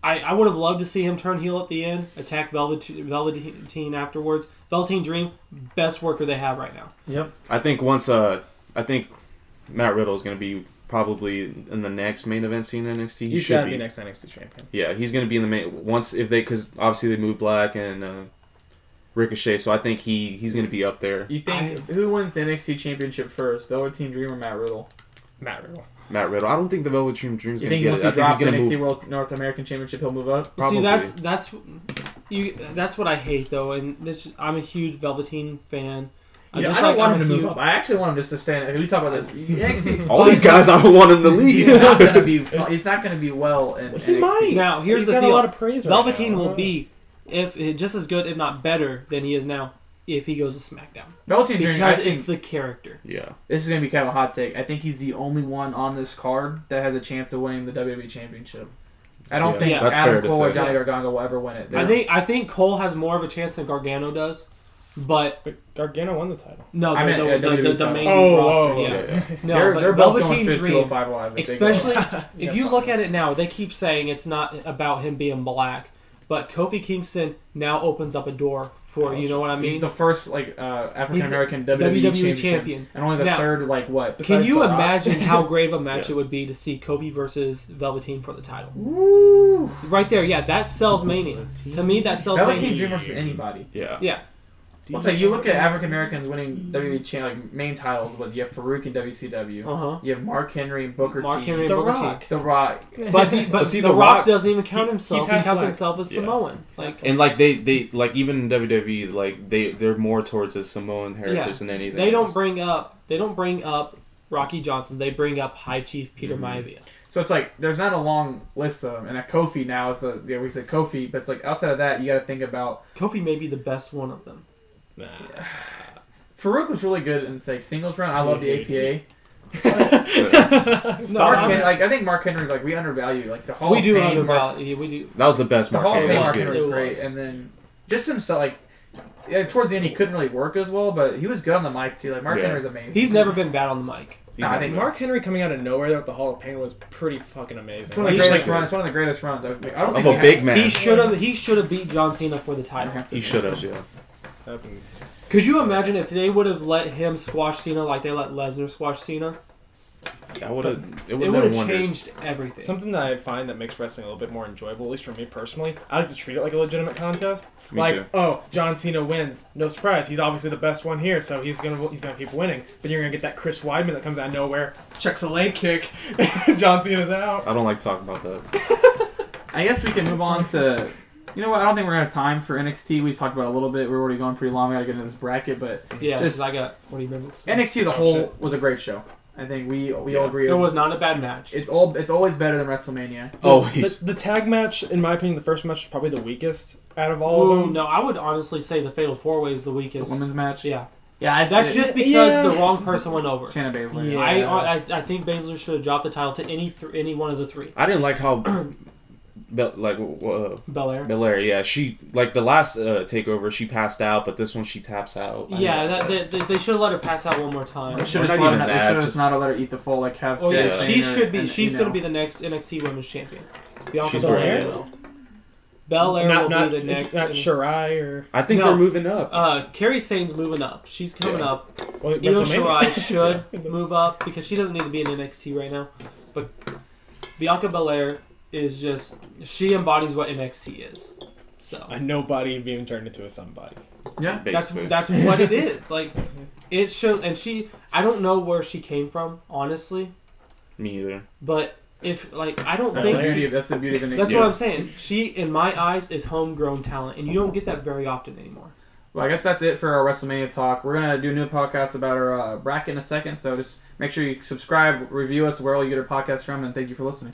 Speaker 3: I, I would have loved to see him turn heel at the end, attack Velvet, Velveteen afterwards. Velveteen Dream, best worker they have right now.
Speaker 1: Yep.
Speaker 2: I think once uh, I think Matt Riddle is going to be probably in the next main event scene in NXT. He
Speaker 5: He's
Speaker 2: should
Speaker 5: gotta
Speaker 2: be.
Speaker 5: be next NXT champion.
Speaker 2: Yeah, he's going to be in the main once if they because obviously they moved Black and uh, Ricochet, so I think he he's going to be up there.
Speaker 1: You think who wins the NXT Championship first, Velveteen Dream or Matt Riddle?
Speaker 5: Matt Riddle.
Speaker 2: Matt Riddle. I don't think the Velvet Dream Dream's
Speaker 1: You
Speaker 2: going to
Speaker 1: think once
Speaker 2: get it.
Speaker 1: he
Speaker 2: I think
Speaker 1: drops the
Speaker 2: he's going to
Speaker 1: NXT
Speaker 2: move.
Speaker 1: World North American Championship, he'll move up?
Speaker 2: Probably.
Speaker 3: See, that's that's you. That's what I hate though, and this, I'm a huge Velveteen fan.
Speaker 1: Yeah,
Speaker 3: just
Speaker 1: I don't
Speaker 3: like,
Speaker 1: want
Speaker 3: I'm
Speaker 1: him to
Speaker 3: a
Speaker 1: move up. I actually want him just to stand. We talk about
Speaker 2: (laughs)
Speaker 1: this. NXT,
Speaker 2: All these guys, I don't want him to leave.
Speaker 1: He's not gonna
Speaker 2: (laughs)
Speaker 1: be. fu- He's not gonna be well in
Speaker 5: He
Speaker 1: NXT.
Speaker 5: might.
Speaker 3: Now, here's
Speaker 5: He's
Speaker 3: the
Speaker 5: got
Speaker 3: deal.
Speaker 5: a lot of praise. right
Speaker 3: Velveteen
Speaker 5: now.
Speaker 3: will be if just as good, if not better, than he is now if he goes to SmackDown
Speaker 1: Velveteen Dream. I
Speaker 3: because
Speaker 1: think-
Speaker 3: it's the character.
Speaker 2: yeah,
Speaker 1: this is gonna be kind of a hot take. I think he's the only one on this card that has a chance of winning the WWE Championship. I don't
Speaker 2: Yeah,
Speaker 1: think
Speaker 3: Yeah.
Speaker 2: that's fair
Speaker 1: Adam
Speaker 2: to
Speaker 1: Cole or
Speaker 2: say.
Speaker 1: Johnny Gargano will ever win it.
Speaker 3: I think I think Cole has more of a chance than Gargano does, but
Speaker 5: But Gargano won the title.
Speaker 3: no, the,
Speaker 1: I meant,
Speaker 3: the,
Speaker 1: yeah,
Speaker 3: the,
Speaker 1: WWE
Speaker 3: the, the main
Speaker 5: title. Oh,
Speaker 3: roster.
Speaker 5: oh,
Speaker 3: yeah.
Speaker 2: yeah, yeah.
Speaker 3: No,
Speaker 1: they're,
Speaker 3: but
Speaker 1: they're both going
Speaker 3: Velveteen
Speaker 1: straight
Speaker 3: Dream,
Speaker 1: 205 Live. if they go.
Speaker 3: especially if
Speaker 5: Yeah,
Speaker 3: you
Speaker 5: fuck.
Speaker 3: look at it now, they keep saying it's not about him being black, but Kofi Kingston now opens up a door for you know what I mean.
Speaker 1: he's the first like uh, African American WWE,
Speaker 3: WWE
Speaker 1: champion,
Speaker 3: E champion.
Speaker 1: and only the
Speaker 3: Now,
Speaker 1: third like what?
Speaker 3: Can
Speaker 1: besides
Speaker 3: you
Speaker 1: E The Rock?
Speaker 3: imagine how grave a match it would be to see Kofi versus Velveteen for the title?
Speaker 1: Woo!
Speaker 3: Right there, yeah, that sells mania. To me, that sells
Speaker 1: Velveteen
Speaker 3: mania.
Speaker 1: Dream versus anybody.
Speaker 2: yeah.
Speaker 3: Yeah,
Speaker 1: Well, it's like you look at African Americans winning WWE cha- like, main titles. Was you have Farouk in WCW?
Speaker 3: uh huh.
Speaker 1: You have Mark Henry and Booker
Speaker 3: Mark
Speaker 1: T.
Speaker 3: Henry, and
Speaker 5: The
Speaker 3: Booker T.
Speaker 5: Rock.
Speaker 1: The Rock.
Speaker 3: But, the- but
Speaker 2: But see,
Speaker 3: the,
Speaker 2: The
Speaker 3: Rock,
Speaker 2: Rock-
Speaker 3: doesn't even count himself.
Speaker 5: he's
Speaker 3: He
Speaker 5: half
Speaker 3: counts
Speaker 5: black.
Speaker 3: himself as
Speaker 2: Yeah.
Speaker 3: Samoan. It's like
Speaker 2: And like they, they like even in WWE like they they're more towards his Samoan heritage
Speaker 3: Yeah.
Speaker 2: than anything.
Speaker 3: they don't
Speaker 2: else.
Speaker 3: bring up they don't bring up Rocky Johnson. They bring up High Chief Peter Maivia.
Speaker 1: So it's like there's not a long list of them, and a Kofi now is the yeah we said Kofi, but it's like outside of that you got to think about
Speaker 3: Kofi may be the best one of them.
Speaker 5: Nah.
Speaker 1: Farouk was really good in like singles run. I love the APA.
Speaker 4: (laughs)
Speaker 3: No,
Speaker 1: Mark
Speaker 3: I'm-
Speaker 1: Henry, like I think Mark Henry's like we undervalue like the Hall
Speaker 3: we
Speaker 1: of
Speaker 3: do
Speaker 1: Fame, Mark-
Speaker 3: have about yeah, we do.
Speaker 2: That was the best
Speaker 1: the
Speaker 2: Mark
Speaker 1: Hall of
Speaker 2: Henry.
Speaker 1: Fame
Speaker 2: That
Speaker 1: Mark
Speaker 2: was good.
Speaker 1: Henry was
Speaker 3: It
Speaker 1: great,
Speaker 3: was.
Speaker 1: and then just himself like yeah, towards the end he couldn't really work as well, but he was good on the mic too. Like Mark
Speaker 2: Yeah.
Speaker 1: Henry's amazing.
Speaker 3: He's never been bad on the mic.
Speaker 2: He's
Speaker 1: I think
Speaker 2: good.
Speaker 5: Mark Henry coming out of nowhere there at the Hall of Pain was pretty fucking amazing.
Speaker 1: It's one of the
Speaker 3: He's
Speaker 1: greatest
Speaker 2: like-
Speaker 1: runs. It's one of the greatest runs. I, I don't
Speaker 2: of
Speaker 1: think
Speaker 2: a
Speaker 1: he-
Speaker 2: big man.
Speaker 3: He should have he should have beat John Cena for the
Speaker 1: I don't
Speaker 3: title.
Speaker 1: have to-
Speaker 2: He should have. Yeah.
Speaker 3: Could you imagine if they would have let him squash Cena like they let Lesnar squash Cena?
Speaker 2: I would have. It
Speaker 3: It
Speaker 2: would
Speaker 3: would
Speaker 2: have
Speaker 3: have
Speaker 2: changed.
Speaker 3: changed everything.
Speaker 5: Something that I find that makes wrestling a little bit more enjoyable, at least for me personally, I like to treat it like a legitimate contest.
Speaker 2: Me
Speaker 5: like,
Speaker 2: too.
Speaker 5: oh, John Cena wins. No surprise, he's obviously the best one here, so he's gonna he's gonna keep winning. But you're gonna get that Chris Weidman that comes out of nowhere, checks a leg kick, (laughs) John Cena's out.
Speaker 2: I don't like talking about that.
Speaker 1: I guess we can move on to. You know what? I don't think we're gonna have time for NXT. We've talked about it a little bit. We're already going pretty long. We gotta get into this bracket, but
Speaker 3: yeah,
Speaker 1: just-
Speaker 3: because I got 40 minutes.
Speaker 1: NXT as a
Speaker 5: Oh,
Speaker 1: whole
Speaker 5: shit.
Speaker 1: was a great show. I think we we
Speaker 2: Yeah.
Speaker 1: all agree.
Speaker 3: It
Speaker 1: It
Speaker 3: was
Speaker 1: was,
Speaker 3: not a bad match.
Speaker 1: it's all it's always better than WrestleMania.
Speaker 2: Oh,
Speaker 5: The,
Speaker 2: he's
Speaker 5: the tag match, in my opinion, the first match is probably the weakest out of all of
Speaker 3: Ooh,
Speaker 5: them.
Speaker 3: no, I would honestly say the Fatal Four Way is the
Speaker 1: The
Speaker 3: weakest.
Speaker 1: women's match.
Speaker 3: Yeah,
Speaker 1: yeah. I
Speaker 3: that's
Speaker 1: said-
Speaker 3: just because
Speaker 5: Yeah.
Speaker 3: the wrong person went over.
Speaker 1: Shanna Baszler.
Speaker 5: Yeah.
Speaker 3: I, I I think Baszler should have dropped the title to any th- any one of the three.
Speaker 2: I didn't like how. (clears throat) Bel- like uh,
Speaker 3: Belair.
Speaker 2: Belair, yeah, she like the last uh, takeover, she passed out, but this one she taps out. I
Speaker 3: Yeah,
Speaker 2: know.
Speaker 3: that, they, they, they should have let her pass out one more time.
Speaker 1: we should
Speaker 2: Or
Speaker 1: have
Speaker 2: not
Speaker 1: not,
Speaker 2: even that,
Speaker 1: that,
Speaker 2: just-
Speaker 1: not let her eat the full like have.
Speaker 3: Oh yeah,
Speaker 2: Yeah.
Speaker 3: she should be. she's going to be the next NXT Women's Champion. Bianca
Speaker 2: She's
Speaker 3: Belair.
Speaker 2: great.
Speaker 3: will. Belair
Speaker 5: not
Speaker 3: will
Speaker 5: not,
Speaker 3: be the next.
Speaker 5: not
Speaker 3: and-
Speaker 5: Shirai or
Speaker 2: I think
Speaker 3: No.
Speaker 2: they're moving up.
Speaker 3: Uh, Carrie Sane's moving up. She's coming
Speaker 2: Yeah.
Speaker 3: up.
Speaker 5: well,
Speaker 3: Io
Speaker 5: WrestleMania. (laughs)
Speaker 3: Shirai should move up because she doesn't need to be in NXT right now. But Bianca Belair is just she embodies what NXT is. So
Speaker 5: A nobody being turned into a somebody.
Speaker 1: Yeah.
Speaker 2: basically.
Speaker 3: That's that's what
Speaker 2: (laughs)
Speaker 3: it is. Like it shows, and she. I don't know where she came from, honestly,
Speaker 2: Me either.
Speaker 3: but if like I don't
Speaker 1: That's the
Speaker 3: think
Speaker 1: beauty. Of, that's the beauty of NXT.
Speaker 3: that's
Speaker 2: Yeah.
Speaker 3: what I'm saying. She, in my eyes, is homegrown talent, and you don't get that very often anymore.
Speaker 1: Well, I guess that's it for our WrestleMania talk. We're gonna do a new podcast about our uh, bracket in a second, so just make sure you subscribe, review us where all you get our podcasts from, and thank you for listening.